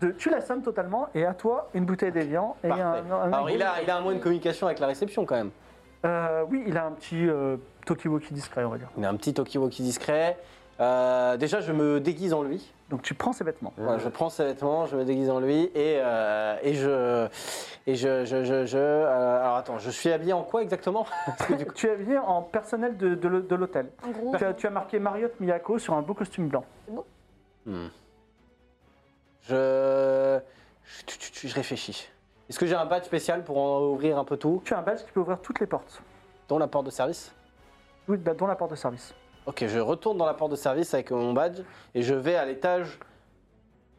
A: Deux, tu l'assommes totalement et à toi, une bouteille d'évian et
F: Parfait.
A: un. un-
F: Alors, il a, il a un moyen de communication avec la réception quand même.
A: Euh, oui, il a un petit euh, talkie-walkie discret, on va dire.
F: Il a un petit talkie-walkie discret. Euh, déjà, je me déguise en lui.
A: Donc, tu prends ses vêtements.
F: Voilà, je prends ses vêtements, je me déguise en lui et, euh, et je. Et je. je, je, je- euh, alors, attends, je suis habillé en quoi exactement *laughs* Parce que du coup-
A: Tu es habillé en personnel de, de l'hô- de l'hôtel.
B: En gros.
A: Tu as, tu as marqué Mariotte Miyako sur un beau costume blanc.
F: Je. Je, tu- tu- tu- je réfléchis. Est-ce que j'ai un badge spécial pour en ouvrir un peu tout,
A: Tu as un badge qui peut ouvrir toutes les portes,
F: dont la porte de service
A: Oui, bah, dont la porte de service.
F: Ok, je retourne dans la porte de service avec mon badge et je vais à l'étage.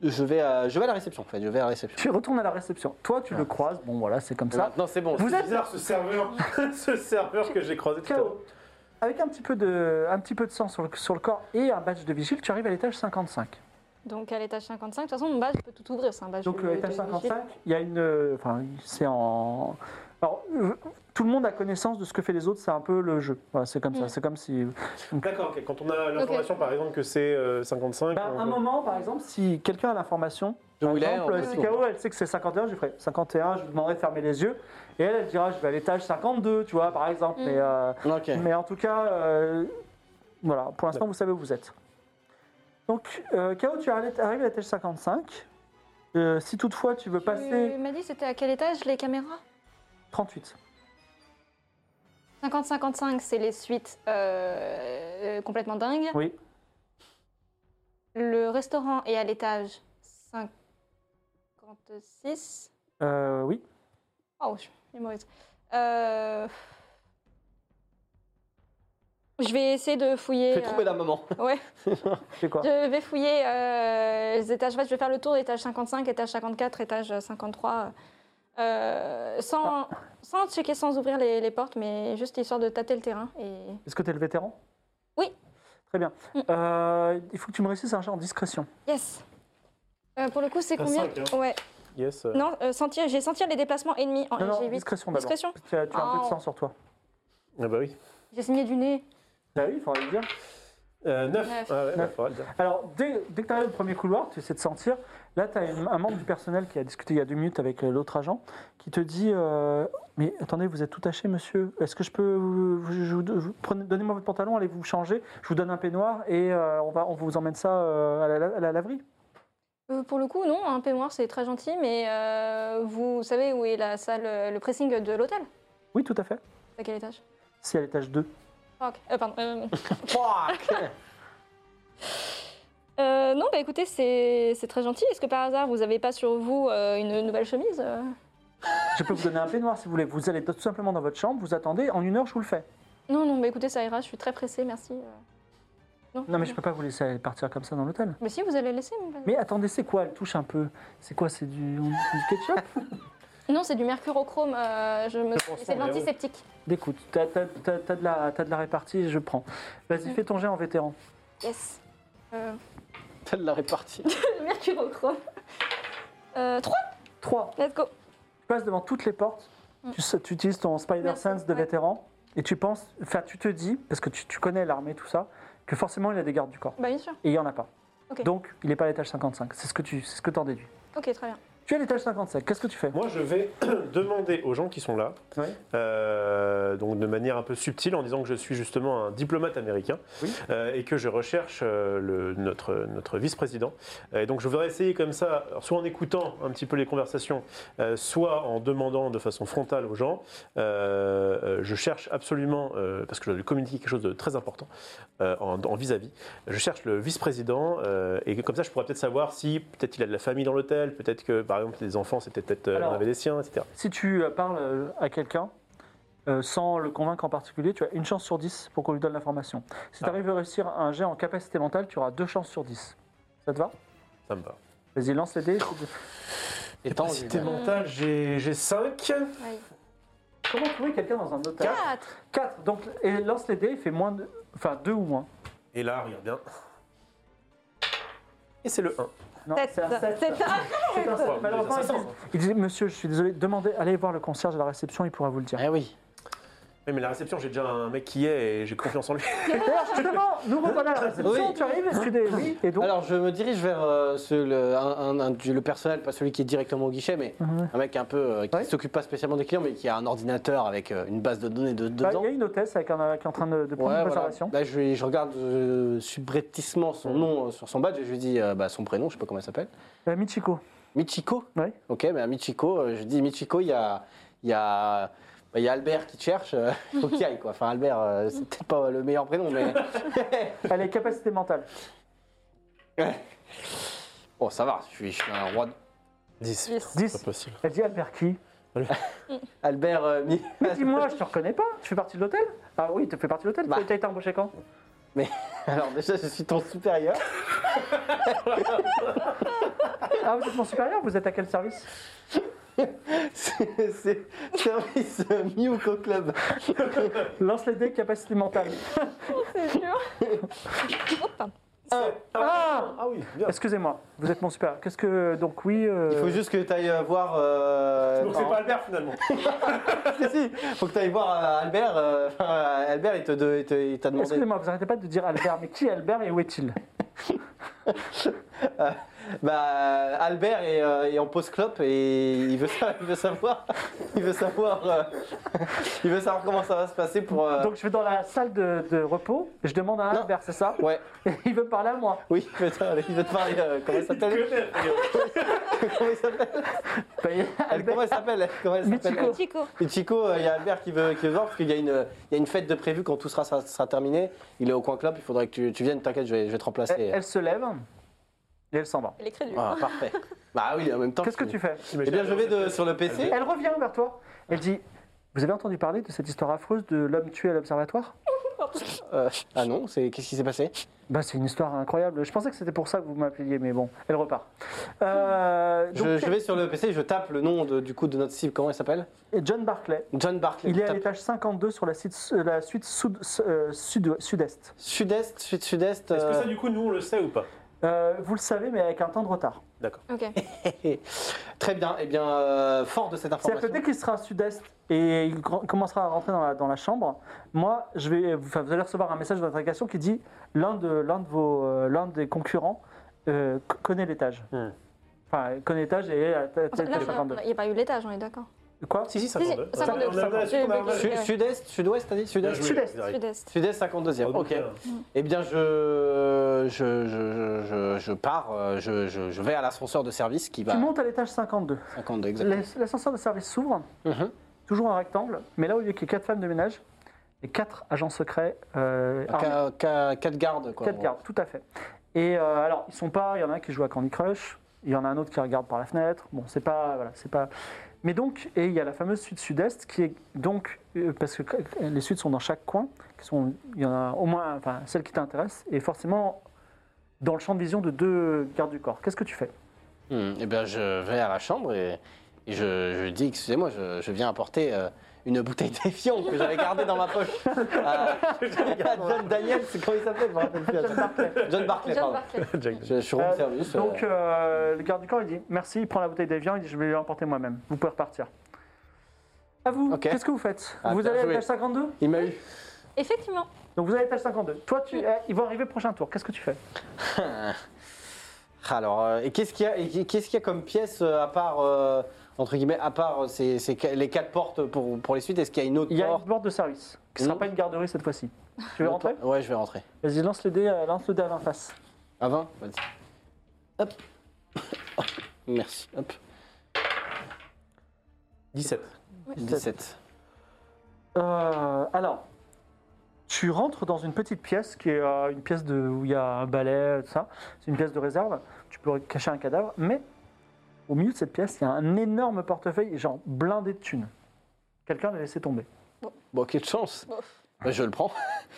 F: Je vais à, je vais à la réception en fait, je vais à la réception.
A: Tu retournes à la réception. Toi, tu le croises. Bon, voilà, c'est comme ça.
F: Maintenant c'est bon.
A: Vous êtes
C: bizarre ce serveur, *laughs* ce serveur que j'ai croisé tout à l'heure.
A: KO. Avec un petit peu de, un petit peu de sang sur le, sur le corps et un badge de vigile, tu arrives à l'étage 55.
B: Donc à l'étage 55. De toute façon, mon badge peut tout ouvrir. C'est un badge.
A: Donc
B: de-
A: euh, étage
B: de-
A: 55, il y a une... euh, Enfin, c'est en... Alors, euh, tout le monde a connaissance de ce que fait les autres, c'est un peu le jeu. Voilà, c'est comme ça,
B: Mm.
A: c'est comme si...
C: D'accord, ok. quand on a l'information
B: Ok.
C: par exemple que c'est euh, 55.
A: Bah,
C: on-
A: un moment, par exemple, si quelqu'un a l'information,
F: Je
A: par
F: vous l'ai,
A: exemple,
F: on
A: euh,
F: peut
A: si
F: tout.
A: KO, elle sait que c'est 51, je lui ferai 51, je lui demanderai de fermer les yeux, et elle, elle dira, je vais à l'étage 52, tu vois, par exemple.
B: Mm.
F: *laughs*
A: Mais, euh,
F: Ok.
A: mais en tout cas, euh, Voilà, pour l'instant, vous savez où vous êtes. Donc, euh, Kao, tu arri- arrives à l'étage 55. Euh, si toutefois tu veux passer
B: Tu m'as dit c'était à quel étage les caméras
A: 38.
B: 50-55, c'est les suites euh, euh, complètement dingues.
A: Oui.
B: Le restaurant est à l'étage 56.
A: Euh, oui.
B: Oh, je suis mauvaise. Euh, Je vais essayer de fouiller.
D: Fais trouver la
F: *laughs*
D: maman.
B: euh, ouais.
A: C'est quoi
B: Je vais fouiller euh, les étages. En fait, je vais faire le tour étage 55, étage 54, étage 53. euh,
A: Ah.
B: sans, sans checker, sans ouvrir les, les portes, mais juste histoire de tâter le terrain. Et...
A: Est-ce que tu es le vétéran
B: Oui.
A: Très bien.
B: Mm.
A: Euh, il faut que tu me réussisses un jet en discrétion.
B: Yes Euh, Pour le coup, c'est
A: Ah,
C: T'as
B: combien
C: cinq, hein.
B: Ouais.
C: Yes. euh,
B: Non, euh, sentir, j'ai sentir les déplacements ennemis en
A: Non, non,
B: LG8.
A: discrétion d'abord.
B: Discrétion
A: Tu as, tu as un peu de
B: Oh.
A: sang sur toi.
C: Ah bah oui.
B: J'ai saigné du nez.
A: Bah oui, il faudrait le dire.
C: Euh, 9.
B: Neuf.
C: Ah ouais, bah,
A: Neuf.
C: faudra le dire.
A: Alors, dès, dès que tu arrives au premier couloir, tu essaies de sentir. Là, tu as un membre du personnel qui a discuté il y a deux minutes avec euh, l'autre agent qui te dit euh, Mais attendez, vous êtes tout taché, monsieur. Est-ce que je peux. Vous, vous- je vous- vous- prenez- Donnez-moi votre pantalon, allez vous changer. Je vous donne un peignoir et euh, on, va, on vous emmène ça euh, à, la, la- à la laverie.
B: Euh, pour le coup, non, un peignoir, c'est très gentil, mais euh, vous savez où est la salle, euh, le pressing de l'hôtel
A: Oui, tout à fait.
B: C'est À quel étage
A: C'est à l'étage 2.
B: Fuck. Euh, pardon. *laughs* euh, *laughs* euh, non, bah écoutez, c'est c'est très gentil. Est-ce que par hasard, vous n'avez pas sur vous euh, une nouvelle chemise euh
A: Je peux vous donner un peignoir si vous voulez. Vous allez tout simplement dans votre chambre, vous attendez. En une heure, je vous le fais.
B: Non, non, bah écoutez, ça ira, je suis très pressée, merci. euh. Non,
A: Non, mais je
B: non.
A: peux pas vous laisser partir comme ça dans l'hôtel.
B: Mais si, vous allez laisser. mais-
A: Mais attendez, c'est quoi Elle touche un peu. C'est quoi C'est du, du ketchup
B: Non, c'est du mercurochrome, euh, je me... c'est de
C: mais oui.
B: l'antiseptique.
A: D'écoute, t'as t'as- t'as- t'as de, la- t'as de la répartie, je prends.
B: Mm.
A: Vas-y, fais ton jet en vétéran.
B: Yes. Euh,
F: T'as de
A: *laughs*
F: la répartie.
B: *laughs* mercurochrome. Euh, 3,
A: 3.
B: let's go.
A: Tu passes devant toutes les portes, tu, sais- tu utilises ton Spider
B: Mm. Merci,
A: Sense de
B: ouais.
A: vétéran, et tu penses, enfin tu te dis, parce que tu, tu connais l'armée, tout ça, que forcément il a des gardes du corps.
B: Bah bien sûr.
A: Et il n'y en a pas.
B: Ok.
A: Donc il n'est pas à l'étage 55, c'est ce que tu c'est ce que en déduis.
B: Ok, très bien.
A: Tu es à l'étage 55, qu'est-ce que tu fais
C: Moi, je vais *coughs* demander aux gens qui sont là,
A: Oui.
C: euh, donc de manière un peu subtile, en disant que je suis justement un diplomate américain
A: Oui.
C: euh, et que je recherche euh, le- notre, notre vice-président. Et donc, je voudrais essayer comme ça, alors, soit en écoutant un petit peu les conversations, euh, soit en demandant de façon frontale aux gens. Euh, euh, je cherche absolument, euh, parce que je dois lui communiquer quelque chose de très important euh, en en vis-à-vis. Je cherche le vice-président euh, et comme ça je pourrais peut-être savoir si peut-être il a de la famille dans l'hôtel, peut-être que par exemple les enfants c'était peut-être euh,
A: Alors-
C: on avait des siens, etc.
A: Si tu euh, parles euh, à quelqu'un, euh, sans le convaincre en particulier, tu as une chance sur 10 pour qu'on lui donne l'information. Si
C: Ah.
A: tu arrives à réussir un jet en capacité mentale, tu auras deux chances sur 10. Ça te va
C: Ça me va.
A: Vas-y, lance les dés.
F: Et tant,
C: Capacité mentale, j'ai 5.
B: Aïe.
A: Comment trouver quelqu'un dans un hôtel
B: Quatre.
A: 4. Donc, et lance les dés, il fait moins de. Enfin, 2 ou moins.
C: Et là, regarde bien. Et c'est le 1.
A: Non,
B: Sept.
A: c'est un sept.
B: Sept. Ah,
A: C'est un sept. Malheureusement,
C: Ça
A: il
C: sent.
A: dit- il dit Monsieur, je suis désolé, demandez, allez voir le concierge à la réception, il pourra vous le dire.
F: Eh oui.
C: Oui, mais la réception, j'ai déjà un mec qui est et j'ai confiance en lui.
B: Eh ben,
A: D'ailleurs, justement, nous revenons à la réception,
F: Oui.
A: tu arrives, tu dis oui, et donc.
F: Alors, je me dirige vers euh, ce- le, un- un- un- du- le personnel, pas celui qui est directement au guichet, mais
A: Mhm.
F: un mec un peu euh, qui
A: Ouais.
F: s'occupe pas spécialement des clients, mais qui a un ordinateur avec euh, une base de données de,
A: Bah,
F: dedans.
A: il y a une hôtesse avec un- qui est en train de, de prendre
F: Ouais,
A: une
F: voilà.
A: réservation.
F: Là, je, lui- je regarde euh, subrepticement
A: Mhm.
F: son nom euh, sur son badge et je lui dis euh, bah, son prénom, je sais pas comment elle s'appelle.
A: Euh, Michiko.
F: Michiko
A: Ouais.
F: Ok, mais à Michiko, euh, je dis Michiko, il y a, il y, a, bah, il y a Albert qui te
A: *laughs*
F: cherche, euh, il faut qu'il aille quoi. Enfin, Albert, euh, c'est peut-être pas le meilleur prénom, mais
A: Elle est capacité mentale.
F: bon, ça va, je suis, je suis un roi. de-
C: 10.
B: Dix.
C: C'est pas possible.
A: Elle dit Albert qui
F: Albert, euh, Mi-
A: Mais dis-moi, je te reconnais pas. Tu fais partie de l'hôtel Ah oui, tu fais partie de l'hôtel.
F: Bah.
A: T'as été embauché quand
F: alors déjà, je suis ton
A: *laughs*
F: supérieur.
A: Ah, vous êtes mon supérieur. Vous êtes à quel service
F: C'est c'est service euh, Miyuko
A: *laughs*
F: Club.
A: Lance les dés capacité mentale.
B: *laughs* C'est dur. Oh, pardon.
A: Ah
C: Ah oui, bien.
A: Excusez-moi. Vous êtes mon supérieur. Qu'est-ce que donc oui euh,
F: Il faut juste que tu ailles voir. euh,
C: Donc c'est pas Albert finalement.
F: *laughs* Si, si, faut que tu ailles voir euh, Albert. euh, enfin, euh, Albert, il t'a te, il te- il t'a demandé.
A: Excusez-moi, vous arrêtez pas de dire Albert. Mais qui est Albert et où est-il
F: Euh, bah, Albert est, euh, est en pause clope et il veut, sa- il veut savoir, *laughs* il veut savoir, euh, *laughs* il veut savoir comment ça va se passer pour. euh,
A: Donc je vais dans la salle de, de repos, je demande à
F: Non.
A: Albert, c'est ça
F: ouais,
A: Et *laughs* il veut me parler à moi.
F: oui, il veut te, il veut te parler. euh, comment il s'appelle *laughs* Comment il s'appelle
A: Ben,
F: Elle,
A: Albert-
F: Comment il s'appelle elle Comment il s'appelle
A: Michiko.
B: Chico.
F: elle Et Chico, euh, il y a Albert qui veut, qui veut voir parce qu'il y, a une- il y a une fête de prévue quand tout sera, sera, sera terminé. Il est au coin clope, il faudrait que tu, tu viennes, t'inquiète, je vais, je vais te remplacer.
A: elle, elle se lève et elle s'en va.
B: Elle est crédule.
F: Ah, parfait. Bah oui, en même temps.
A: Qu'est-ce que tu fais
F: Eh bien, je vais de- sur le PC.
A: Elle revient vers toi. Elle dit Vous avez entendu parler de cette histoire affreuse de l'homme tué à l'observatoire
F: Euh, ah non, c'est qu'est-ce qui s'est passé
A: Bah, c'est une histoire incroyable. Je pensais que c'était pour ça que vous m'appeliez, mais bon, elle repart. Euh,
F: je,
A: donc,
F: je vais sur le PC, je tape le nom de- du coup de notre cible. Comment il s'appelle
A: John Barclay,
F: John Barclay.
A: il est à
F: Tape
A: l'étage 52 sur la, suite, euh, la suite sud- euh, sud- sud-est.
F: Sud-est, sud-sud-est.
C: Est-ce que
F: euh,
C: ça, du coup, nous, on le sait ou pas
A: Euh, vous le savez, mais avec un temps de retard.
C: D'accord.
B: Ok.
F: euh, *laughs* Très bien. Eh bien, euh, fort de cette
A: C'est-à-dire que
F: information.
A: dès qu'il sera sud-est et il gr- commencera à rentrer dans la, dans la chambre, moi, je vais, enfin, vous allez recevoir un message d'interrogation qui dit l'un de, l'un de vos, euh, l'un des concurrents euh, co- connaît l'étage.
C: Hmm.
A: Enfin, connaît l'étage et est à t- t-
B: Enfin, là,
A: étage 52.
B: il n'y a pas eu l'étage, on est d'accord.
A: Quoi
C: Si, si,
B: Si, si,
C: 52.
B: 52,
C: On a- on a-
B: 52,
C: on a- on a-
B: j'ai bugué.
F: Su- Sud-est, sud-ouest, t'as dit
C: Bien
F: Sud-est
C: joué,
A: Sud-Est.
C: Derek.
B: Sud-Est.
F: Sud-est, 52e.
C: Oh,
F: Ok.
C: putain.
F: Eh bien, je, je, je, je, je pars, euh, je, je, je vais à l'ascenseur de service qui va.
A: Tu montes à l'étage 52.
F: 52, exactement.
A: L'as- L'ascenseur de service s'ouvre,
F: Mhm.
A: toujours un rectangle, mais là, au lieu qu'il y ait quatre femmes de ménage, il y a quatre agents secrets euh, armés.
F: Qu'à- qu'à- Quatre gardes, quoi.
A: Quatre gardes, tout à fait. Et euh, alors, ils sont pas. Il y en a un qui joue à Candy Crush. Il y en a un autre qui regarde par la fenêtre. Bon, c'est pas. Voilà, c'est pas. Mais donc, et il y a la fameuse suite sud-est qui est donc euh, parce que les suites sont dans chaque coin. Qui sont, il y en a au moins, enfin, celle qui t'intéresse est forcément dans le champ de vision de deux gardes du corps. Qu'est-ce que tu fais
G: Hmm, eh bien, je vais à la chambre et, et je, je dis, excusez-moi, je, je viens apporter euh, une bouteille d'Evian que j'avais gardée dans ma
A: *laughs*
G: poche. à à *laughs* John Daniel, c'est comment il s'appelle je me rappelle plus, à
A: John Barclay.
G: John- John
A: Eh,
G: Barclay,
B: John
G: pardon.
A: *laughs*
B: Barclay.
F: Je, je suis rond de
A: Euh,
F: service.
A: Donc,
F: euh,
A: euh, le garde du corps, il dit merci. Il prend la bouteille d'évian. Il dit je vais l'emporter moi-même. Vous pouvez repartir. À vous.
F: Ok.
A: Qu'est-ce que vous faites
F: Ah,
A: Vous
F: bien
A: allez à
F: joué.
A: l'étage 52
F: Il m'a eu.
B: Effectivement.
A: Donc vous avez l'étage 52. Toi, tu, eh, ils vont arriver prochain tour. Qu'est-ce que tu fais
F: Alors, euh, et qu'est-ce qu'il y a, et qu'est-ce qu'il y a comme pièce euh, à part euh, entre guillemets, à part euh, ces, ces ca- les quatre portes pour, pour les suites Est-ce qu'il y a une autre
A: Il y a une
F: porte
A: porte de service qui ne sera
F: Mm.
A: pas une garderie cette fois-ci. Tu veux
F: Une autre
A: rentrer
F: porte Ouais, je vais rentrer.
A: Vas-y, lance le dé, euh, lance le dé à 20 faces.
F: À 20 Vas-y. Hop. *coughs* Merci. Hop.
C: 17.
F: 17.
A: Euh, alors, tu rentres dans une petite pièce qui est euh, une pièce de, où il y a un balai, euh, tout ça. C'est une pièce de réserve. Tu peux cacher un cadavre, mais au milieu de cette pièce, il y a un énorme portefeuille, genre blindé de thunes. Quelqu'un l'a laissé tomber.
F: Bon, quelle chance.
B: Bon.
F: Bah, je le prends.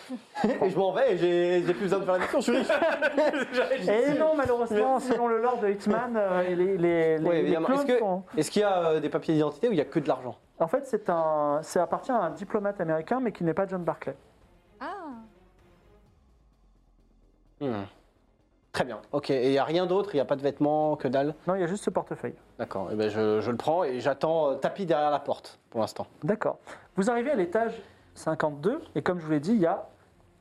F: *laughs* et je m'en vais et j'ai j'ai plus besoin de faire la mission, je suis
A: *laughs*
F: riche.
A: Et non, *laughs* malheureusement, selon le lore de Hitman, euh, les, les, les,
F: Ouais,
A: les
F: évidemment.
A: clones
F: Est-ce que-
A: sont-
F: Est-ce qu'il y a euh, des papiers d'identité ou il y a que de l'argent
A: En fait, c'est un, ça appartient à un diplomate américain, mais qui n'est pas John Barclay.
B: Ah.
F: Hmm. Très bien. Ok, et il n'y a rien d'autre Il n'y a pas de vêtements, que dalle
A: Non, il y a juste ce portefeuille.
F: D'accord, eh ben, je, je le prends et j'attends euh, tapis derrière la porte pour l'instant.
A: D'accord. Vous arrivez à l'étage 52, et comme je vous l'ai dit, il y a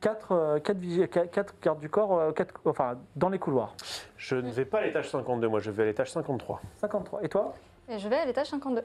A: 4, quatre vigiles- quatre quatre gardes du corps euh, quatre- enfin, dans les couloirs.
C: Je ne vais pas à l'étage 52, moi, je vais à l'étage 53.
A: 53. Et toi
B: Et je vais à l'étage 52.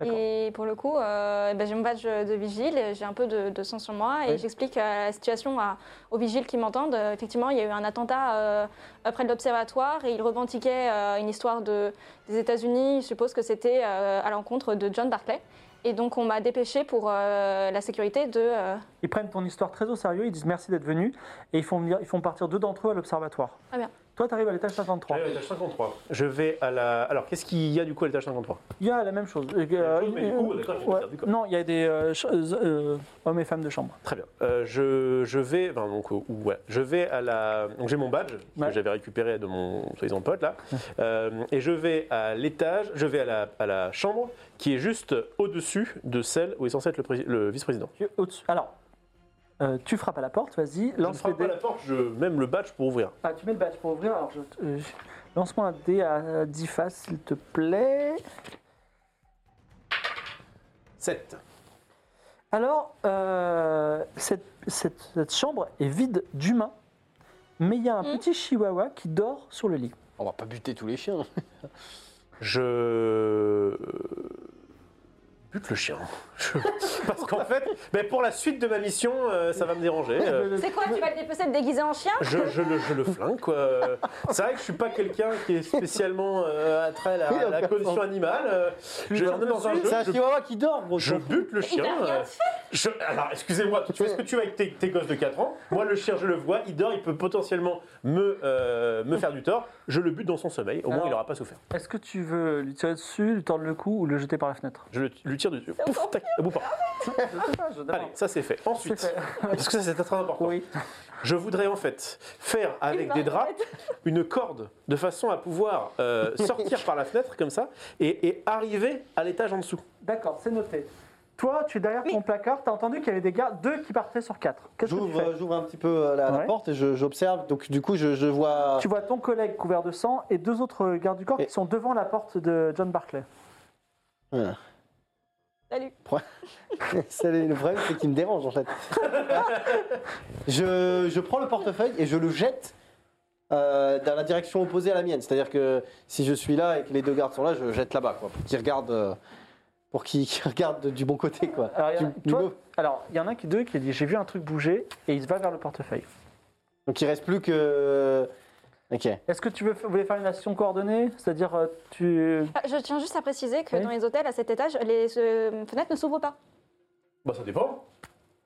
A: D'accord.
B: Et pour le coup, euh, ben, j'ai mon badge de vigile, et j'ai un peu de, de sang sur moi et
A: Oui.
B: j'explique euh, la situation à- aux vigiles qui m'entendent. Euh, effectivement, il y a eu un attentat euh, près de l'observatoire et ils revendiquaient euh, une histoire de, des États-Unis. Je suppose que c'était euh, à l'encontre de John Barclay. Et donc, on m'a dépêché pour euh, la sécurité de. euh,
A: Ils prennent ton histoire très au sérieux, ils disent merci d'être venu, et ils font, venir, ils font partir deux d'entre eux à l'observatoire.
B: Ah bien.
A: Toi, tu arrives à l'étage 53.
C: J'arrive Ah à l'étage 53. Je vais à la. Alors, qu'est-ce qu'il y a du coup à l'étage 53
A: Il y a la même chose. Euh,
C: chose, mais du coup,
A: euh,
C: d'accord, je vais
A: ouais.
C: faire du corps.
A: Non, il y a des euh, ch- euh, hommes et femmes de chambre.
C: Très bien. Euh, je, je vais. enfin, donc, euh, ouais. Je vais à la. Donc, j'ai mon badge
A: Ouais.
C: que j'avais récupéré de mon soi-disant pote, là. Euh, et je vais à l'étage. Je vais à la, à la chambre qui est juste au-dessus de celle où est censé être le, pré- le vice-président.
A: Tu- au-dessus- Alors, euh, tu frappes à la porte, vas-y,
C: Je ne
A: lance les
C: frappe pas
A: dés.
C: la porte, je même le badge pour ouvrir.
A: Ah, tu mets le badge pour ouvrir, alors je. euh, je- Lance-moi un dé à 10 faces, s'il te plaît.
C: 7.
A: Alors, euh, cette, cette- cette chambre est vide d'humains, mais il y a un petit chihuahua qui dort sur le lit.
F: On va pas buter tous les chiens.
C: Je euh, bute le chien. *laughs* Je- Parce
A: *laughs*
C: qu'en fait, mais pour la suite de ma mission, euh, ça va me déranger. Euh,
B: C'est quoi Tu vas le dépecer déguisé en chien
C: Je, je le, je le flingue, quoi. Euh, C'est vrai que je suis pas quelqu'un qui est spécialement euh, attrait à la,
D: Oui, en
C: la
D: personne.
C: condition animale. Euh, Je on est dans un jeu,
F: C'est un
C: je-
F: chihuahua qui dort, gros.
C: je bute le chien.
B: rien
C: euh, je- alors, excusez-moi, tu fais ce que tu veux avec tes, tes gosses de 4 ans. Moi, le chien, je le vois, il dort, il peut potentiellement me, euh, me faire du tort. Je le bute dans son sommeil, au moins,
A: Alors-
C: il n'aura pas souffert.
A: Est-ce que tu veux lui tirer dessus, lui tordre le cou ou le jeter par la fenêtre
C: Je le- lui tire dessus. Pouf, tac, à bout de porc. Allez, ça c'est fait. Ensuite,
A: C'est fait.
C: parce que ça c'est très important,
A: Oui.
C: je voudrais en fait faire avec des draps une corde de façon à pouvoir euh, sortir par la fenêtre comme ça et, et arriver à l'étage en dessous.
A: D'accord, c'est noté. Toi, tu es derrière ton placard, t'as entendu qu'il y avait des gars, deux qui partaient sur quatre. Qu'est-ce que tu
D: J'ouvre
A: fais
D: euh, j'ouvre un petit peu euh, la, la
A: Ouais.
D: porte et je- j'observe. Donc du coup, je, je
F: *laughs*
D: vois.
A: Tu vois ton collègue couvert de sang et deux autres gardes du corps
D: Et-
A: qui sont devant la porte de John Barclay.
B: Salut.
D: *laughs* C'est le le problème, c'est qu'il me dérange en
F: *laughs*
D: fait. je, je prends le portefeuille et je le jette euh, dans la direction opposée à la mienne. C'est-à-dire que si je suis là et que les deux gardes sont là, je jette là-bas, quoi, pour qu'ils regardent, euh, pour qu'ils *laughs* qu'ils regardent du bon côté, quoi.
A: Alors, il y en a-
D: Du- du
A: toi-
D: mauvais.
A: alors, il y en a un qui deux qui a dit j'ai vu un truc bouger et il se va vers le portefeuille.
D: Donc il reste plus que. euh, Ok.
A: Est-ce que tu veux, vous voulez faire une action coordonnée C'est-à-dire, euh, tu.
B: Ah, Je tiens juste à préciser que
A: Oui.
B: dans les hôtels, à cet étage, les euh, fenêtres ne s'ouvrent pas.
C: Bah ça dépend.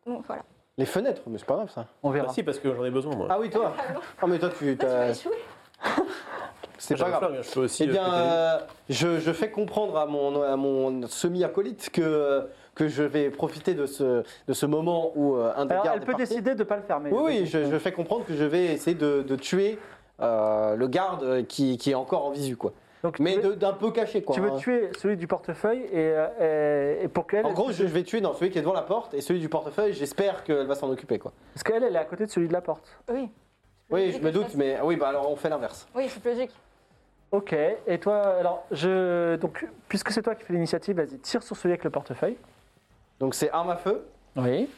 B: Bon, voilà.
D: Les fenêtres, mais c'est pas grave ça.
A: On verra.
C: Ah, si parce que j'en ai besoin moi.
D: Ah oui,
A: *laughs*
D: toi. Ah mais toi, tu.
B: Tu
D: t'as-
A: Euh,
B: vas échouer.
D: C'est
C: J'ai
D: pas
C: un
D: grave.
C: flingue, je peux aussi.
D: Eh
C: euh,
D: bien,
C: péter.
D: euh, je, je fais comprendre à mon, à mon semi-acolyte que, que je vais profiter de ce, de ce moment où euh, un des
A: Alors,
D: gardes
A: elle
D: est
A: peut
D: parti.
A: décider de ne pas le fermer.
D: Oui, oui, je, je fais comprendre que je vais essayer de, de tuer euh, le garde qui, qui est encore en visu, quoi.
A: Donc,
D: Mais
A: tu veux,
D: de- d'un peu caché, quoi. hein.
A: tu veux tuer celui du portefeuille et, euh, et- et pour qu'elle.
D: En gros, je, je vais tuer non, celui qui est devant la porte et celui du portefeuille, j'espère qu'elle va s'en occuper, quoi.
A: Parce qu'elle, elle est à côté de celui de la porte.
B: Oui.
D: Oui,
B: C'est
D: je
B: plus
D: me
B: logique
D: doute, mais oui, bah alors on fait l'inverse.
B: Oui, c'est plus logique.
A: Ok, et toi, alors, je. Donc, puisque c'est toi qui fais l'initiative, vas-y, tire sur celui avec le portefeuille.
D: Donc c'est arme à feu,
A: Oui.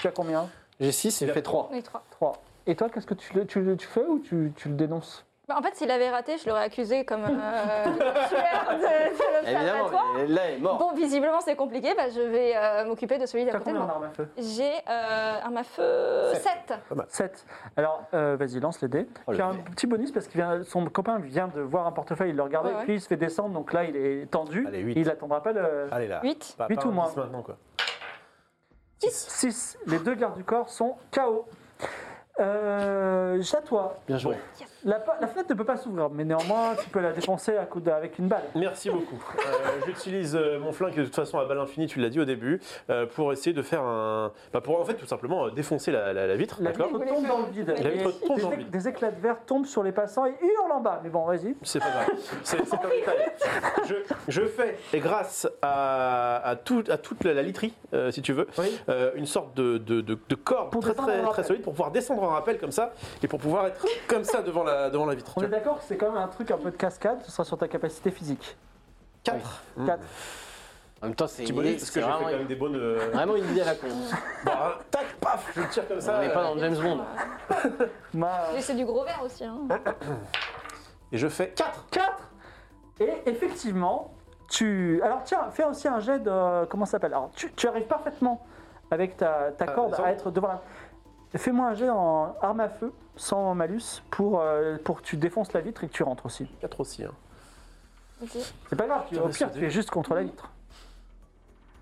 A: Tu as combien
D: j'ai 6 et je fais 3.
B: Oui, trois.
A: 3. Et toi, qu'est-ce que tu, le- tu, le- tu fais ou tu, tu le dénonces
B: Bah, en fait, s'il avait raté, je l'aurais accusé comme euh, tueur de, de
D: Évidemment,
B: l'observatoire.
D: mais là, il est mort.
B: Bon, visiblement, c'est compliqué. Bah, je vais euh, m'occuper de celui d'à
A: T'as
B: côté de
A: combien en
B: moi.
A: arme à feu
B: J'ai euh, arme à feu 7.
A: 7. Alors, euh, vas-y, lance les dés.
D: Oh, le
A: tu as un petit bonus parce que son copain vient de voir un portefeuille, il le regardait,
B: Ouais, ouais.
A: puis il se fait descendre, donc là, il est tendu.
C: Allez, huit. Ah.
A: il attendra pas le.
C: Allez là.
B: 8.
C: Pas,
A: huit
C: pas
A: ou
C: un
A: moins.
C: dix maintenant quoi.
A: 6. Les deux gardes du corps sont KO. Euh, à toi.
D: Bien joué.
A: La, pa- la fenêtre ne peut pas s'ouvrir, mais néanmoins, tu peux la défoncer à coup de- avec une balle.
C: Merci beaucoup. Euh, J'utilise euh, mon flingue de toute façon à balle infinie, tu l'as dit au début, euh, pour essayer de faire un, bah, pour en fait tout simplement euh, défoncer la, la- la vitre,
A: La
C: d'accord
A: vitre tombe dans le vide.
C: La vitre
A: Et
C: tombe
A: des,
C: dans le
A: éc-
C: vide.
A: des éclats de verre tombent sur les passants et hurlent en bas. Mais bon, vas-y.
C: C'est pas grave. C'est c'est un détail. Je, je fais, et grâce à, à, tout- à toute la, la literie, euh, si tu veux, euh, une sorte de, de, de- de corde
A: Pour
C: très,
A: descendre en
C: très, très
A: rappel.
C: solide pour pouvoir descendre en rappel comme ça et pour pouvoir être comme ça devant la, devant la vitre.
A: On est d'accord que c'est quand même un truc un peu de cascade, ce sera sur ta capacité physique.
D: 4.
C: Mmh.
A: Quatre.
F: En même temps, c'est
C: Petit
F: une
C: bonus,
F: idée.
C: parce que
F: C'est
C: j'ai fait
F: vraiment,
C: quand même des bonnes.
F: *laughs*
C: euh,
F: vraiment une idée à la con.
C: bon, hein, tac, paf, je tire comme ça.
F: On n'est pas
C: euh,
F: dans James Bond.
A: Ma-
B: J'ai laissé du gros verre aussi. Hein.
C: Et je fais 4.
A: 4 Et effectivement, tu. Alors tiens, fais aussi un jet de. Comment ça s'appelle Alors tu, tu arrives parfaitement avec ta, ta
D: Euh,
C: Ah,
A: corde
C: sans-
A: à être devant la. Fais-moi un jet en arme à feu, sans malus, pour, euh, pour que tu défonces la vitre et que tu rentres aussi.
C: 4 aussi. hein.
A: C'est pas grave, tu, au
C: Putain,
A: pire,
C: c'est
A: tu es juste contre la vitre.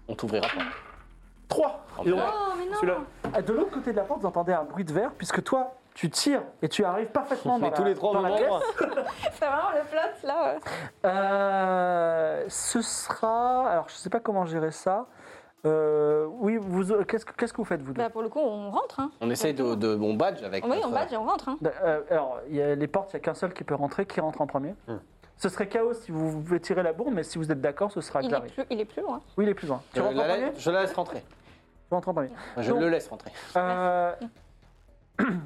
F: On t'ouvrira pas.
C: 3.
F: Oh,
C: Et donc,
F: putain.
B: Oh, mais non
C: Celui-là.
A: Ah, De l'autre côté de la porte, vous entendez un bruit de verre, puisque toi, tu tires et tu arrives parfaitement dans
D: Mais
A: la,
D: tous les trois au
A: dans la
D: même
A: pièce.
D: endroit.
B: C'est vraiment le plot, là. euh.
A: Euh, ce sera. Alors, je sais pas comment gérer ça. Euh, oui, vous. euh, Qu'est-ce que qu'est-ce que vous faites, vous deux
B: Bah, pour le coup, on rentre. Hein.
F: On essaye de, de bon badge avec.
B: Oui, on
F: notre-
B: badge et on rentre. Hein.
A: Euh, alors, il y a les portes, il n'y a qu'un seul qui peut rentrer. Qui rentre en premier Ce serait chaos si vous voulez tirer la bourre, mais si vous êtes d'accord, ce sera
B: Il, est
A: Clary.
B: plus, il est plus loin.
A: Oui, il est plus loin. Tu
F: Je,
A: rentres en
F: Euh, la,
A: premier
F: laisse- je la laisse rentrer.
A: Tu rentres en premier.
F: Moi, Je
A: Non.
F: le laisse rentrer.
A: Euh,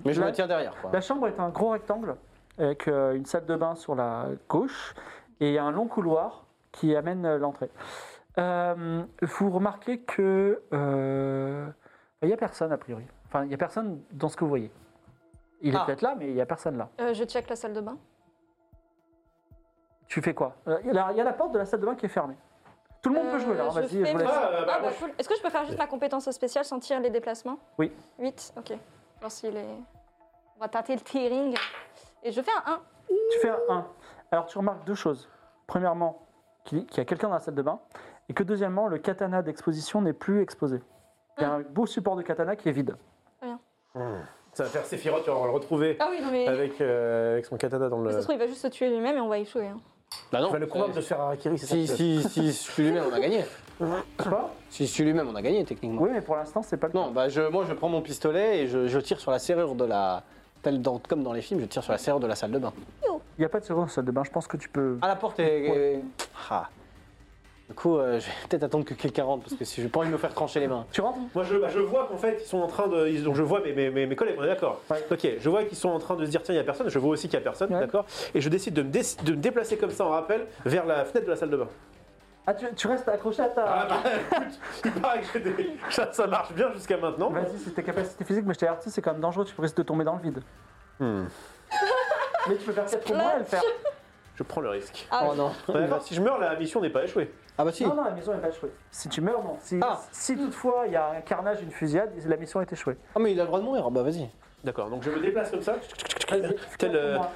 F: Mais je
A: La-
F: me tiens derrière. Quoi.
A: la chambre est un gros rectangle avec euh, une salle de bain sur la gauche et il y a un long couloir qui amène euh, l'entrée. Euh, vous remarquez que euh, il n'y a personne a priori. Enfin, il n'y a personne dans ce que vous voyez. Il est
D: Ah.
A: peut-être là, mais il n'y a personne là.
B: Euh, je check la salle de bain.
A: Tu fais quoi Euh, Il y, a la- il y a la porte de la salle de bain qui est fermée. Tout le monde peut jouer là, hein,
B: Euh,
A: vas-y,
B: je
A: je vous
B: fais
A: laisse.
B: mon-
C: Ah, euh, bah,
B: Ah, bah,
C: moi,
B: cool. Est-ce que je peux faire juste ma compétence spéciale sans tirer les déplacements
A: Oui.
B: 8, ok. Voir s'il est. On va tenter le tearing. Et je fais un 1.
A: Tu fais un 1. Alors tu remarques deux choses. Premièrement, qu'il qu'il y a quelqu'un dans la salle de bain. Et que deuxièmement, le katana d'exposition n'est plus exposé. Il y a un beau support de katana qui est vide.
C: Ça va faire Sephiroth, on va le retrouver
B: Ah oui, non mais.
C: avec, euh, avec son katana dans
B: Mais
C: le.
B: ça se trouve, il va juste se tuer lui-même et on va échouer. hein.
F: Bah non.
C: Tu vas le convaincre de faire Harakiri, c'est ça
F: Si,
C: que-
F: si, si, si je suis lui-même, on a gagné.
A: Quoi
F: Si je suis lui-même, on a gagné techniquement.
A: Oui, mais pour l'instant, c'est pas le
F: Non, bah je, moi je prends mon pistolet et je, je tire sur la serrure de la. Tel dans- comme dans les films, je tire sur la serrure de la salle de bain.
A: Il n'y a pas de seconde salle de bain, je pense que tu peux.
F: Ah, la porte est. Ah. Du coup, euh, je vais peut-être attendre que quelqu'un rentre parce que si je pas envie de me faire trancher les mains.
A: Tu rentres
C: Moi, je, bah, je vois qu'en fait, ils sont en train de. ils- donc, je vois mes, mes, mes- mes collègues, on est d'accord.
A: Ouais.
C: Ok, je vois qu'ils sont en train de se dire tiens, il n'y a personne. Je vois aussi qu'il n'y a personne,
A: Ouais.
C: d'accord Et je décide de me, dé- de me déplacer comme ça en rappel vers la fenêtre de la salle de bain.
A: Ah, tu, tu restes accroché à ta.
C: Ah bah écoute, il paraît que j'ai des- ça, ça marche bien jusqu'à maintenant.
A: Vas-y, c'est tes capacités physiques, mais je t'ai averti, c'est quand même dangereux, tu risques de tomber dans le vide. mais tu peux faire 4 pour moi et le faire.
C: Je prends le risque.
B: Ah,
F: Oh non.
C: Ouais, d'accord, si je meurs, la mission n'est pas échouée.
F: Ah bah si.
A: Non, non, la mission est pas échouée. Si tu meurs, non. Si,
F: Ah.
A: si toutefois il y a un carnage, une fusillade, la mission est échouée.
F: Ah mais il a le droit de mourir. Ah Bah vas-y.
C: D'accord, donc je me déplace comme ça. Tel,
A: Quatre
C: euh,
A: pour moi.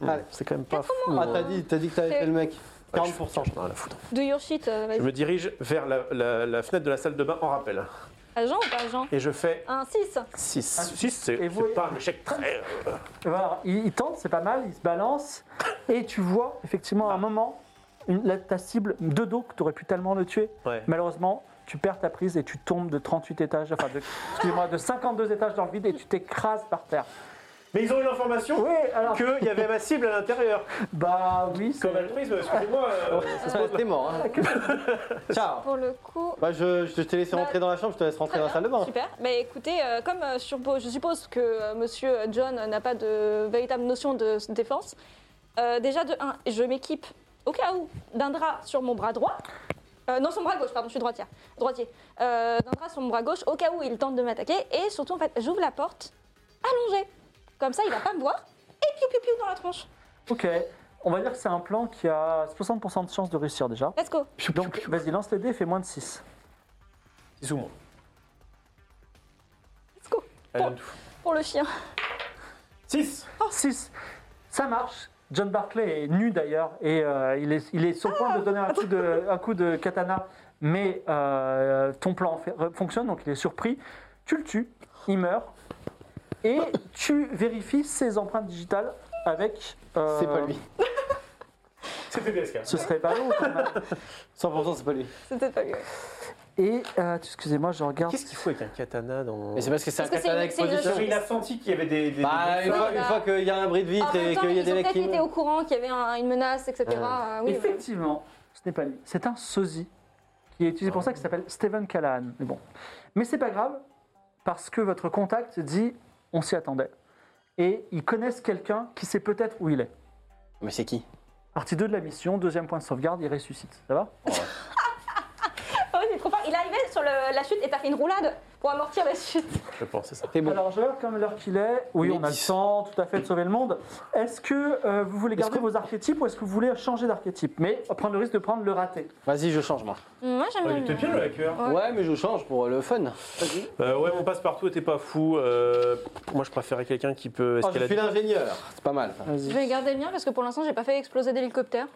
C: hmm,
F: Allez.
C: C'est quand même pas fou.
F: Ah t'as dit, t'as dit que t'avais
B: C'est-
F: fait le mec.
C: Ouais, je-
F: 40%.
C: je- rien à foutre.
B: Do your shit, euh,
C: Je
B: vas-y.
C: me dirige vers la, la- la fenêtre de la salle de bain en rappel.
B: À Jean ou pas à Jean
C: Et je fais
B: Un 6.
C: 6. 6, c'est
A: Ah. Et vous- Ah.
C: c'est pas un échec très. euh,
A: Voilà, il, il tente, c'est pas mal, il se balance. Et tu vois, effectivement, à un moment, une- la- ta cible de dos que tu aurais pu tellement le tuer.
C: Ouais.
A: Malheureusement, tu perds ta prise et tu tombes de 38 étages, enfin, de, excusez-moi, de 52 étages dans le vide et tu t'écrases par terre.
C: Mais ils ont eu l'information
A: Oui, alors.
C: qu'il y avait ma cible à l'intérieur.
A: Bah oui, c'est.
C: Comme altruisme, excusez-moi. euh,
F: Ah, T'es mort.
C: *laughs*
F: hein. Ciao.
B: Pour le coup.
F: Bah je, je t'ai laissé rentrer dans la chambre, je te laisse
B: Très
F: rentrer dans la
B: bien,
F: salle de bain.
B: Super. Mais écoutez, euh, comme euh, surpo- je suppose que euh, Monsieur John n'a pas de véritable notion de s- défense, euh, déjà de 1, je m'équipe au cas où d'un drap sur mon bras droit. Euh, non, sur mon bras gauche, pardon, je suis droitière. droitier. Euh, d'un drap sur mon bras gauche au cas où il tente de m'attaquer. Et surtout, en fait, j'ouvre la porte allongée. Comme ça, il va pas me voir. Et piou piou piou dans la tronche.
A: Ok. On va dire que c'est un plan qui a 60% de chance de réussir déjà.
B: Let's go.
A: Donc vas-y, lance les dés, fais moins de 6.
C: Six ou moins.
B: Let's go.
C: Ah,
B: Pour, pour le chien.
C: 6
A: 6 Ça marche. John Barclay est nu d'ailleurs et euh, il, est, il est sur le point de donner un coup de,
F: Ah
A: un coup de katana, mais euh, ton plan fait- fonctionne, donc il est surpris. Tu le tues, il meurt, et tu vérifies ses empreintes digitales avec... euh,
F: C'est pas lui.
C: C'était PSK.
A: Ce serait pas nous. quand même.
F: 100% c'est pas lui.
B: C'était pas lui. ouais.
A: Et, euh, excusez-moi, je regarde...
C: Qu'est-ce qu'il faut avec un katana dans.
F: Mais c'est parce que c'est un
B: Parce que c'est
F: katana
B: une- c'est une-
F: exposition.
C: il a senti qu'il y avait des. des-
F: Bah
C: des-
F: une fois,
B: bah.
F: une fois qu'il y a un bruit de vite
B: En même
F: et
B: temps,
F: qu'il y a
B: ils
F: des
B: ont
F: mecs
B: peut-être
F: qui.
B: été au courant qu'il y avait un- une menace, etc. Euh, oui, oui.
A: Effectivement, ce n'est pas lui. C'est un sosie qui est utilisé pour ça, qui s'appelle Stephen Callahan. Mais bon. Mais c'est pas grave, parce que votre contact dit on s'y attendait. Et ils connaissent quelqu'un qui sait peut-être où il est.
F: Mais c'est qui
A: Partie 2 de la mission, deuxième point de sauvegarde, il ressuscite. Ça va
B: Ah oui, c'est trop fort. Il est arrivé sur le- la chute et t'as fait une roulade pour amortir la chute.
C: Je pense, c'est ça.
F: T'es bon.
A: Alors, je regarde comme l'heure qu'il est. Oui,
F: Il est
A: on a le
F: 10.
A: temps tout à fait de sauver le monde. Est-ce que euh, vous voulez
F: Est-ce
A: garder
F: que-
A: vos archétypes ou est-ce que vous voulez changer d'archétype Mais prendre le risque de prendre le raté.
F: Vas-y, je change moi.
B: Mm, Moi j'aime
C: Ouais, il était bien le hacker.
B: Ouais.
F: Ouais, mais je change pour le fun. Oh,
C: Euh, ouais, mon passe-partout était pas fou. euh, moi, je préférais quelqu'un qui peut
F: Oh, je suis
C: escalader.
F: l'ingénieur. C'est pas mal. ça.
B: Je vais garder le mien parce que pour l'instant j'ai pas fait exploser d'hélicoptère.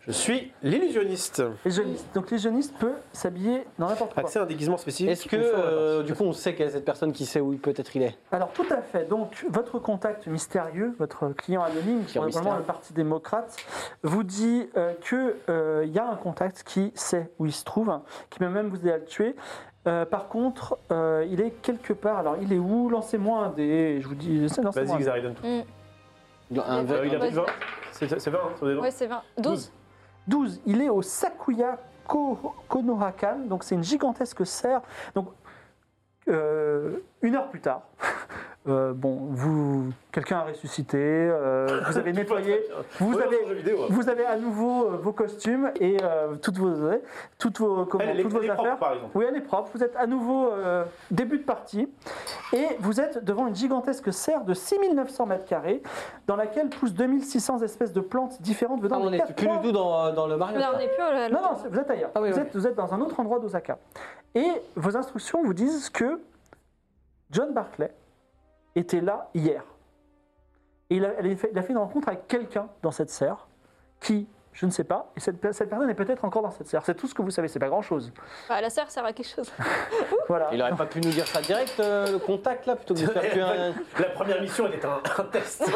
C: je suis l'illusionniste.
A: Les jeunistes. Donc, les jeunistes peuvent s'habiller dans n'importe quoi.
C: Accès à Ah, un déguisement spécifique.
F: Est-ce que
C: une fois,
F: euh, du coup on sait quelle est cette personne qui sait où il- peut-être il est
A: Alors tout à fait. Donc votre contact mystérieux, votre client anonyme, qui est
F: Client
A: probablement
F: mystère.
A: le Parti démocrate, vous dit euh, que euh, il y a un contact qui sait où il se trouve, hein, qui peut même vous aider à le tuer. Euh, par contre, euh, il est quelque part. Alors il est où Lancez-moi un dé. Je vous dis. lancez-moi un
C: Vas-y,
A: dé.
C: Xaridon.
F: Un
B: Ouais,
F: ver-
C: Euh, il a
F: un-
C: plus de 20. C'est c'est 20, hein, sur des dents.
B: Ouais, c'est 20. 12.
A: 12. Il est au Sakuya Ko- Konohakan, donc c'est une gigantesque serre. Donc, euh, une heure plus tard, *laughs* euh, bon, vous, quelqu'un a ressuscité, euh, vous
C: *laughs*
A: avez nettoyé, vous
C: Ouais,
A: avez,
C: jeu vidéo, hein. ouais.
A: vous avez à nouveau euh, vos costumes et euh, toutes vos, euh, toutes vos, comment,
C: Elle, elle est-
A: toutes vos
C: elle est
A: affaires.
C: propre, par exemple.
A: Oui, elle est propre. Vous êtes à nouveau euh, début de partie et vous êtes devant une gigantesque serre de 6900 mètres carrés dans laquelle poussent 2600 espèces de plantes différentes venant
F: Ah, on
A: des
F: n'est
A: quatre
F: plus
A: coins
F: du tout dans, euh, dans le Mario.
B: Là,
F: ça.
B: on n'est plus au
A: non, non, c'est- vous êtes ailleurs.
F: Ah oui,
A: vous,
F: oui.
A: Êtes, vous êtes dans un autre endroit d'Osaka. Et vos instructions vous disent que John Barclay était là hier. Et il a, elle a fait, il a fait une rencontre avec quelqu'un dans cette serre qui, je ne sais pas, et cette, pe- cette personne est peut-être encore dans cette serre. C'est tout ce que vous savez, c'est pas grand-chose.
B: Bah, la serre sert à quelque chose.
A: Voilà.
F: Il aurait pas pu nous dire ça direct, euh, le contact là, plutôt que de faire tuer un.
C: La première mission était un, un test.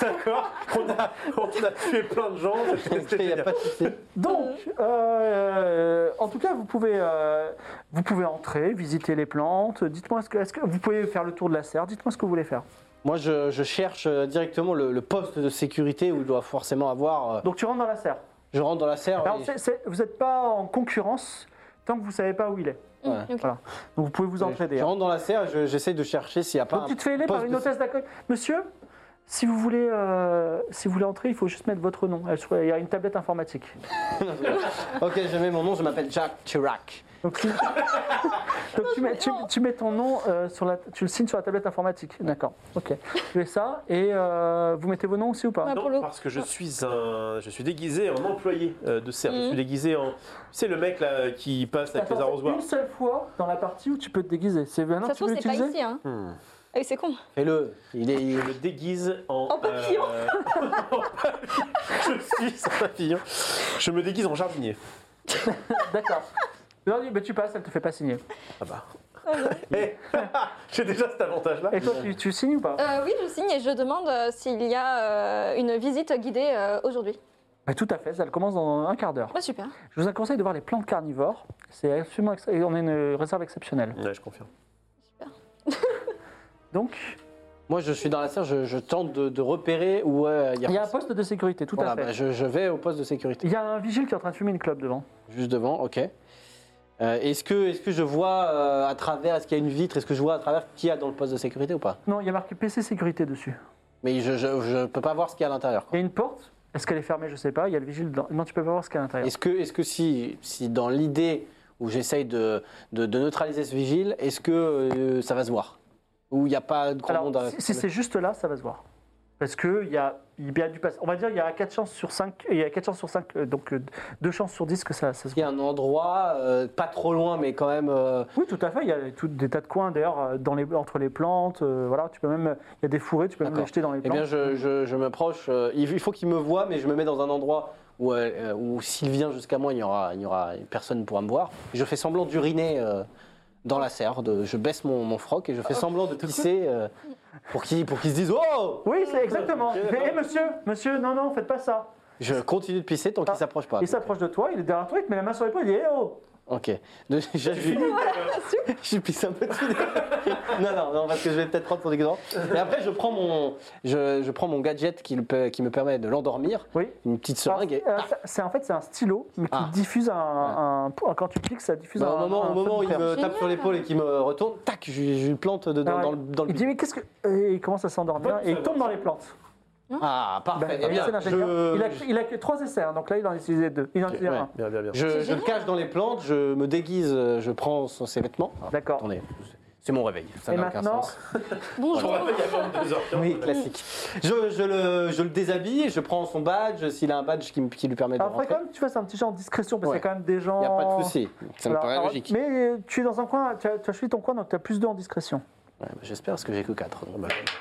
C: D'accord on a, on a tué plein de gens. c'était-
F: Il
C: c'était
F: n'y a
C: génial.
F: pas de souci.
A: Donc, euh, en tout cas, vous pouvez, euh, vous pouvez entrer, visiter les plantes. Dites-moi, est-ce que, est-ce que vous pouvez faire le tour de la serre Dites-moi ce que vous voulez faire.
F: Moi, je, je cherche euh, directement le, le poste de sécurité où il doit forcément avoir. euh,
A: Donc, tu rentres dans la serre.
F: je rentre dans la serre.
A: Alors,
F: et-
A: c'est- c'est- vous n'êtes pas en concurrence tant que vous ne savez pas où il est.
F: Ouais.
B: Mmh, Ok.
A: Voilà. Donc vous pouvez vous
F: je,
A: entraider. hein.
F: rentre dans la serre. je- J'essaie de chercher s'il n'y a pas.
A: Donc
F: un
A: tu te fais aider
F: poste
A: par une
F: de-
A: hôtesse d'accueil. Monsieur, si vous voulez, euh, si vous voulez entrer, il faut juste mettre votre nom. Elle soit- Il y a une tablette informatique.
F: Ok, je mets mon nom. Je m'appelle Jack Chirac.
A: Donc tu, *laughs* Donc, tu mets, tu- tu mets ton nom euh, sur la, tu le signes sur la tablette informatique. D'accord. Ok. Tu fais ça et euh, vous mettez vos noms aussi ou pas
B: Ouais.
C: Non,
B: Pour le-
C: parce que je suis un, je suis déguisé en employé euh, de serre. Je suis déguisé en, c'est le mec là qui passe avec les
A: Attends, c'est
C: arrosoirs.
A: une seule fois dans la partie où tu peux te déguiser. C'est maintenant
B: Ça
A: que
B: se
A: tu veux
B: trouve, c'est pas
A: l'utiliser.
B: ici. Hein. Ah oui, c'est con.
F: Fais-le. Il est. il-
C: Je me déguise en,
B: En papillon.
C: euh, *laughs* en papillon. *laughs* je suis un papillon. Je me déguise en jardinier.
B: hein.
A: D'accord. Non, mais tu passes, elle te fait pas signer.
C: Ah bah. Eh, *laughs* J'ai déjà cet avantage-là.
A: Et toi, tu, tu signes ou pas
B: Euh, oui, je signe et je demande euh, s'il y a euh, une visite guidée euh, aujourd'hui.
A: Bah, Tout à fait, elle commence dans un quart d'heure.
B: Ah, super.
A: Je vous conseille de voir les plantes carnivores. C'est absolument ex- et on est une réserve exceptionnelle.
C: Ouais, je confirme.
A: Donc,
F: Moi, je suis dans la serre. Je, je tente de, de repérer où euh, il
A: il y
F: y
A: a un
F: a.
A: poste de sécurité, tout
F: Voilà,
A: à fait.
F: bah, je, je vais au poste de sécurité.
A: Il y a un vigile qui est en train de fumer une clope devant.
F: Juste devant. Ok. Euh, est-ce que est-ce que je vois euh, à travers Est-ce qu'il y a une vitre Est-ce que je vois à travers qui y a dans le poste de sécurité ou pas
A: Non, il y a marqué PC sécurité dessus.
F: Mais je, je, je peux pas voir ce qu'il y a à l'intérieur.
A: Il y
F: quoi.
A: a une porte. Est-ce qu'elle est fermée Je sais pas. Il y a le vigile dedans. Non, tu peux pas voir ce qu'il y a à l'intérieur.
F: Est-ce que, est que si, si dans l'idée où j'essaye de, de, de neutraliser ce vigile, est-ce que euh, ça va se voir Ou il n'y a pas de grand
A: Alors,
F: monde à...
A: si, si c'est juste là, ça va se voir. Parce que il y a, il y a du pass. On va dire il y a 4 chances sur 5. Il y a 4 chances sur 5, donc 2 chances sur 10 que ça, ça se
F: Il y a un endroit, euh, pas trop loin, mais quand même... euh,
A: Oui, tout à fait. Il y a tout- des tas de coins d'ailleurs euh, dans les, entre les plantes. euh, voilà, tu peux même. Il y a des fourrés, tu peux même
F: D'accord.
A: les jeter dans les
F: eh
A: plantes.
F: bien, je, je, je m'approche. euh, il il faut qu'il me voie, mais je me mets dans un endroit où, euh, où s'il vient jusqu'à moi, il y aura, il y aura personne pour me voir. Je fais semblant d'uriner euh, dans la serre. de- je baisse mon, mon froc et je
A: Ah,
F: fais semblant de pisser euh, pour qu'il pour qu'il se dise « Oh
A: Oui, c'est exactement. Mais, eh, monsieur, monsieur, non, non, faites pas ça. !»
F: Je continue de pisser tant qu'il
A: Ah,
F: s'approche pas.
A: Il s'approche de toi, il est derrière toi, il te met la main sur l'épaule, il dit Eh oh
F: Ok. De- je, je, *laughs* je pisse un peu dessus. non, non, non, parce que je vais peut-être prendre son exemple. Et après, je prends mon, je, je prends mon gadget qui, le peut- qui me permet de l'endormir.
A: Oui.
F: Une petite
A: Alors,
F: seringue. Et,
A: euh, ça- C'est en fait c'est un stylo, mais qui
F: Ah.
A: diffuse un, un- pou- Quand tu cliques, ça diffuse
F: bah,
A: un.
F: au moment,
A: un
F: au moment où
A: feu
F: il
A: de
F: me
A: fer.
F: tape sur l'épaule et qu'il me retourne, tac, je, lui- je lui plante dedans,
A: Ah
F: dans
A: ouais.
F: le. Dans le
A: Il dit mais qu'est-ce que et il commence à s'endormir
C: Bonne
A: et il
C: savoir.
A: tombe dans les plantes.
F: Ah,
A: Bah,
F: parfait. Eh
A: oui,
F: bien,
A: c'est l'ingénieur.
F: je-
A: Il, a, il a que trois essais, hein, donc là il en a utilisé deux. Il en a utilisé
F: ouais.
A: un.
C: Bien, bien, bien.
F: je, je le cache dans les plantes, je me déguise, euh, je prends son- ses vêtements. Ah,
A: D'accord.
F: Attendez, c'est mon réveil. Ça
A: Et
F: n'a aucun
A: maintenant-
F: sens.
B: Bonjour.
C: Il y a quand même deux heures.
F: Oui, classique. Je, je le, je le déshabille, je prends son badge, s'il a un badge qui, me- qui lui permet de
A: Alors faudrait
F: rentrer.
A: quand même que tu fasses un petit genre de discrétion parce qu'il y a
F: Ouais.
A: quand même des gens.
F: Il n'y a pas de souci, ça me
A: Voilà.
F: paraît
A: Alors,
F: logique.
A: Mais euh, tu es dans un coin, tu as, tu as choisi ton coin, donc tu as plus deux en discrétion.
F: Ouais, bah, J'espère parce que j'ai que 4.
C: Pas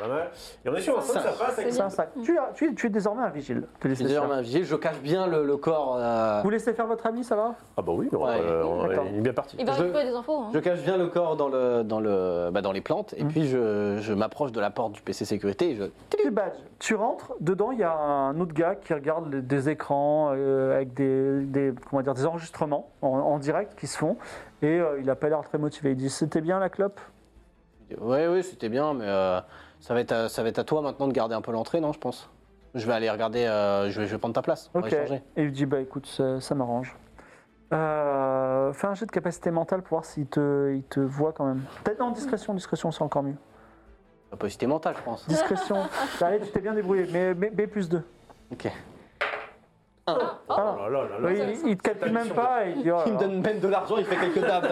C: mal. Et on est sûr, en fait, ça passe. avec-
A: C'est un sac. Tu, as- tu es, tu es désormais un vigile. Te laissez faire.
F: je cache bien le, le corps. euh,
A: Vous laissez faire votre ami, ça va
C: Ah bah oui, on-
F: Ouais.
C: euh, on-
A: D'accord.
C: il est bien parti.
B: Il va
F: Je-
B: récupérer des infos. hein.
F: Je cache bien le corps dans, le, dans, le, bah, dans les plantes
D: Mmh.
F: et puis je, je m'approche de la porte du PC sécurité et je.
A: Tu badge. Tu rentres, dedans il y a un autre gars qui regarde les- des écrans euh, avec des, des- comment dire, des enregistrements en, en direct qui se font. Et euh, il a pas l'air très motivé. Il dit C'était bien la clope
F: Oui, oui, c'était bien, mais euh, ça, va être à, ça va être à toi maintenant de garder un peu l'entrée, non, je pense Je vais aller regarder, euh, je, vais, je vais prendre ta place. On va
A: Ok.
F: échanger.
A: Et il dit Bah écoute, ça, ça m'arrange. Euh, fais un jet de capacité mentale pour voir s'il te, il te voit quand même. Peut-être en discrétion, discrétion c'est encore mieux.
F: Capacité mentale, je pense.
A: Discrétion. Bah, Allez, tu t'es bien débrouillé, mais B, B plus 2.
F: Ok.
C: Oh là là là là.
A: Oui, il- il ne calcule même pas. et il dit, oh,
D: *laughs* Il me donne même de l'argent, il fait quelques
F: *laughs*
D: tables.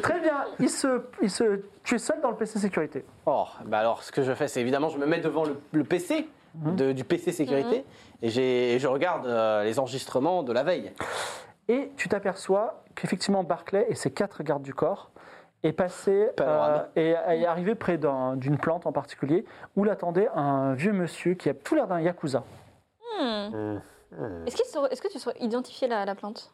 A: Très bien, il se, il se, tu es seul dans le PC sécurité.
F: Oh, bah alors ce que je fais, c'est évidemment, je me mets devant le, le PC
D: Mmh.
F: de- du PC sécurité et, j'ai- et je regarde euh, les enregistrements de la veille.
A: Et tu t'aperçois qu'effectivement Barclay et ses quatre gardes du corps est passé
F: Panorama.
A: euh, et est arrivé près d'un- d'une plante en particulier où l'attendait un vieux monsieur qui a tout l'air d'un yakuza.
B: Hmm.
D: Mmh.
B: Est-ce qu'il saurait- est-ce que tu saurais identifier la, la plante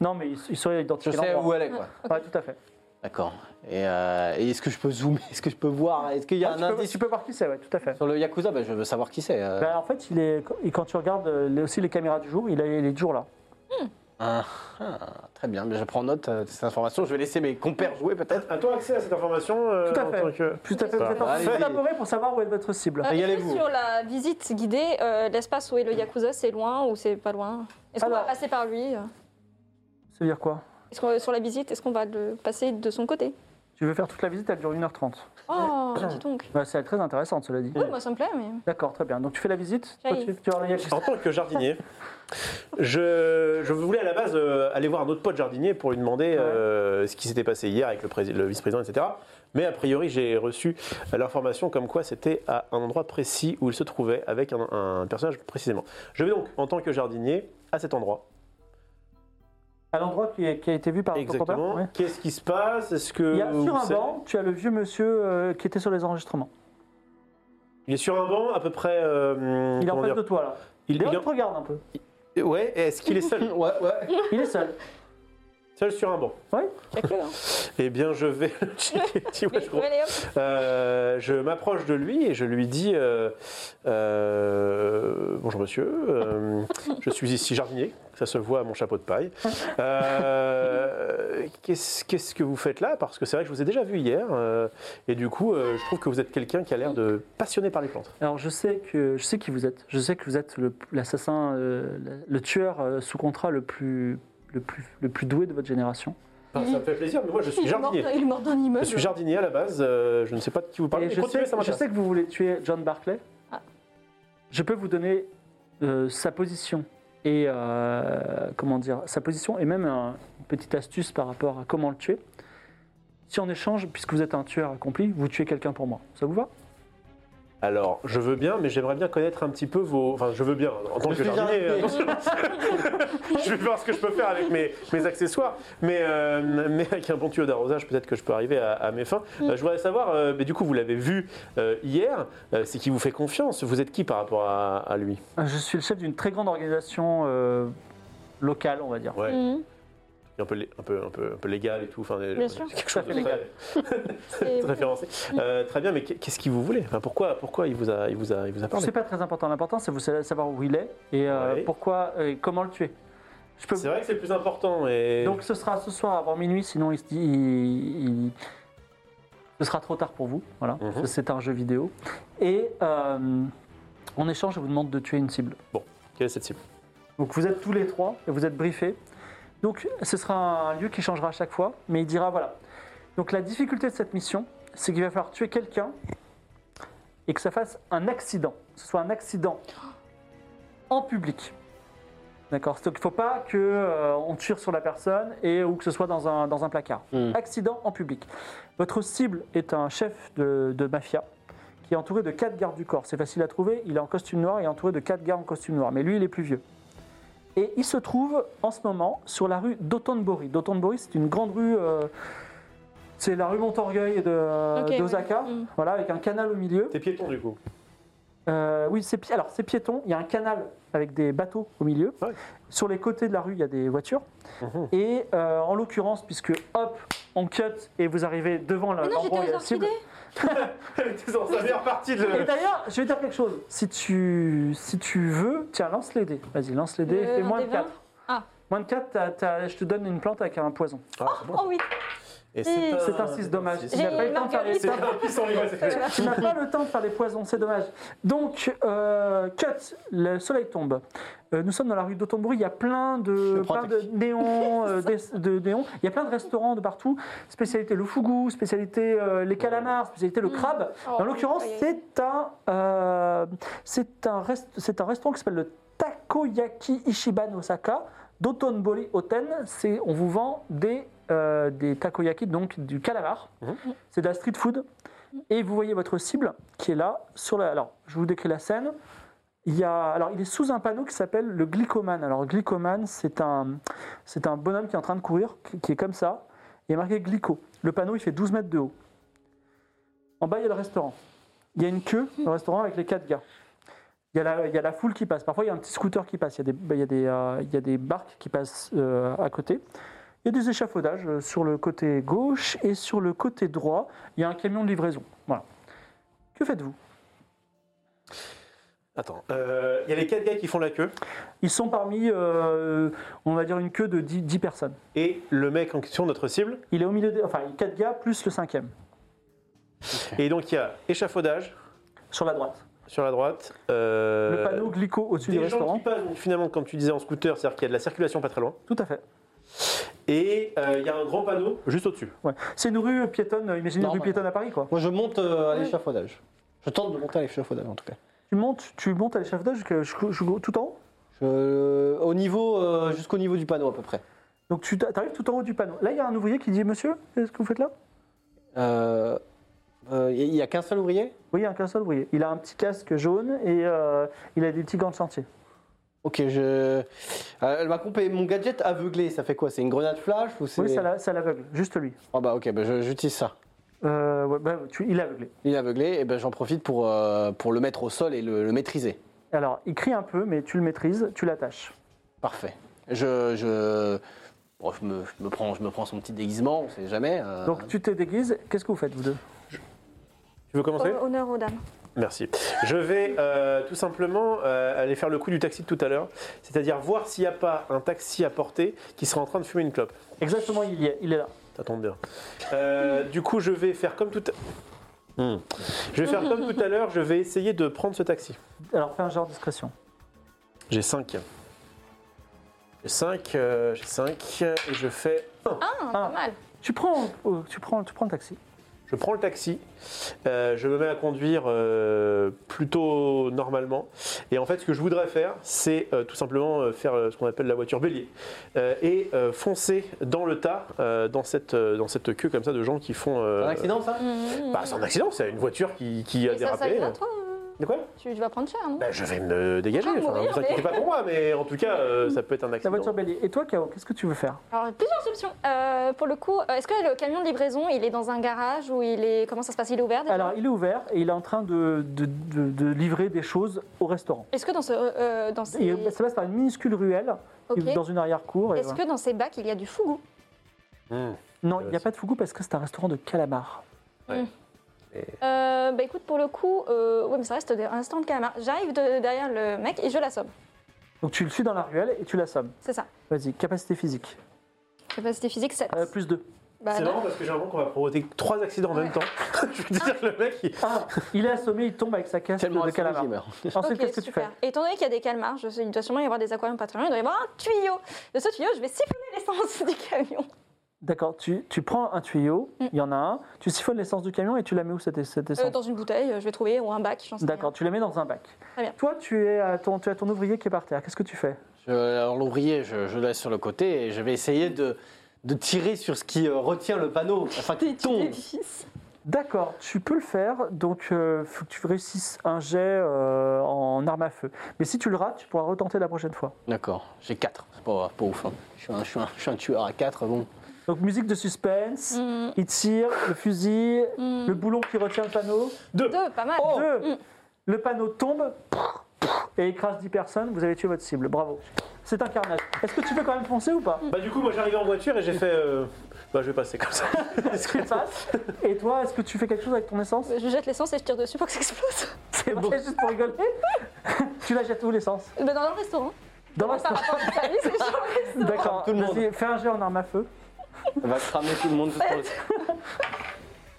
A: Non, mais il, il serait
F: Je
A: identifié.
F: sais
A: l'endroit.
F: où elle est, quoi.
A: Ouais, tout à fait.
F: D'accord. Et, euh, et est-ce que je peux zoomer Est-ce que je peux voir Est-ce qu'il y a
C: Ah,
A: Ouais,
F: un
A: tu, peux,
F: indice
A: tu peux voir qui c'est, ouais, tout à fait.
F: sur le Yakuza Bah, Je veux savoir qui c'est. euh.
A: Ben, en fait, il est, et quand tu regardes euh, les- aussi les caméras du jour, il est, il est toujours là.
F: Ah, ah, très bien, mais je prends note euh, de ces informations. Je vais laisser mes compères jouer peut-être.
C: À toi accès à cette information euh,
A: Tout à
C: en
A: fait.
C: tant que-
A: Tout à fait. Vous
C: Ça
A: êtes en
C: va.
A: train
F: Allez-y.
A: d'élaborer pour savoir où est votre cible.
B: Euh, Est-ce que
F: Régalez-vous.
B: sur la visite guidée, euh, l'espace où est le Yakuza, c'est loin ou c'est pas loin Est-ce qu'on va
A: Alors-
B: passer par lui
A: Ça veut dire quoi
B: Est-ce qu'on- Sur la visite, est-ce qu'on va le passer de son côté
A: Tu veux faire toute la visite, elle dure 1h30.
B: *coughs* Oh, dis donc.
A: Ouais, c'est très intéressante, cela dit.
B: Oui, moi ça me plaît, mais.
A: D'accord, très bien. Donc tu fais la visite toi,
B: J'arrive.
A: tu, tu vas en Yakuza.
C: En tant que jardinier, je, je voulais à la base euh, aller voir un autre pote jardinier pour lui demander euh, ce qui s'était passé hier avec le, prés- le vice-président, etc. Mais a priori, j'ai reçu euh, l'information comme quoi c'était à un endroit précis où il se trouvait avec un, un personnage précisément. Je vais donc, en tant que jardinier, à cet endroit.
A: À l'endroit qui, est- qui a été vu par Ah, ton
C: Exactement.
A: compère, ouais.
C: Qu'est-ce qui se passe Est-ce que
A: Il y a, sur un
C: c'est-
A: banc, tu as le vieux monsieur euh, qui était sur les enregistrements.
C: Il est sur un banc, à peu près. euh,
A: Il est en
C: comment
A: face
C: dire
A: de toi, là.
C: Il,
A: Il,
C: il
A: te regarde un peu.
C: est- Ouais. Est-ce qu'il
A: *laughs*
C: est seul
F: *laughs* Ouais, ouais.
A: Il est seul.
C: Seul sur un banc.
A: Oui
B: Check-le. hein.
C: Eh bien, je vais. le
B: *laughs*
C: checker. Tu vois,
B: Mais-
C: je comprends.
B: mais Léo,
C: Euh, je m'approche de lui et je lui dis euh, euh, Bonjour monsieur, euh, je suis ici jardinier, ça se voit à mon chapeau de paille. Euh, Qu'est-ce qu'est-ce que vous faites là Parce que c'est vrai que je vous ai déjà vu hier euh, et du coup, euh, je trouve que vous êtes quelqu'un qui a l'air de passionné par les plantes.
A: *laughs* Alors je sais que je sais qui vous êtes. Je sais que vous êtes le- l'assassin, euh, le, le tueur euh, sous contrat le plus, le, plus, le plus doué de votre génération.
C: Enfin, Ah, ça me fait plaisir, mais moi je suis
B: Il est mort-
C: jardinier.
B: il est mort d'un immeuble.
C: Je suis jardinier à la base, euh, je ne sais pas de qui vous parlez.
A: Et
C: mais
A: je,
C: continuez,
A: sais,
C: ça
A: je
C: m'intéresse.
A: sais que vous voulez tuer John Barclay.
B: Ah.
A: Je peux vous donner euh, sa position et euh, comment dire sa position et même un- une petite astuce par rapport à comment le tuer. Si en échange, puisque vous êtes un tueur accompli, vous tuez quelqu'un pour moi. Ça vous va
C: Alors, je veux bien, mais j'aimerais bien connaître un petit peu vos. Enfin, je veux bien, en tant que jardinier. attention. *laughs* je vais voir ce que je peux faire avec mes, mes accessoires, mais, euh, mais avec un bon tuyau d'arrosage, peut-être que je peux arriver à, à mes fins. Euh, je voudrais savoir, euh, mais du coup, vous l'avez vu euh, hier, euh, c'est qui vous fait confiance Vous êtes qui par rapport à, à lui
A: Euh, Je suis le chef d'une très grande organisation euh, locale, on va dire.
C: Ouais.
B: Mhm.
C: Un peu, lé- un, peu, un, peu, un peu légal et tout. Enfin, euh,
B: Bien sûr.
C: Quelque chose de
A: Tout à
C: très,
B: Et-
C: très référencé. Euh, très bien, mais qu'est- qu'est-ce qu'il vous voulait enfin, pourquoi, pourquoi il vous a, il vous a, il vous a parlé
A: C'est pas très important. L'important, c'est vous sa- savoir où il est et euh,
C: Ouais.
A: pourquoi et comment le tuer. Je peux.
C: C'est vrai que c'est le plus important. Et...
A: Donc ce sera ce soir avant minuit, sinon il se dit, il- il- ce sera trop tard pour vous. Voilà,
C: Mhm.
A: parce que c'est un jeu vidéo. Et euh, en échange, je vous demande de tuer une cible.
C: Quelle est cette cible
A: Donc vous êtes tous les trois et vous êtes briefés. Donc ce sera un lieu qui changera à chaque fois, mais il dira voilà. Donc la difficulté de cette mission, c'est qu'il va falloir tuer quelqu'un et que ça fasse un accident. Que ce soit un accident en public. D'accord Donc il ne faut pas qu'on tire sur la personne et, ou que ce soit dans un, dans un placard.
F: Hmm.
A: Accident en public. Votre cible est un chef de, de mafia qui est entouré de quatre gardes du corps. C'est facile à trouver, il est en costume noir et entouré de quatre gardes en costume noir. Mais lui, il est plus vieux. Et il se trouve en ce moment sur la rue d'Otonbori. D'Otonbori, c'est une grande rue. euh, c'est la rue Montorgueil de-
B: Ok,
A: d'Osaka,
B: ouais. Mm.
A: voilà, avec un canal au milieu.
C: T'es piéton du coup.
A: Euh, oui, c'est pi- alors c'est piéton. Il y a un canal avec des bateaux au milieu.
C: Ouais.
A: Sur les côtés de la rue, il y a des voitures. Et euh, en l'occurrence, puisque hop, on cut et vous arrivez devant la,
B: Mais Ah non,
A: l'endroit où il y a
B: j'étais
A: la
B: aux
A: cible.
B: orchidées.
C: Elle était dans sa meilleure partie de.
A: Et d'ailleurs, je vais dire quelque chose. Si tu, si tu veux, tiens, lance les dés. Vas-y, lance les dés.
B: Le
A: Fais moins
B: un
A: de
B: des vingt.
A: 4.
B: Ah.
A: Moins de 4, je te donne une plante avec un poison.
C: Ah, c'est bon.
B: Oh oui.
C: Et
B: Si.
A: C'est un
F: Ah,
A: 6 dommage.
C: c'est-
A: Il n'a pas eu le temps de faire les-
B: Marguerite.
C: C'est pas un pissenlit, ouais, c'est clair.
A: Tu n'as pas le temps de faire des poisons, c'est dommage. Donc, euh, cut, le soleil tombe. Euh, nous sommes dans la rue d'Otombori, il y a plein de,
F: prends
A: plein de néons, euh, des- de néons. il y a plein de restaurants de partout. Spécialité le fougou, spécialité euh, les calamars, spécialité le crabe.
B: Oh,
A: en l'occurrence,
B: aïe, aïe.
A: c'est un, euh, c'est un, rest- c'est un restaurant qui s'appelle le Takoyaki Ichiban Osaka d'Otonbori Oten. C'est, on vous vend des, euh, des takoyaki, donc du calamar. C'est de la street food. Et vous voyez votre cible qui est là. Sur la... Alors, je vous décris la scène. Il, y a... Alors, il est sous un panneau qui s'appelle le glycomane. Alors, glycomane, c'est un... c'est un bonhomme qui est en train de courir, qui- qui est comme ça. Il y a marqué glyco. Le panneau, il fait 12 mètres de haut. En bas, il y a le restaurant. Il y a une queue dans le restaurant avec les quatre gars. Il y, a la, il y a la foule qui passe. Parfois, il y a un petit scooter qui passe. Il y a des, il y a des, euh, il y a des barques qui passent euh, à côté. Il y a des échafaudages euh, sur le côté gauche et sur le côté droit, il y a un camion de livraison. Voilà. Que faites-vous
C: Attends, euh, il y a les quatre gars qui font la queue
A: Ils sont parmi, euh, on va dire, une queue de 10, 10 personnes.
C: et le mec en question, notre cible.
A: Il est au milieu, des, enfin, il y a 4 gars plus le cinquième,
C: Et donc il y a échafaudage
A: sur la droite.
C: sur la droite.
A: le
C: euh,
A: panneau glyco au-dessus du
C: Des gens
A: restaurant.
C: qui passent, donc, finalement, comme tu disais, en scooter, c'est-à-dire qu'il y a de la circulation pas très loin.
A: Tout à fait.
C: Et euh, il y a un grand panneau juste au-dessus.
A: Ouais. C'est une rue piétonne, euh, imaginez une rue
F: Normal.
A: piétonne à Paris, quoi.
F: Moi, je monte euh, à l'échafaudage. Je tente de monter à l'échafaudage, en tout cas.
A: Tu montes, tu montes à l'échafaudage jusqu'à- jusqu'au- jusqu'au- tout en haut
F: Je- au niveau, euh, jusqu'au niveau du panneau, à peu près.
A: Donc tu arrives tout en haut du panneau. Là, il y a un ouvrier qui dit Monsieur, qu'est-ce que vous faites là
F: Euh, euh, Il n'y a qu'un seul ouvrier
A: Oui, il n'y a qu'un seul ouvrier. Il a un petit casque jaune et euh, il a des petits gants de chantier.
F: Ok, je. Euh, ma comp- mon gadget aveuglé, ça fait quoi C'est une grenade flash ou c'est.
A: Oui, ça l'a- ça l'aveugle, juste lui.
F: Oh bah ok, bah, je- j'utilise ça.
A: Euh, ouais, bah, tu- il est aveuglé.
F: Il est aveuglé, et ben j'en profite pour, euh, pour le mettre au sol et le, le maîtriser.
A: Alors, il crie un peu, mais tu le maîtrises, tu l'attaches.
F: Parfait. Je. je... bon, je, me, je me prends, je me prends son petit déguisement, on sait jamais. euh.
A: Donc, tu te déguises. Qu'est-ce que vous faites, vous deux
C: Tu veux commencer
B: Honneur aux dames.
C: Merci. Je vais euh, tout simplement euh, aller faire le coup du taxi de tout à l'heure, c'est-à-dire voir s'il n'y a pas un taxi à portée qui serait en train de fumer une clope.
A: Exactement, il y est, il est là.
C: Ça tombe bien. Euh, du coup, je vais faire comme tout à Hmm. Je vais faire comme tout à l'heure, je vais essayer de prendre ce taxi.
A: Alors, fais un genre de discrétion.
C: J'ai 5. J'ai 5, j'ai 5, et je fais 1.
B: Ah, pas mal.
A: Tu prends, euh, tu prends, tu prends le taxi.
C: Je prends le taxi, euh, je me mets à conduire euh, plutôt normalement. Et en fait, ce que je voudrais faire, c'est euh, tout simplement euh, faire euh, ce qu'on appelle la voiture bélier Euh, et euh, foncer dans le tas, euh, dans, cette, euh, dans cette queue comme ça de gens qui font. euh,
F: C'est Un accident, ça
C: bah, C'est un accident, c'est une voiture qui, qui a
B: Et ça, ça
C: dérapé.
B: ira, toi euh,
C: de quoi
B: tu, tu vas prendre cher, non
C: Bah, Je vais me dégager,
B: Ah,
C: enfin,
B: mourir,
C: vous inquiétez
B: mais-
C: pas pour moi, mais en tout
B: *laughs*
C: cas, euh, ça peut être un
A: La
C: accident.
A: voiture bélier. Et toi, Kao, qu'est-ce que tu veux faire
B: Alors, plusieurs options. Euh, pour le coup, euh, est-ce que le camion de livraison, il est dans un garage ou il est. Comment ça se passe Il est ouvert déjà
A: Alors, il est ouvert et il est en train de, de- de- de livrer des choses au restaurant.
B: Est-ce que dans ce. euh, euh, dans ces...
A: Et ça passe par une minuscule ruelle
B: Ok.
A: dans une arrière-cour. et
B: Est-ce
A: voilà.
B: que dans ces bacs, il y a du fougou
C: Hmm.
A: Non, il n'y a pas de fougou parce que c'est un restaurant de calamar.
B: Euh, Bah écoute, pour le coup, euh, ouais, mais ça reste un instant de calamar. J'arrive de- derrière le mec et je l'assomme.
A: Donc, tu le suis dans la ruelle et tu l'assommes.
B: C'est ça.
A: Vas-y, capacité physique.
B: Capacité physique 7.
A: Euh, plus 2.
B: bah,
C: C'est
B: non.
C: marrant parce que j'ai l'impression qu'on va provoquer trois accidents en même temps. *laughs* je veux dire, le mec, il-
A: Ah, il est assommé, il tombe avec sa caisse
F: Tellement
A: de
F: accident,
A: calamar.
F: j'y meurs.
A: Ensuite, qu'est-ce
B: Ok,
A: que tu fais
B: super. Étant donné qu'il y a des calmars, je sais- il doit sûrement y avoir des aquariums pas très loin, il doit y avoir un tuyau. De ce tuyau, je vais siphonner l'essence *laughs* du camion.
A: D'accord, tu, tu prends un tuyau, il y en a un, tu siphonnes l'essence du camion et tu la mets où cette, cette
B: Mm. Euh,
A: essence
B: dans une bouteille, je vais trouver, ou un bac, j'en sais rien.
A: D'accord, tu la mets dans un bac.
B: Très bien.
A: Toi, tu, es à ton, tu as ton ouvrier qui est par terre, qu'est-ce que tu fais
F: Je- alors, l'ouvrier, je, je le laisse sur le côté et je vais essayer de, de tirer sur ce qui euh, retient le panneau
B: *laughs*
F: afin qu'il tombe.
A: D'accord, tu peux le faire, donc il faut que tu réussisses un jet euh, en arme à feu. Mais si tu le rates, tu pourras retenter la prochaine fois.
F: D'accord, j'ai 4. C'est pas, pas ouf. hein. Je, suis un, je suis un- je suis un tueur à 4. Bon.
A: Donc musique de suspense,
B: Mm.
A: il tire, le fusil, le boulon qui retient le panneau. Oh.
B: Deux, Mm. pas mal.
A: Deux. Le panneau tombe prrr, prrr, et écrase 10 personnes. Vous avez tué votre cible. Bravo. C'est un carnage. Est-ce que tu peux quand même foncer ou pas
C: Bah du coup, moi j'arrivais en voiture et j'ai fait... euh, Bah je vais passer comme ça.
A: Tu passes. Et toi, est-ce que tu fais quelque chose avec ton essence
B: Je jette l'essence et je tire dessus pour que ça explose. *laughs*
A: C'est bon. *laughs* juste pour rigoler. tu la jettes où l'essence
B: Bah, dans le restaurant.
A: Dans la
B: Par rapport au service, c'est sur le restaurant.
A: D'accord.
F: Comme tout le monde.
A: Vas-y, fais un jet en arme à feu.
F: va cramer tout le monde tout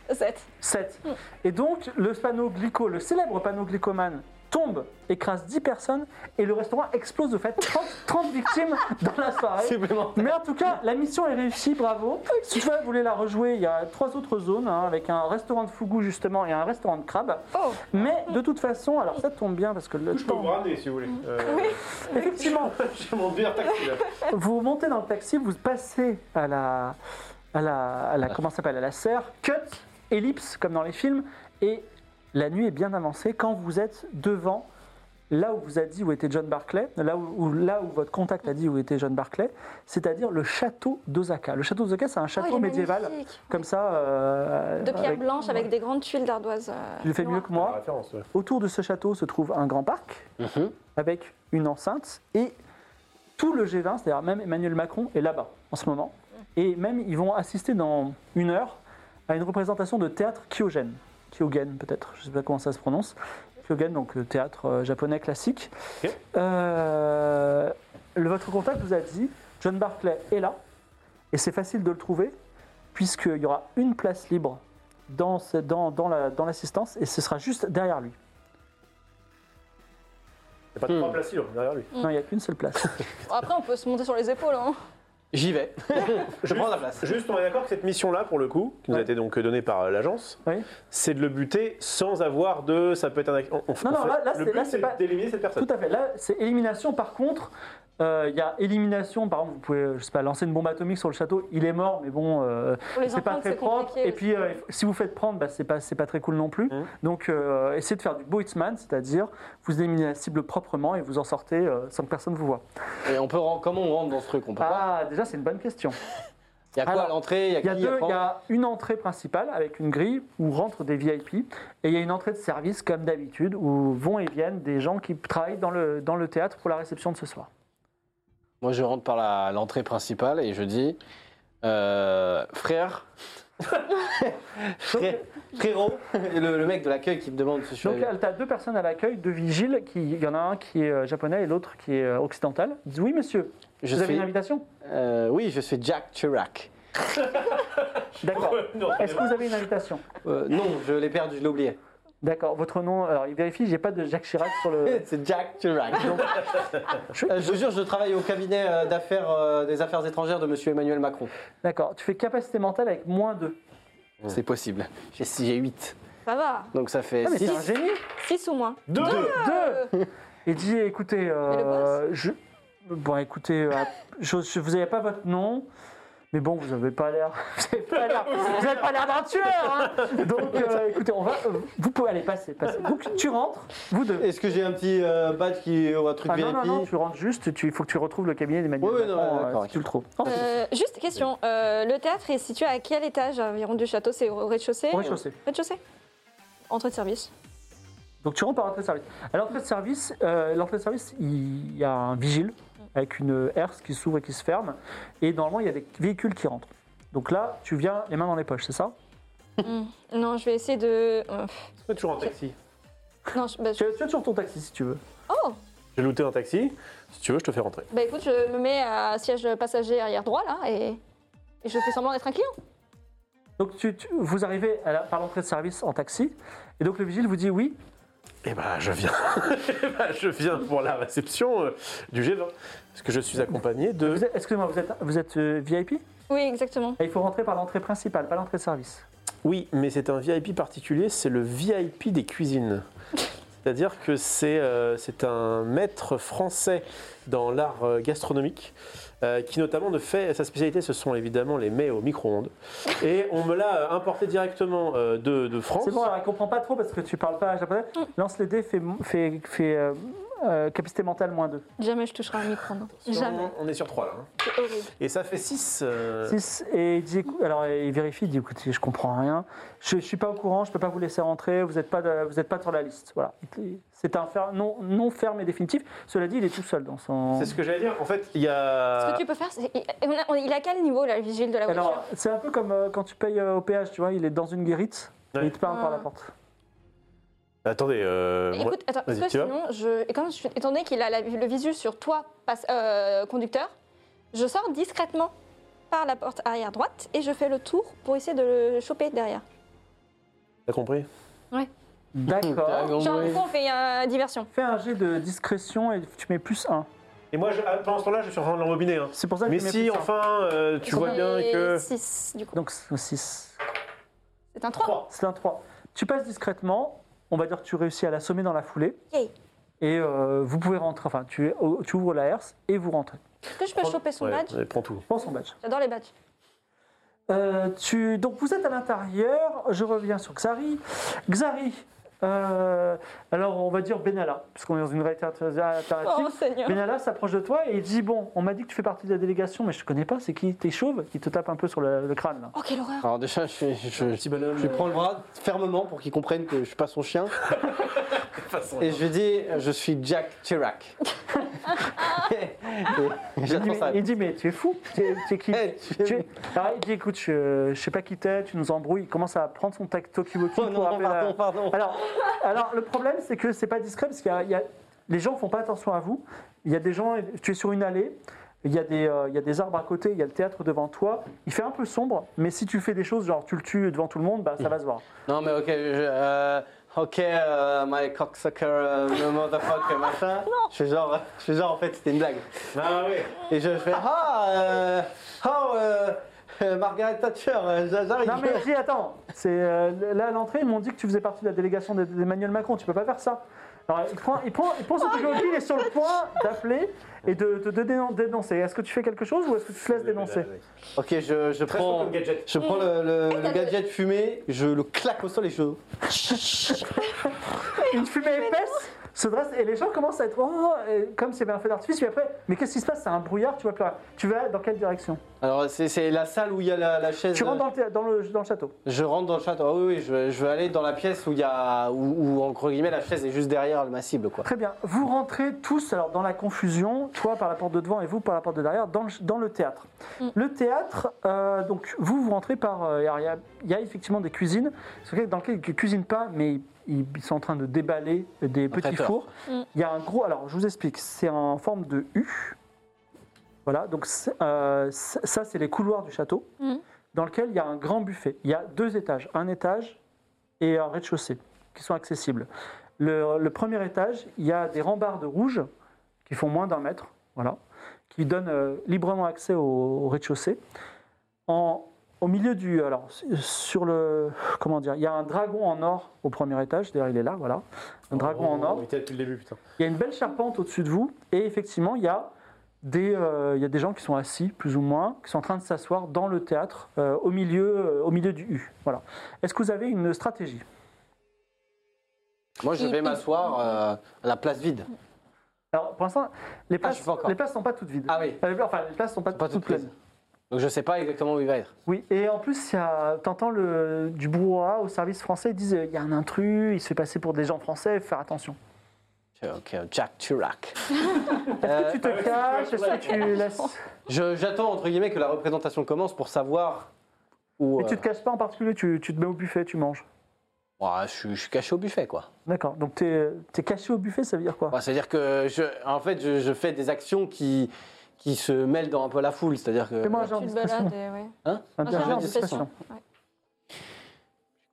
F: seul.
B: 7.
A: 7. Et donc, le panneau glyco, le célèbre panneau glycomane, tombe, écrase 10 personnes et le restaurant explose de fait 30, 30 victimes dans la soirée. Mais en tout cas, la mission est réussie, bravo. Si vous voulez la rejouer, il y a trois autres zones hein, avec un restaurant de fougou justement et un restaurant de crabe.
B: Oh.
A: Mais de toute façon, alors ça tombe bien parce que le
C: Je peux vous
A: temps.
C: brader si vous voulez. Euh,
A: Effectivement,
C: *laughs* J'ai mon bière taxi là.
A: vous montez dans le taxi, vous passez à la, à la, à la comment ça s'appelle, à la serre, cut, ellipse comme dans les films, et la nuit est bien avancée quand vous êtes devant là où vous a dit où était John Barclay, là où, où- là où votre contact a dit où était John Barclay, c'est-à-dire le château d'Osaka. Le château d'Osaka, c'est un
B: Oh, il
A: château
B: est
A: médiéval,
B: magnifique.
A: comme ça. euh,
B: De pierre
A: avec-
B: blanche avec des grandes tuiles d'ardoise. Euh,
A: Tu le fais mieux que
C: La
A: moi.
C: référence, ouais.
A: Autour de ce château se trouve un grand parc avec une enceinte et tout le G20, c'est-à-dire même Emmanuel Macron est là-bas en ce moment. Et même ils vont assister dans une heure à une représentation de théâtre Kyogen. Kyogen peut-être, je ne sais pas comment ça se prononce. Kyogen, donc le théâtre euh, japonais classique.
C: Ok.
A: Euh, le- votre contact vous a dit, John Barclay est là, et c'est facile de le trouver, puisqu'il y aura une place libre dans, ce- dans, dans la- dans l'assistance, et ce sera juste derrière lui.
C: Il n'y a pas de
F: Hmm.
C: trois places libres derrière lui.
A: Non, il n'y a qu'une seule place.
B: Après, on peut se monter sur les épaules. Hein.
F: J'y vais. *laughs* Je prends la place.
C: Juste, on est d'accord que cette mission-là, pour le coup, qui nous a
A: Ouais.
C: été donc donnée par euh, l'agence,
A: Oui.
C: c'est de le buter sans avoir de. Ça peut être un. ac- On, on-
A: Non, non,
C: on fait-
A: là- là,
C: le
A: c'est- là,
C: but,
A: c'est
C: c'est
A: pas-
C: d'éliminer cette personne.
A: Tout à fait. Là, c'est élimination. Par contre, euh, il y a élimination. Par exemple, vous pouvez, je sais pas, lancer une bombe atomique sur le château. Il est mort, mais bon, euh,
B: Pour les
A: c'est pas
B: enfants,
A: très
B: c'est
A: propre.
B: compliqué.
A: Et puis, euh, si vous faites prendre, bah, c'est pas, c'est pas très cool non plus. Donc, euh, essayez de faire du Boitsman, c'est-à-dire vous éliminez la cible proprement et vous en sortez euh, sans que personne vous voit.
F: Et on peut ren- comment on rentre dans ce truc On peut pas.
A: Ah, déjà, c'est une bonne question.
F: Il y a quoi
A: alors,
F: à l'entrée Il y a
A: Il y a,
F: qui
A: deux,
F: quoi
A: il y a une entrée principale avec une grille où rentrent des VIP et il y a une entrée de service comme d'habitude où vont et viennent des gens qui travaillent dans le, dans le théâtre pour la réception de ce soir.
F: Moi, je rentre par la- l'entrée principale et je dis euh, *laughs* Frère. Frère- Frérot, le, le mec de l'accueil qui me demande si je suis
A: Donc
F: avec-
A: tu as deux personnes à l'accueil, deux vigiles, qui- il y en a un qui est euh, japonais et l'autre qui est euh, occidental. Ils disent oui monsieur,
F: Je
A: vous avez
F: suis-
A: une invitation
F: Euh, oui, je suis Jack Chirac.
A: D'accord.
C: *laughs* Non,
A: Est-ce que vous avez une invitation
F: Euh, non, je l'ai perdu, je l'ai oublié.
A: D'accord, votre nom, alors il vérifie, j'ai pas de Jacques Chirac sur
F: *laughs*
A: le...
F: *laughs* C'est Jack Chirac. Donc, euh, je vous jure, je travaille au cabinet euh, d'affaires euh, des affaires étrangères de Monsieur Emmanuel Macron.
A: D'accord, tu fais capacité mentale avec moins 2.
F: C'est possible. J'ai six- j'ai 8.
B: Ça va.
F: Donc ça fait
A: Ah mais
F: 6.
A: c'est un génie
B: 6 ou moins.
C: Deux,
B: Euh,
A: Deux Il dit écoutez, euh, je... Bon écoutez, euh, je- je- vous avez pas votre nom mais bon, vous n'avez pas l'air, *laughs* vous avez pas l'air, vous avez pas l'air d'un tueur. hein. Donc, euh, écoutez, on va, euh, vous pouvez aller passer, passer. Donc, tu rentres, vous deux.
F: Est-ce que j'ai un petit euh, badge qui ou un truc
A: Ah
F: VIP
A: non, non, non, tu rentres juste, tu- il faut que tu retrouves le cabinet d'Emmanuel
F: Oui, oui, non,
A: Macron,
F: ouais,
A: euh,
F: d'accord,
A: si tu
F: ok.
A: le trouves.
B: Euh, juste question. euh, le théâtre est situé à quel étage environ du château C'est au rez-de-chaussée
A: Au rez-de-chaussée.
B: Rez-de-chaussée Entrée de service.
A: Donc tu rentres par l'entrée de service. À l'entrée de service, euh, l'entrée de service, il y a un vigile avec une herse qui s'ouvre et qui se ferme. Et normalement, il y a des véhicules qui rentrent. Donc là, tu viens les mains dans les poches, c'est ça
B: Non, je vais essayer de. euh, *laughs*
C: on est toujours en taxi.
B: Non, je- bah, je-
A: tu, tu es sur ton taxi si tu veux.
B: Oh
C: J'ai looté un taxi. Si tu veux, je te fais rentrer.
B: Bah écoute, je me mets à siège passager arrière droit là et, et je fais semblant d'être un client.
A: Donc tu, tu- vous arrivez à la- par l'entrée de service en taxi. Et donc le vigile vous dit oui.
C: Eh ben, je viens. *laughs* Eh ben, je viens pour la réception euh, du G20. Parce que je suis accompagné de.
A: Vous êtes- Excusez-moi, vous êtes, vous êtes euh, VIP
B: Oui, exactement.
A: Et Ah, Il faut rentrer par l'entrée principale, pas l'entrée de service.
C: Oui, mais c'est un VIP particulier, c'est le VIP des cuisines. C'est-à-dire que c'est euh, c'est un maître français dans l'art euh, gastronomique euh, qui notamment ne fait sa spécialité, ce sont évidemment les mets au micro-ondes. Et on me l'a euh, importé directement euh, de, de France.
A: C'est bon, alors elle comprend pas trop parce que tu parles pas japonais. Lance les dés, fait, fait, fait, euh, euh, capacité mentale moins 2.
B: Jamais je toucherai un micro, non.
C: Sur-
B: Jamais.
C: On est sur 3 là. hein.
B: C'est horrible.
C: Et ça fait euh, 6.
A: 6 et il dit, écou- alors il vérifie, il dit écoutez, je comprends rien, je, je suis pas au courant, je peux pas vous laisser rentrer, vous n'êtes pas, de- vous êtes pas sur la liste. Voilà. C'est un fer- non, non ferme et définitif. Cela dit, il est tout seul dans son.
C: C'est ce que j'allais dire. En fait, il y
B: Ce
C: a.
B: que tu peux faire, c'est. Il on a- on- il est à quel niveau là, le vigile de la voiture
A: Alors, c'est un peu comme euh, quand tu payes euh, au péage, tu vois, il est dans une guérite,
C: Ouais.
A: et il te parle par la
B: Ah.
A: porte.
C: Attendez. euh, moi-
B: Écoute, attends, parce
C: Vas-y,
B: que
C: tu vas
B: sinon, je, et comme je suis, étant donné qu'il a la- le visu sur toi, passe- euh, conducteur, je sors discrètement par la porte arrière droite et je fais le tour pour essayer de le choper derrière.
C: T'as compris *laughs*
A: D'accord.
C: Oh,
B: Genre, du coup, on fait euh, diversion.
A: Fais un jet de discrétion et tu mets plus 1.
C: Et moi, je- ah, pendant ce temps-là, je suis en train de l'embobiner. hein.
A: C'est pour ça que
C: Mais
A: tu mets
C: si,
A: plus un.
C: enfin, euh, tu vois bien
B: Et
C: que.
B: six, du coup.
A: Donc 6.
B: C'est un 3.
A: C'est un 3. Tu passes discrètement, on va dire que tu réussis à l'assommer dans la foulée.
B: Yay.
A: Et euh, vous pouvez rentrer, enfin tu, tu ouvres la herse et vous rentrez.
B: Est-ce que je peux choper son
C: Ouais,
B: badge
C: ouais, prends tout.
A: Prends son badge.
B: J'adore les badges.
A: Euh, tu, donc vous êtes à l'intérieur, je reviens sur Xari. Xari, euh, alors on va dire Benalla, puisqu'on est dans une réalité alter- alternative.
B: Oh, Seigneur.
A: Benalla s'approche de toi et il dit Bon, on m'a dit que tu fais partie de la délégation, mais je te connais pas, c'est qui T'es chauve Qui te tape un peu sur le, le crâne là.
B: Oh, quelle horreur.
F: Alors déjà, je, fais- je- je-
C: Petit bonhomme.
F: je lui prends le bras fermement pour qu'il comprenne que je suis pas son *laughs* chien. et je lui dis, euh, je suis Jack Chirac. Et- et
A: Il dit,
F: J'attends ça.
A: mais, il dit, Mais tu es fou Tu es, tu es
F: *laughs*
A: qui
F: Eh, tu-
A: Tu es- Ah, il dit Écoute, je, je sais pas qui t'es, tu nous embrouilles. Il commence à prendre son tac woki
F: Oh non,
A: appeler la- Ah,
F: pardon, pardon.
A: Alors, alors, le problème, c'est que c'est pas discret parce qu'il y a, il y a- les gens font pas attention à vous. Il y a des gens, tu es sur une allée, il y, a des, euh, il y a des arbres à côté, il y a le théâtre devant toi. Il fait un peu sombre, mais si tu fais des choses, genre tu le tues devant tout le monde, bah,
F: Mm.
A: ça va se voir.
F: Non mais ok, je, euh, ok, euh, my cocksucker, euh, motherfucker,
A: *laughs*
F: machin. Je fais genre, je fais genre en fait c'était une blague.
C: Ah oui.
F: Et je fais ah, euh, oh, euh, euh, Margaret Thatcher, euh, j'a- j'arrive.
A: Non, mais dis, attends, c'est, euh, là à l'entrée, ils m'ont dit que tu faisais partie de la délégation d'E- d'Emmanuel Macron, tu peux pas faire ça. Alors, il prend, il prend, il prend son téléphone, il est sur le point d'appeler et de, de- de dénon- dénoncer. Est-ce que tu fais quelque chose ou est-ce que tu te laisses dénoncer
F: Ok, je, je prends,
C: comme gadget.
F: je prends le, le- le gadget fumé, je le claque au sol et je.
A: Une fumée épaisse se dresse et les gens commencent à être oh, et comme s'il y avait un feu d'artifice. Puis après, mais qu'est-ce qui se passe C'est un brouillard, tu vois plus rien. Tu vas dans quelle direction
F: Alors c'est c'est la salle où il y a la, la chaise. euh,
A: Tu rentres dans le, thé- dans le- dans le château.
F: Je rentre dans le château. Ah oui, oui, je, je veux aller dans la pièce où il y a, où, où, entre guillemets la chaise est juste derrière ma cible quoi.
A: Très bien. Vous rentrez tous alors dans la confusion, toi par la porte de devant et vous par la porte de derrière, dans le, ch- dans le théâtre.
B: Mm.
A: Le théâtre, euh, donc vous, vous rentrez par. euh, alors, Il y a- il y, a effectivement des cuisines sur lesquelles- dans lesquelles ils ne cuisinent pas, mais ils, ils sont en train de déballer euh, des petits
F: traiteur.
A: fours.
B: Mm.
A: Il y a un gros. Alors, je vous explique, c'est en forme de U. Voilà, donc c'est, euh, c'est- ça, c'est les couloirs du château,
B: Mm.
A: dans lequel il y a un grand buffet. Il y a deux étages, un étage et un rez-de-chaussée qui sont accessibles. Le, le premier étage, il y a des rambardes rouges qui font moins d'un mètre, voilà, qui donnent euh, librement accès au, au rez-de-chaussée. En- Au milieu du, alors sur le, comment dire, il y a un dragon en or au premier étage. D'ailleurs, il est là, voilà, un dragon en or.
C: Il était là depuis le début, putain.
A: Il y a une belle charpente au-dessus de vous, et effectivement, il y a des, euh, il y a des gens qui sont assis, plus ou moins, qui sont en train de s'asseoir dans le théâtre, euh, au, milieu, euh, au milieu du U. Voilà. Est-ce que vous avez une stratégie
F: Moi je vais m'asseoir euh, à la place vide.
A: Alors, pour l'instant, les places
F: sais Ah, pas encore.
A: ne sont pas toutes vides.
F: Ah oui.
A: Euh, Enfin, les places ne sont pas,
F: Pas toute
A: toutes pleines.
F: prise. Donc je sais pas exactement où il va être.
A: Oui, et en plus, il y a- t'entends le- du brouhaha au service français, ils disent euh, il y a un intrus, il se fait passer pour des gens français, faut faire attention.
F: Je fais, Ok, Jack Chirac.
A: *laughs* Est-ce
F: Euh,
A: que tu te
F: ah
A: caches Est-ce que tu laisses
F: Je- J'attends entre guillemets que la représentation commence pour savoir où.
A: Mais tu
F: euh,
A: te caches pas en particulier, tu, tu te mets au buffet, tu manges.
F: ouais, je, suis- je suis caché au buffet quoi.
A: D'accord, donc t'es es caché au buffet, ça veut dire quoi
F: Bah, C'est-à-dire que je, en fait je, je fais des actions qui qui se mêlent dans un peu la foule. C'est-à-dire que.
A: Fais-moi un jeu
B: Tu
A: en
B: te
A: discrétion.
B: balades et ouais.
F: Hein
A: Un
B: Un jeu
A: jeu en
B: en
A: discrétion.
B: discrétion. Ouais.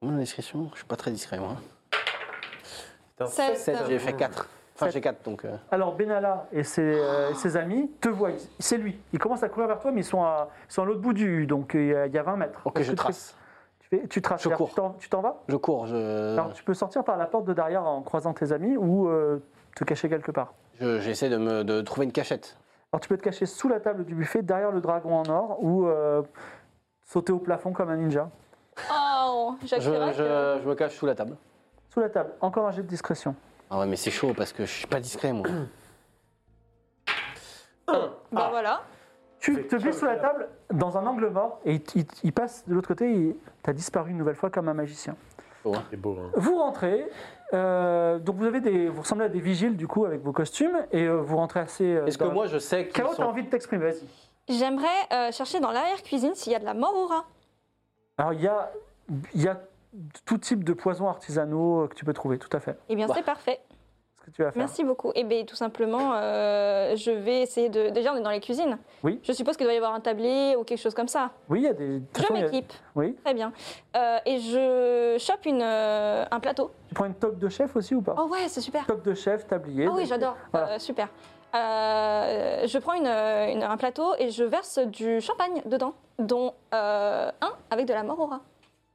F: Combien de discrétion Je suis pas très discret moi. hein.
C: Putain,
B: Sept.
C: sept,
F: J'ai fait 4. Enfin j'ai 4 donc. euh,
A: Alors Benalla et ses, euh,
F: Ah.
A: ses amis te voient, Ils- c'est lui. Ils commencent à courir vers toi, mais ils sont à, ils sont à l'autre bout du U, donc euh, il y a- il y a 20 mètres.
F: Ok
A: Est-ce
F: je
A: que tu
F: trace.
A: fais- Tu, fais- tu traces,
F: Je
A: alors,
F: cours.
A: tu t'en- Tu t'en vas
F: Je cours, je
A: Alors tu peux sortir par la porte de derrière en croisant tes amis ou euh, te cacher quelque part.
F: je- j'essaie de me de trouver une cachette.
A: Alors tu peux te cacher sous la table du buffet, derrière le dragon en or, ou euh, sauter au plafond comme un ninja.
B: Oh,
F: Je,
B: Jacques Chirac, euh,
F: je- je me cache sous la table.
A: Sous la table, encore un jet de discrétion.
F: Ah ouais mais c'est chaud parce que je suis pas discret moi.
A: Euh,
C: Ah.
B: Bah voilà.
A: Tu te glisses sous la table dans un angle mort et il, il- il passe de l'autre côté et t'as disparu une nouvelle fois comme un magicien.
C: C'est beau, hein.
A: Vous rentrez, euh, donc vous avez des, vous ressemblez à des vigiles du coup avec vos costumes et euh, vous rentrez assez. euh,
F: Est-ce que
A: dans-
F: moi je sais qu'ils
A: Caro, t'as
F: sont...
A: envie de t'exprimer, vas-y.
B: J'aimerais euh, chercher dans l'arrière-cuisine s'il y a de la mort au rat.
A: Alors il y a, il y a tout type de poisons artisanaux euh, que tu peux trouver, tout à fait.
B: Eh bien,
F: Bah.
B: c'est parfait.
A: Est-ce que tu vas faire
B: Merci beaucoup. Eh bien, tout simplement, euh, je vais essayer de. Déjà, on est dans les cuisines.
A: Oui.
B: Je suppose qu'il doit y avoir un tablier ou quelque chose comme ça.
A: Oui, il y a des. de toute
B: Je
A: façon, il y a-
B: m'équipe.
A: Oui.
B: Très bien. Euh, et je chope une, euh, un plateau.
A: Tu prends une toque de chef aussi ou pas
B: Oh ouais, c'est super.
A: Toque de chef, tablier.
B: Ah oui, j'adore.
A: Voilà.
B: Euh, super. Euh, je prends une, une- un plateau et je verse du champagne dedans, dont euh, un avec de la mort au rat.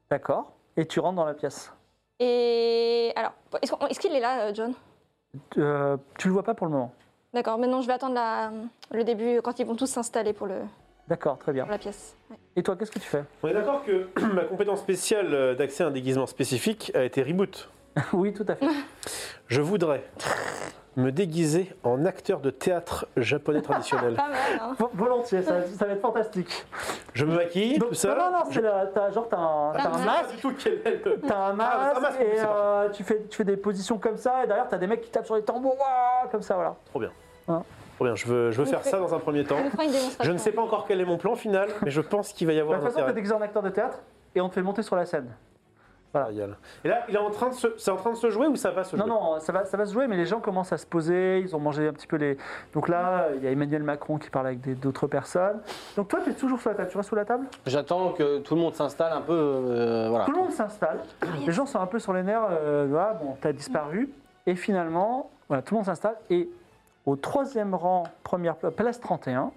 A: D'accord. Et tu rentres dans la pièce.
B: Et alors, est-ce qu'on- est-ce qu'il est, là, euh, John
A: Euh, tu le vois pas pour le moment.
B: D'accord, maintenant je vais attendre la- le début quand ils vont tous s'installer pour, le-
A: D'accord, très bien.
B: pour la pièce. Ouais.
A: Et toi, qu'est-ce que tu fais *laughs*
C: On est d'accord que *clears throat* ma compétence spéciale euh, d'accès à un déguisement spécifique a été reboot.
A: Oui, tout à fait.
C: Je voudrais me déguiser en acteur de théâtre japonais traditionnel.
B: Pas mal, hein
A: Vo- Volontiers, ça, ça va être fantastique.
C: Je me maquille,
A: Donc,
C: tout ça. Ah,
A: non, non, non, c'est la- t'as- genre t'as un, t'as un
B: masque.
A: masque,
C: Pas du tout quel est le-
A: t'as un
C: Ah,
A: masque,
C: un masque,
A: et
C: c'est parti.
A: euh, tu, fais, tu fais des positions comme ça, et derrière t'as des mecs qui tapent sur les tambours, ouah, comme ça, voilà.
C: Trop bien.
A: Hein.
C: Trop bien, je veux, je veux faire ça dans un premier temps.
B: On fera une démonstration.
C: Je ne sais pas encore quel est mon plan final, mais je pense qu'il va y
A: Bah, De
C: avoir
A: toute
C: un
A: façon, t'es
C: intérêt.
A: déguisé en acteur de théâtre, et on te fait monter sur la scène.
C: Royal. Et là, il est en train de se, c'est en train de se jouer ou ça va se
A: Non,
C: jouer
A: non, ça va, ça va se jouer, mais les gens commencent à se poser, ils ont mangé un petit peu les... Donc là, il y a Emmanuel Macron qui parle avec des- d'autres personnes. Donc toi, tu es toujours sous la table, tu restes sous la table
F: J'attends que tout le monde s'installe un peu. euh, voilà.
A: Tout le monde s'installe.
F: Ah,
A: Les gens sont un peu sur les nerfs. euh, ah, bon, t'as disparu.
F: Mm.
A: Et finalement, voilà, tout le monde s'installe. Et au troisième rang, première pla- place 31,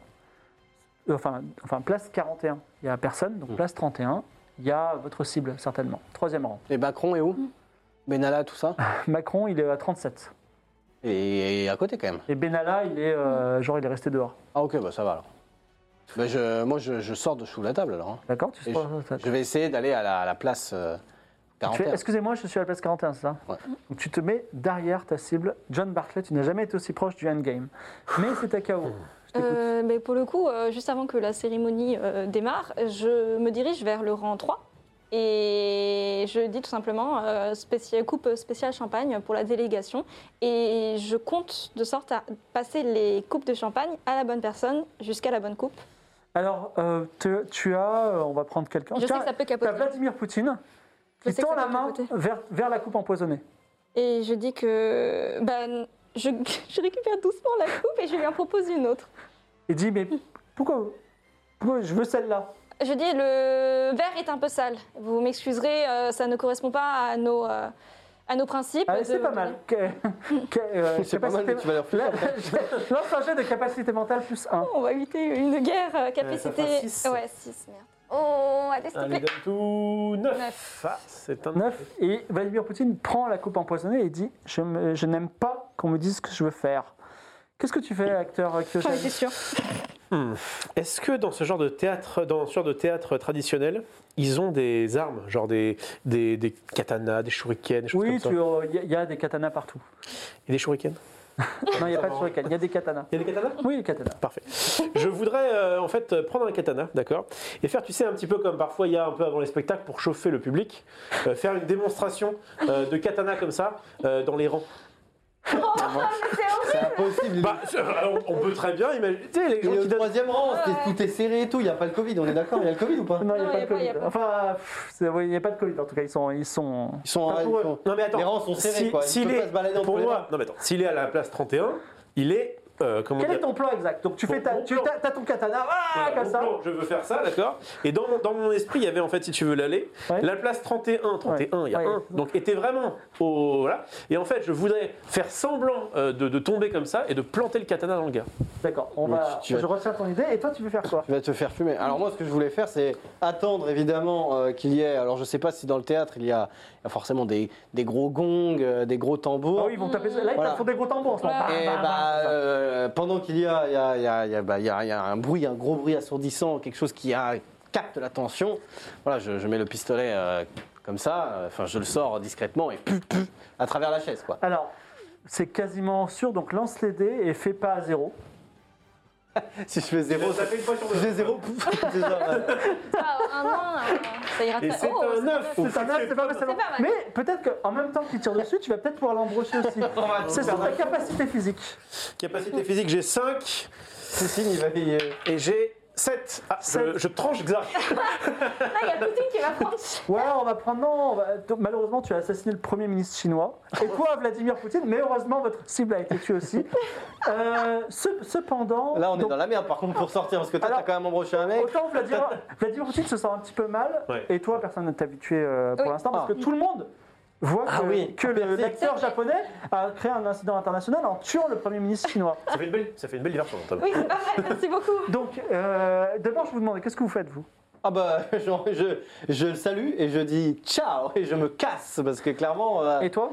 A: euh, enfin, enfin place 41, il n'y a personne.
F: Mm.
A: Donc place 31, il y a votre cible, certainement. Troisième rang.
F: Et Macron est où
A: Mm.
F: Benalla, tout
A: Ah.
F: ça
A: Macron, il est à 37.
F: Et, et à côté quand même.
A: Et Benalla, il est,
F: Mm.
A: euh, genre, il est resté dehors.
F: Ah ok, bah ça va alors. Bah, je, moi je, je sors de sous la table alors. hein.
A: D'accord tu
F: Et
A: sais pas- ça-
F: Je vais essayer d'aller à la, à la place euh,
A: Tu fais,
F: 41.
A: Excusez-moi, je suis à la place 41, c'est ça
F: Ouais.
A: Donc tu te mets derrière ta cible. John Barclay, tu n'as jamais été aussi proche du endgame. Mais c'est à
F: *laughs*
A: KO. Je t'écoute.
B: Euh, mais pour le coup, euh, juste avant que la cérémonie euh, démarre, je me dirige vers le rang 3 et je dis tout simplement euh, spéci- coupe spéciale champagne pour la délégation et je compte de sorte à passer les coupes de champagne à la bonne personne jusqu'à la bonne coupe.
A: Alors, euh, te- tu as, euh, on va prendre quelqu'un.
B: Je sais
A: Tiens,
B: que ça peut
A: T'as
B: capoter.
A: Vladimir Poutine
B: Je
A: qui
B: sais que
A: tend
B: ça
A: la
B: peut
A: main
B: capoter.
A: vers, vers la coupe empoisonnée.
B: Et je dis que ben, je, *laughs* je récupère doucement la coupe et je lui en propose une autre.
A: Et dit, mais pourquoi, pourquoi je veux celle-là
B: Je dis le verre est un peu sale. Vous m'excuserez, euh, ça ne correspond pas à nos, euh, à nos principes.
A: Ah,
B: de-
A: C'est pas mal. Que- que- euh,
F: *laughs* C'est pas mal, mais
A: capacité-
F: tu vas leur
A: Là, j'ai- *laughs* Lance un jet de capacité mentale plus 1.
B: On va éviter une guerre euh, capacité.
C: Euh, ça fait six.
B: ouais, 6, merde. Oh, allez, s'il te
C: Allez,
B: plaît.
C: donne tout neuf.
B: Neuf.
C: Ah, c'est un
A: 9. Et Vladimir Poutine prend la coupe empoisonnée et dit, je, me- je n'aime pas qu'on me dise ce que je veux faire. Qu'est-ce que tu fais, acteur euh, Kyoshi
B: J'en étais sûre.
C: Est-ce que dans ce genre de théâtre, dans ce genre de théâtre traditionnel, ils ont des armes, genre des, des, des katanas, des shurikens, des choses
A: Oui,
C: comme
A: il
C: ça
A: y, a- y a des katanas
B: *laughs*
A: partout.
C: Et des shurikens
A: Non, il n'y a pas de shuriken, il y a des katanas.
C: Il y a des katanas
A: Oui, les katanas.
C: Parfait. Je voudrais euh, en fait euh, prendre un katana, d'accord, et faire, tu sais, un petit peu comme parfois il y a un peu avant les spectacles pour chauffer le public, euh, faire une démonstration euh, de katana comme ça euh, dans les rangs.
D: C'est impossible.
C: Bah, euh, on on peut très bien imaginer. Tu sais, les
D: Et
C: gens
D: au
C: qui donnent-
D: troisième rang, c'est- tout est serré et tout, il n'y a pas le Covid, on est d'accord, il y a le Covid ou pas
A: Non, il n'y
B: Non,
A: a pas de
B: y
A: Covid.
B: a pas.
A: Enfin, il n'y a pas de Covid en tout cas. Ils sont. Ils sont...
D: Ils sont,
C: Pas
D: ils
C: pour eux.
D: sont-
C: Non mais attends,
D: les rangs sont serrés
C: si-
D: quoi.
C: s'il
D: Ils peuvent
C: est-
D: pas se balader entre
C: pour
D: les
C: moi, non mais attends, s'il est à la place 31, il est euh, comment
A: Quel
C: dire
A: est ton plan exact Donc tu
C: Mon-
A: fais ta,
C: mon
A: tu,
C: plan.
A: t'as, t'as ton katana, ah,
C: Voilà,
A: comme
C: mon
A: ça.
C: plan, je veux faire ça, d'accord Et dans mon, dans mon esprit, il y avait en fait, si tu veux l'aller,
A: Ouais.
C: la place 31, 31, il y a
A: Ouais.
C: un. Donc était vraiment au. Voilà. Et en fait, je voudrais faire semblant euh, de, de tomber comme ça et de planter le katana dans le gars.
A: D'accord, on
D: Mais
A: va,
D: tu- tu
A: je
D: vas-
A: retiens ton idée et toi tu veux faire quoi
D: Tu vas te faire fumer. Alors moi, ce que je voulais faire, c'est attendre évidemment euh, qu'il y ait. Alors je sais pas si dans le théâtre il y a, il y a forcément des, des gros gongs, euh, des gros tambours.
A: Ah oui, ils vont taper. Là, ils
D: Voilà.
A: tapent sur des gros tambours en ce moment. Bah,
D: Et
A: bah,
D: bah,
A: bah.
D: euh, pendant qu'il y a, il y a- il y a- il y a- bah, il y a- il y a un bruit, un gros bruit assourdissant, quelque chose qui a- capte l'attention, voilà, je, je mets le pistolet euh, comme ça, euh, enfin je le sors discrètement et pu, pu, à travers la chaise quoi.
A: Alors, c'est quasiment sûr, donc lance les dés et fais pas à zéro.
D: Si je fais zéro,
C: Ça fait une fois sur
D: si je fais *laughs* zéro, pouf, c'est ça, ouais.
B: Ah, un moins, euh, ça ira
C: Et
B: très
C: c'est
B: Oh,
C: un
B: pas
C: 9.
B: mal.
A: C'est un neuf, c'est pas mal, c'est bon.
B: pas mal.
A: Mais peut-être qu'en même temps qu'il tire dessus, tu vas peut-être pouvoir l'embrocher
B: *laughs*
A: aussi. c'est sur ta capacité physique.
C: Capacité physique, j'ai 5
D: Cécile, il va y-
C: et j'ai 7. Ah,
A: Sept.
C: Je, je tranche exact.
B: Là, il y a Poutine qui va prendre.
A: Ouais, on va prendre. Non, on va- donc, malheureusement, tu as assassiné le premier ministre chinois. Et toi, Vladimir Poutine, mais heureusement, votre cible a été tuée aussi. Euh, ce- cependant.
F: Là, on est
A: donc,
F: dans la merde par contre pour sortir parce que toi,
A: Alors-
F: t'as quand même embroché un mec.
A: Autant Vladimir, Vladimir Poutine se sent un petit peu mal,
C: Ouais.
A: et toi, personne ne t'a habitué euh, pour
B: Oui.
A: l'instant, parce
F: Ah.
A: que tout le monde voit
F: Ah
A: que,
F: oui.
A: que le-
F: Merci.
A: l'acteur japonais a créé un incident international en tuant le Premier ministre
F: *laughs*
A: chinois.
C: Ça fait une belle, ça fait une belle diversion. Tom.
B: Oui, c'est pas vrai, Ah, merci beaucoup.
A: Donc, euh, d'abord, je vous demande, qu'est-ce que vous faites, vous
D: *laughs*
F: Ah bah, genre, je, je le salue et je dis ciao et je me casse parce que clairement. euh,
A: Et toi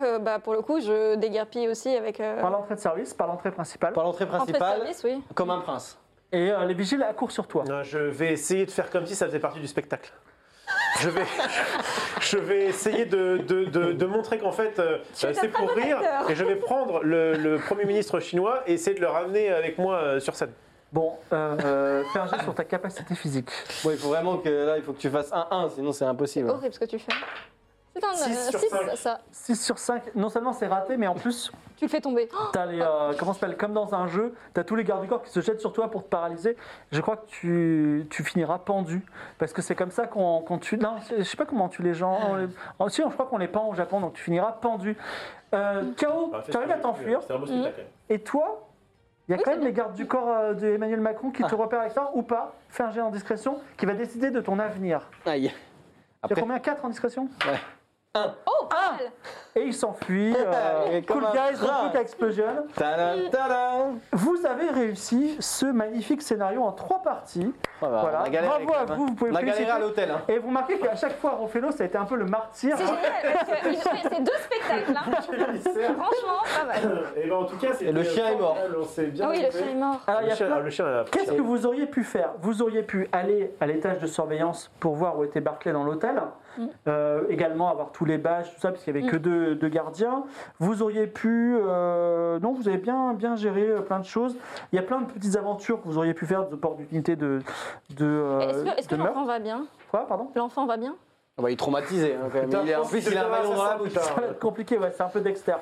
B: Euh, bah, pour le coup, je déguerpille aussi avec. euh,
A: Par l'entrée de service, par l'entrée principale.
F: Par l'entrée
B: entrée de
F: principale,
B: service, oui.
F: comme un prince.
A: Et euh, les vigiles accourent sur toi.
C: Non, je vais essayer de faire comme si ça faisait partie du spectacle. Je vais, *laughs* je vais essayer de, de- de- de montrer qu'en fait, euh,
B: Tu es un
C: c'est
B: très
C: pour
B: bon
C: rire.
B: acteur.
C: Et je vais prendre le, le Premier ministre chinois et essayer de le ramener avec moi euh, sur scène.
A: Bon, euh, euh, fais un geste sur ta capacité physique.
F: Bon, il faut vraiment que là, il faut que tu fasses 1-1, sinon c'est impossible.
B: Horrible ce que tu fais. C'est un
C: Six sur
B: 6,
C: cinq.
B: ça.
A: 6 sur 5, non seulement c'est raté, mais en plus,
B: Tu le fais tomber. Oh,
A: t'as les. euh, comment ça s'appelle Comme dans un jeu, t'as tous les gardes du corps qui se jettent sur toi pour te paralyser. Je crois que tu, tu finiras pendu. Parce que c'est comme ça qu'on qu'on tue. Non, je sais pas comment on tue les gens. On les- oh, si, je crois qu'on les pend au Japon, donc tu finiras pendu. Euh, Kao,
C: Bah,
A: tu arrives à t'enfuir.
C: C'est un beau
B: Mmh.
C: spectacle.
A: Et toi, il y a
B: Oui,
A: quand
B: c'est
A: même les gardes du corps euh, de Emmanuel Macron
F: Ah.
A: qui te repèrent avec ça, ou pas. Fais un jet en discrétion qui va décider de ton avenir.
F: Aïe.
A: Tu as
F: Après,
A: combien 4 en discrétion
B: oh pas mal.
A: Et il s'enfuit.
F: *laughs* Il
A: Euh,
F: est
A: cool
F: comme un
A: guys,
F: train.
A: Rocket Explosion.
F: tadam, tadam. Oh,
A: Vous avez réussi ce magnifique scénario en trois parties.
F: Oh, bah,
A: Voilà.
F: On a galéré,
A: Bravo à
F: quand même,
A: vous,
F: hein.
A: vous pouvez
F: On a
A: féliciter.
F: galéré à l'hôtel. hein.
A: Et vous remarquez qu'à chaque fois, Ronfello, ça a été un peu le martyr.
B: C'est génial, parce que il fait ces deux spectacles. Hein. Franchement, pas mal.
C: Et ben, en tout cas,
F: Et le chien est mort.
C: On s'est bien
B: Ah oui, le
C: trompé.
B: chien est mort.
A: Alors, il y
C: Le
A: a
C: chien,
A: plein-
C: ah, le chien, elle a-
A: Qu'est-ce que vous auriez pu faire Vous auriez pu aller à l'étage de surveillance pour voir où était Barclay dans l'hôtel,
B: Mm.
A: Euh, également avoir tous les badges, tout ça, parce qu'il n'y avait que deux, deux gardiens. Vous auriez pu... euh, non, vous avez bien, bien géré euh, plein de choses. Il y a plein de petites aventures que vous auriez pu faire, des opportunités de, de, euh,
B: Est-ce que, est-ce que
A: de meurtre.
B: l'enfant va bien
A: Quoi, pardon
B: L'enfant va bien
F: Ah bah, il est traumatisé hein, quand même.
C: Putain,
F: Il est- en
C: je
F: plus,
C: pense
F: il a un
C: que
F: ballon dans la
C: ça,
F: bouche.
C: putain.
A: Ça va être compliqué, ouais, c'est un peu Dexter.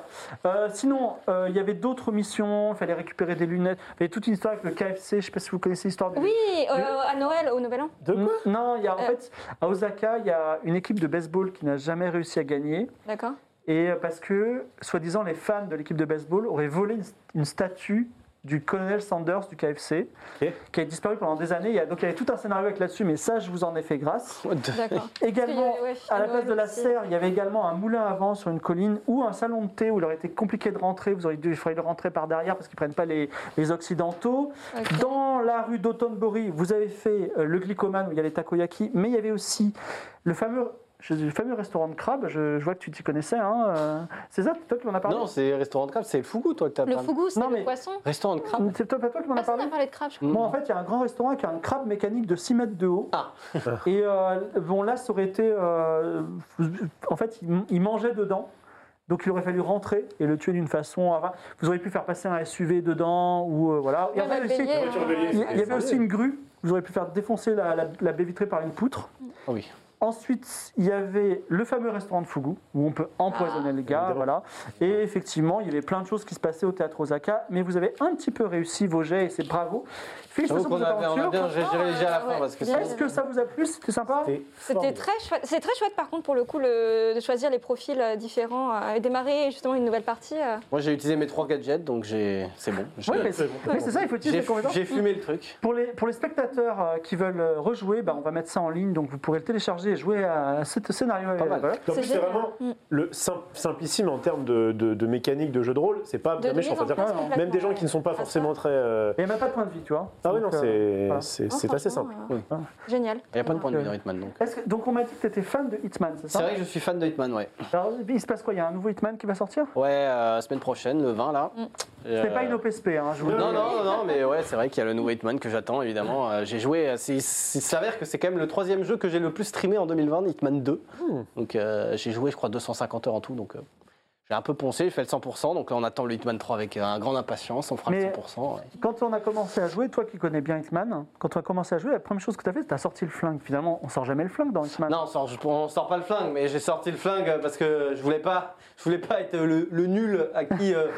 A: Euh, sinon, euh, il y avait d'autres missions, il fallait récupérer des lunettes. Il y avait toute une histoire avec le KFC, je ne sais pas si vous connaissez l'histoire du...
B: Oui, euh, à Noël, au Nouvel An.
C: De quoi
A: Non, il y a, en
B: Euh.
A: fait, à Osaka, il y a une équipe de baseball qui n'a jamais réussi à gagner.
B: D'accord.
A: Et euh, parce que, soi-disant, les fans de l'équipe de baseball auraient volé une, une statue du colonel Sanders du KFC,
C: Ok.
A: qui a disparu pendant des années. Il y a- donc il y avait tout un scénario avec là-dessus, mais ça, je vous en ai fait grâce.
B: D'accord.
A: Également,
B: Parce que, ouais,
A: à la
B: Noël
A: place de la
B: aussi.
A: serre, il y avait également un moulin à vent sur une colline ou un salon de thé où il aurait été compliqué de rentrer. Vous auriez dû, il faudrait le rentrer par derrière parce qu'ils prennent pas les, les occidentaux.
B: Ok.
A: Dans la rue d'Autonbori, vous avez fait euh, le glycoman où il y a les takoyaki, mais il y avait aussi le fameux, je- le fameux restaurant de crabe. Je, je vois que tu t'y connaissais. Hein, euh, c'est ça, c'est toi qui m'en as parlé
F: Non, c'est restaurant de crabe, c'est le fougou, toi, que t'as
B: Le
F: parlé.
B: fougou, c'est
A: Non, mais-
B: le poisson. Ah,
F: Restaurant de crabe
A: C'est toi, pas toi qui m'en as
B: Personne
A: parlé
B: n'a parlé de crabe, je crois.
A: Bon, en fait, il y a un grand restaurant qui a un crabe mécanique de 6 mètres de haut.
F: Ah.
A: *laughs* Et euh, bon, là, ça aurait été. euh, en fait, il, il mangeait dedans. Donc, il aurait fallu rentrer et le tuer d'une façon. Enfin, vous auriez pu faire passer un SUV dedans ou euh, voilà. Et
B: Ouais,
A: en fait,
B: bah, le
A: aussi,
B: bélier,
C: voiture
B: hein.
C: bélier,
A: il y-
C: c'est-
A: il y avait aussi une grue. Vous auriez pu faire défoncer la, la- la baie vitrée par une poutre.
F: Ah oui.
A: Ensuite, il y avait le fameux restaurant de Fugu, où on peut empoisonner les gars,
C: Évidemment.
A: voilà. Et effectivement, il y avait plein de choses qui se passaient au théâtre Osaka, mais vous avez un petit peu réussi vos jets, et c'est bravo.
F: J'avoue Ah,
A: Félicitations pour
F: qu'on
A: votre
F: a, on a
A: aventure.
F: bien géré les jets à la fin
B: Ouais.
F: parce que
B: Bien.
F: sinon-
A: Est-ce que ça vous a plu C'était sympa
C: C'était
B: C'était
C: formidable.
B: très chouette. C'est très chouette par contre pour le coup le- de choisir les profils euh, différents euh, et démarrer justement une nouvelle partie. euh.
F: Moi, j'ai utilisé mes trois gadgets, donc j'ai. C'est bon. j'ai-
A: Oui, mais c'est mais c'est ça, il faut utiliser
F: J'ai
A: les compétences.
F: j'ai fumé le truc.
A: Pour les, pour les spectateurs euh, qui veulent euh, rejouer, bah, on va mettre ça en ligne, donc vous pourrez le télécharger et jouer à ce scénario. euh,
F: Pas mal.
A: Voilà.
C: En plus,
B: C'est
C: c'est
B: génial.
C: vraiment
B: Mm.
C: le sim- simplissime en termes de, de- de mécanique de jeu de rôle. C'est pas
B: De
C: bien méchant.
B: mise en
C: Enfin,
B: place
C: dire-
B: complètement,
C: même des gens
B: ouais.
C: qui ne sont pas
B: Ah, ça.
C: forcément très. euh,
A: Et il n'y a même pas de point de vie, tu vois.
C: Ah oui,
A: Donc,
C: non,
A: euh,
C: c'est
A: voilà.
C: c'est-
B: Non,
C: c'est assez
B: franchement,
C: simple.
B: euh,
F: Oui.
B: Génial.
F: Il n'y a pas de point de vue
A: Ouais.
F: dans Hitman donc.
A: Est-ce que- donc on m'a dit que tu étais fan de Hitman, c'est ça
F: C'est vrai que je suis fan de Hitman, ouais.
A: Alors, il se passe quoi Il y a un nouveau Hitman qui va sortir
F: Ouais, euh, semaine prochaine, le 20 là.
B: Mm.
A: C'est
F: Euh,
A: pas une OPSP, hein, je vous le
F: Non,
A: dis.
F: non, non, non, mais ouais, c'est vrai qu'il y a le nouveau Hitman que j'attends, évidemment. Euh, j'ai joué, euh, c'est- c'est- il s'avère que c'est quand même le troisième jeu
B: Hmm.
F: que j'ai le plus streamé en 2020, Hitman 2. Donc euh, j'ai joué, je crois, 250 heures en tout, donc euh, J'ai un peu poncé, j'ai fait le 100%, donc là on attend le Hitman 3 avec euh, un grande impatience, on fera
A: Mais-
F: le 100%. ouais.
A: Quand on a commencé à jouer, toi qui connais bien Hitman, quand on a commencé à jouer, la première chose que tu as fait, c'est que tu as sorti le flingue. Finalement, on sort jamais le flingue dans Hitman.
F: Non, on sort, je- on sort pas le flingue, mais j'ai sorti le flingue euh, parce que je voulais pas, je voulais pas être le, le nul à qui euh,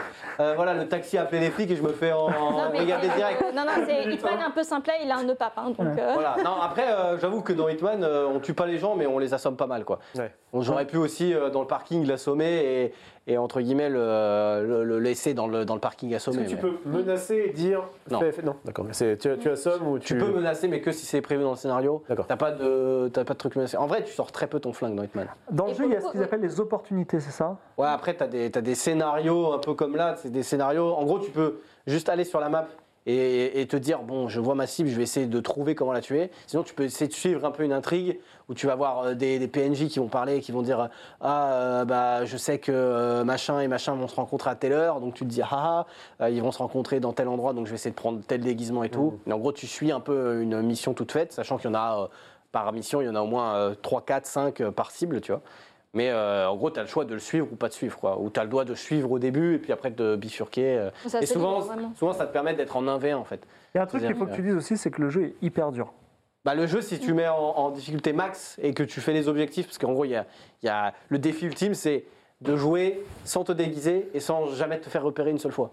F: euh, voilà, le taxi a appelé les flics et je me fais en,
A: Oh,
B: mais- euh,
F: regarder direct.
B: Non, non, c'est Hitman est un peu simplet, il a un nœud pape. hein, donc, euh,
F: Voilà. Non, après, euh, j'avoue que dans Hitman, euh, on tue pas les gens, mais on les assomme pas mal, quoi.
C: Ouais.
F: Bon, J'aurais pu aussi, euh, dans le parking, l'assommer et, et, entre guillemets, le, le- le laisser dans le, dans le parking
C: Est-ce
F: assommé.
C: que tu
F: mais-
C: peux menacer et dire.
F: Non.
C: fais- fais- non, d'accord. mais c'est- Tu, tu assommes ou tu.
F: Tu peux menacer, mais que si c'est prévu dans le scénario.
C: D'accord.
F: T'as pas de, t'as pas de truc menacé. En vrai, tu sors très peu ton flingue dans Hitman.
A: Dans le
B: Et
A: jeu, il y a
B: pour
A: ce
B: le coup,
A: qu'ils appellent les opportunités, c'est ça
F: Ouais, après, t'as des, t'as des scénarios un peu comme là. C'est des scénarios. En gros, tu peux juste aller sur la map et, et te dire bon, je vois ma cible, je vais essayer de trouver comment la tuer. Sinon, tu peux essayer de suivre un peu une intrigue où tu vas voir euh, des, des PNJ qui vont parler et qui vont dire ah, euh, bah, je sais que euh, machin et machin vont se rencontrer à telle heure. Donc, tu te dis ah, ah, euh, ils vont se rencontrer dans tel endroit. Donc, je vais essayer de prendre tel déguisement et tout. Et en gros, tu suis un peu euh, une mission toute faite, sachant qu'il y en a. euh, par mission, il y en a au moins euh, 3, 4, 5 par cible, tu vois. Mais euh, en gros, tu as le choix de le suivre ou pas de suivre, quoi. Ou tu as le droit de suivre au début et puis après de bifurquer. euh.
B: Ça,
F: Et
B: c'est
F: souvent,
B: libre, vraiment.
F: souvent, ça te permet d'être en 1v1, en fait.
A: Il y a un truc
F: C'est-à-dire,
A: qu'il faut que
F: euh,
A: tu dises aussi, c'est que le jeu est hyper dur.
F: Bah, le jeu, si
B: Mm.
F: tu mets en, en difficulté max et que tu fais les objectifs, parce qu'en gros, il y a, il y a- le défi ultime, c'est de jouer sans te déguiser et sans jamais te faire repérer une seule fois.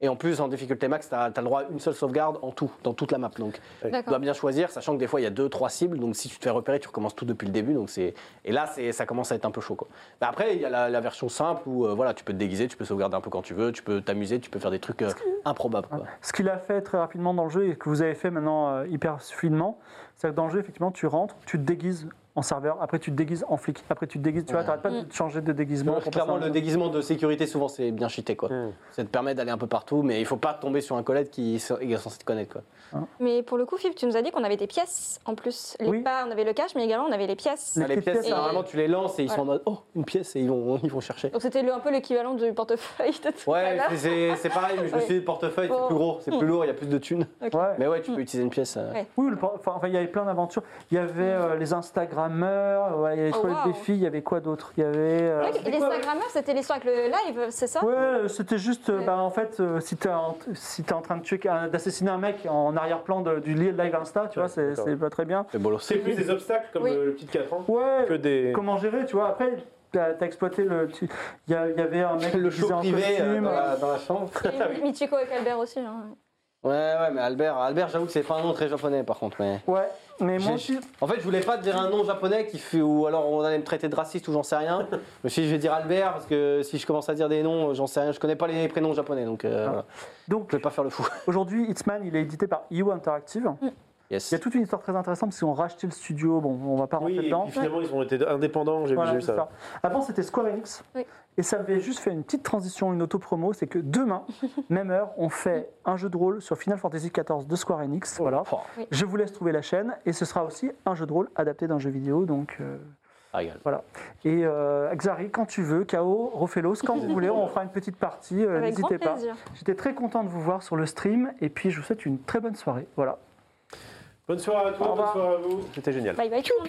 F: Et en plus, en difficulté max, tu as, le droit à une seule sauvegarde en tout, dans toute la map. Donc, tu dois
B: D'accord.
F: bien choisir, sachant que des fois, il y a deux, trois cibles. Donc, si tu te fais repérer, tu recommences tout depuis le début. Donc, c'est et là, c'est ça commence à être un peu chaud. Quoi. Bah, après, il y a la, la version simple où euh, voilà, tu peux te déguiser, tu peux sauvegarder un peu quand tu veux, tu peux t'amuser, tu peux faire des trucs euh, improbables. quoi.
A: hein. Ce qu'il a fait très rapidement dans le jeu et que vous avez fait maintenant euh, hyper fluidement, c'est que dans le jeu, effectivement, tu rentres, tu te déguises en serveur, après tu te déguises en flic, après tu te déguises, tu vois, t'arrêtes pas de changer de déguisement.
F: Moi,
A: pour passer
F: clairement,
A: à un Hmm.
F: le
A: autre.
F: déguisement de sécurité, souvent, c'est bien cheaté. Quoi. Ça te permet d'aller un peu partout, mais il faut pas tomber sur un collègue qui est censé te connaître. Quoi.
B: Mais pour le coup, Fif, tu nous as dit qu'on avait des pièces en plus. Les
A: Oui.
B: pas, on avait le cash, mais également on avait les pièces.
A: Les
F: Ah, les
A: petites
F: pièces,
A: pièces.
F: normalement, tu les lances et ils
B: Voilà.
F: sont en mode Oh, une pièce, et ils vont, ils vont chercher.
B: Donc c'était le- un peu l'équivalent du portefeuille de tout à
F: Ouais,
B: l'heure.
F: c'est- c'est c'est pareil, mais je me
B: Ouais.
F: suis dit, portefeuille, c'est
B: Bon.
F: plus gros, c'est plus lourd, il y a plus de thunes.
A: Oh. Hmm. Ouais. Hmm.
F: Mais ouais, tu peux utiliser une pièce. euh,
B: Ouais.
A: Oui, le por- enfin, enfin, il y avait plein d'aventures. Il y avait euh, les Instagrammeurs, ouais, il y avait les
B: Oh,
A: toilettes
B: wow.
A: des filles, il y avait quoi d'autre Il y avait. euh,
B: Ouais, Les Instagrammeurs, c'était l'histoire avec le live, c'est ça
A: Ouais, c'était juste, euh,
B: Ouais.
A: bah, en fait, euh, si t'es en, si t'es en train de tuer, un- d'assassiner un mec en arrière-plan de- du live Insta, tu vois, c'est
C: d'accord.
A: c'est pas très bien.
F: C'est bolos.
C: C'est plus des obstacles comme
B: Oui.
C: le, le petit 4 ans
A: Ouais,
C: que des.
A: comment gérer, tu vois. Après, t'as as exploité le. tu- Il y, a- il y avait un mec
F: Le
A: qui disait
F: show
A: en
F: privé euh,
A: costume.
F: dans, la, dans la chambre.
B: Et Michiko et Calbert aussi. hein.
F: Ouais, ouais, mais Albert, Albert j'avoue que c'est pas un nom très japonais par contre. Mais...
A: Ouais, mais moi
F: J'ai-
A: aussi.
F: En fait, je voulais pas te dire un nom japonais qui fait, ou alors on allait me traiter de raciste ou j'en sais *laughs* rien. Je me suis dit, je vais dire Albert parce que si je commence à dire des noms, j'en sais rien. Je connais pas les prénoms japonais donc euh, voilà.
A: Donc,
F: je vais pas faire le fou.
A: aujourd'hui, Hitman, il est édité par IO Interactive.
B: Mm.
F: Yes.
A: Il y a toute une histoire très intéressante parce qu'ils ont racheté le studio. Bon, on va pas rentrer
C: Oui, et
A: dedans.
C: puis finalement, ils ont été indépendants, j'ai
A: Voilà,
C: vu j'ai vu
A: c'est
C: ça.
A: ça. Avant, c'était Square Enix.
B: Oui.
A: Et ça avait juste fait une petite transition, une auto-promo. C'est que
B: *laughs*
A: demain, même heure, on fait un jeu de rôle sur Final Fantasy XIV de Square Enix. Voilà.
F: Oh,
A: Je vous laisse trouver la chaîne. Et ce sera aussi un jeu de rôle adapté d'un jeu vidéo. Donc. euh,
F: ah, regarde.
A: Voilà. Et euh, Xari, quand tu veux, K.O., Rofelos, quand vous voulez, on fera une petite partie. euh,
B: Avec grand
A: N'hésitez pas.
B: plaisir.
A: J'étais très content de vous voir sur le stream. Et puis, je vous souhaite une très bonne soirée. Voilà.
C: Bonne soirée à
A: Au
C: toi, bonne
A: revoir.
C: soirée à vous. C'était génial.
B: Bye bye tout le monde.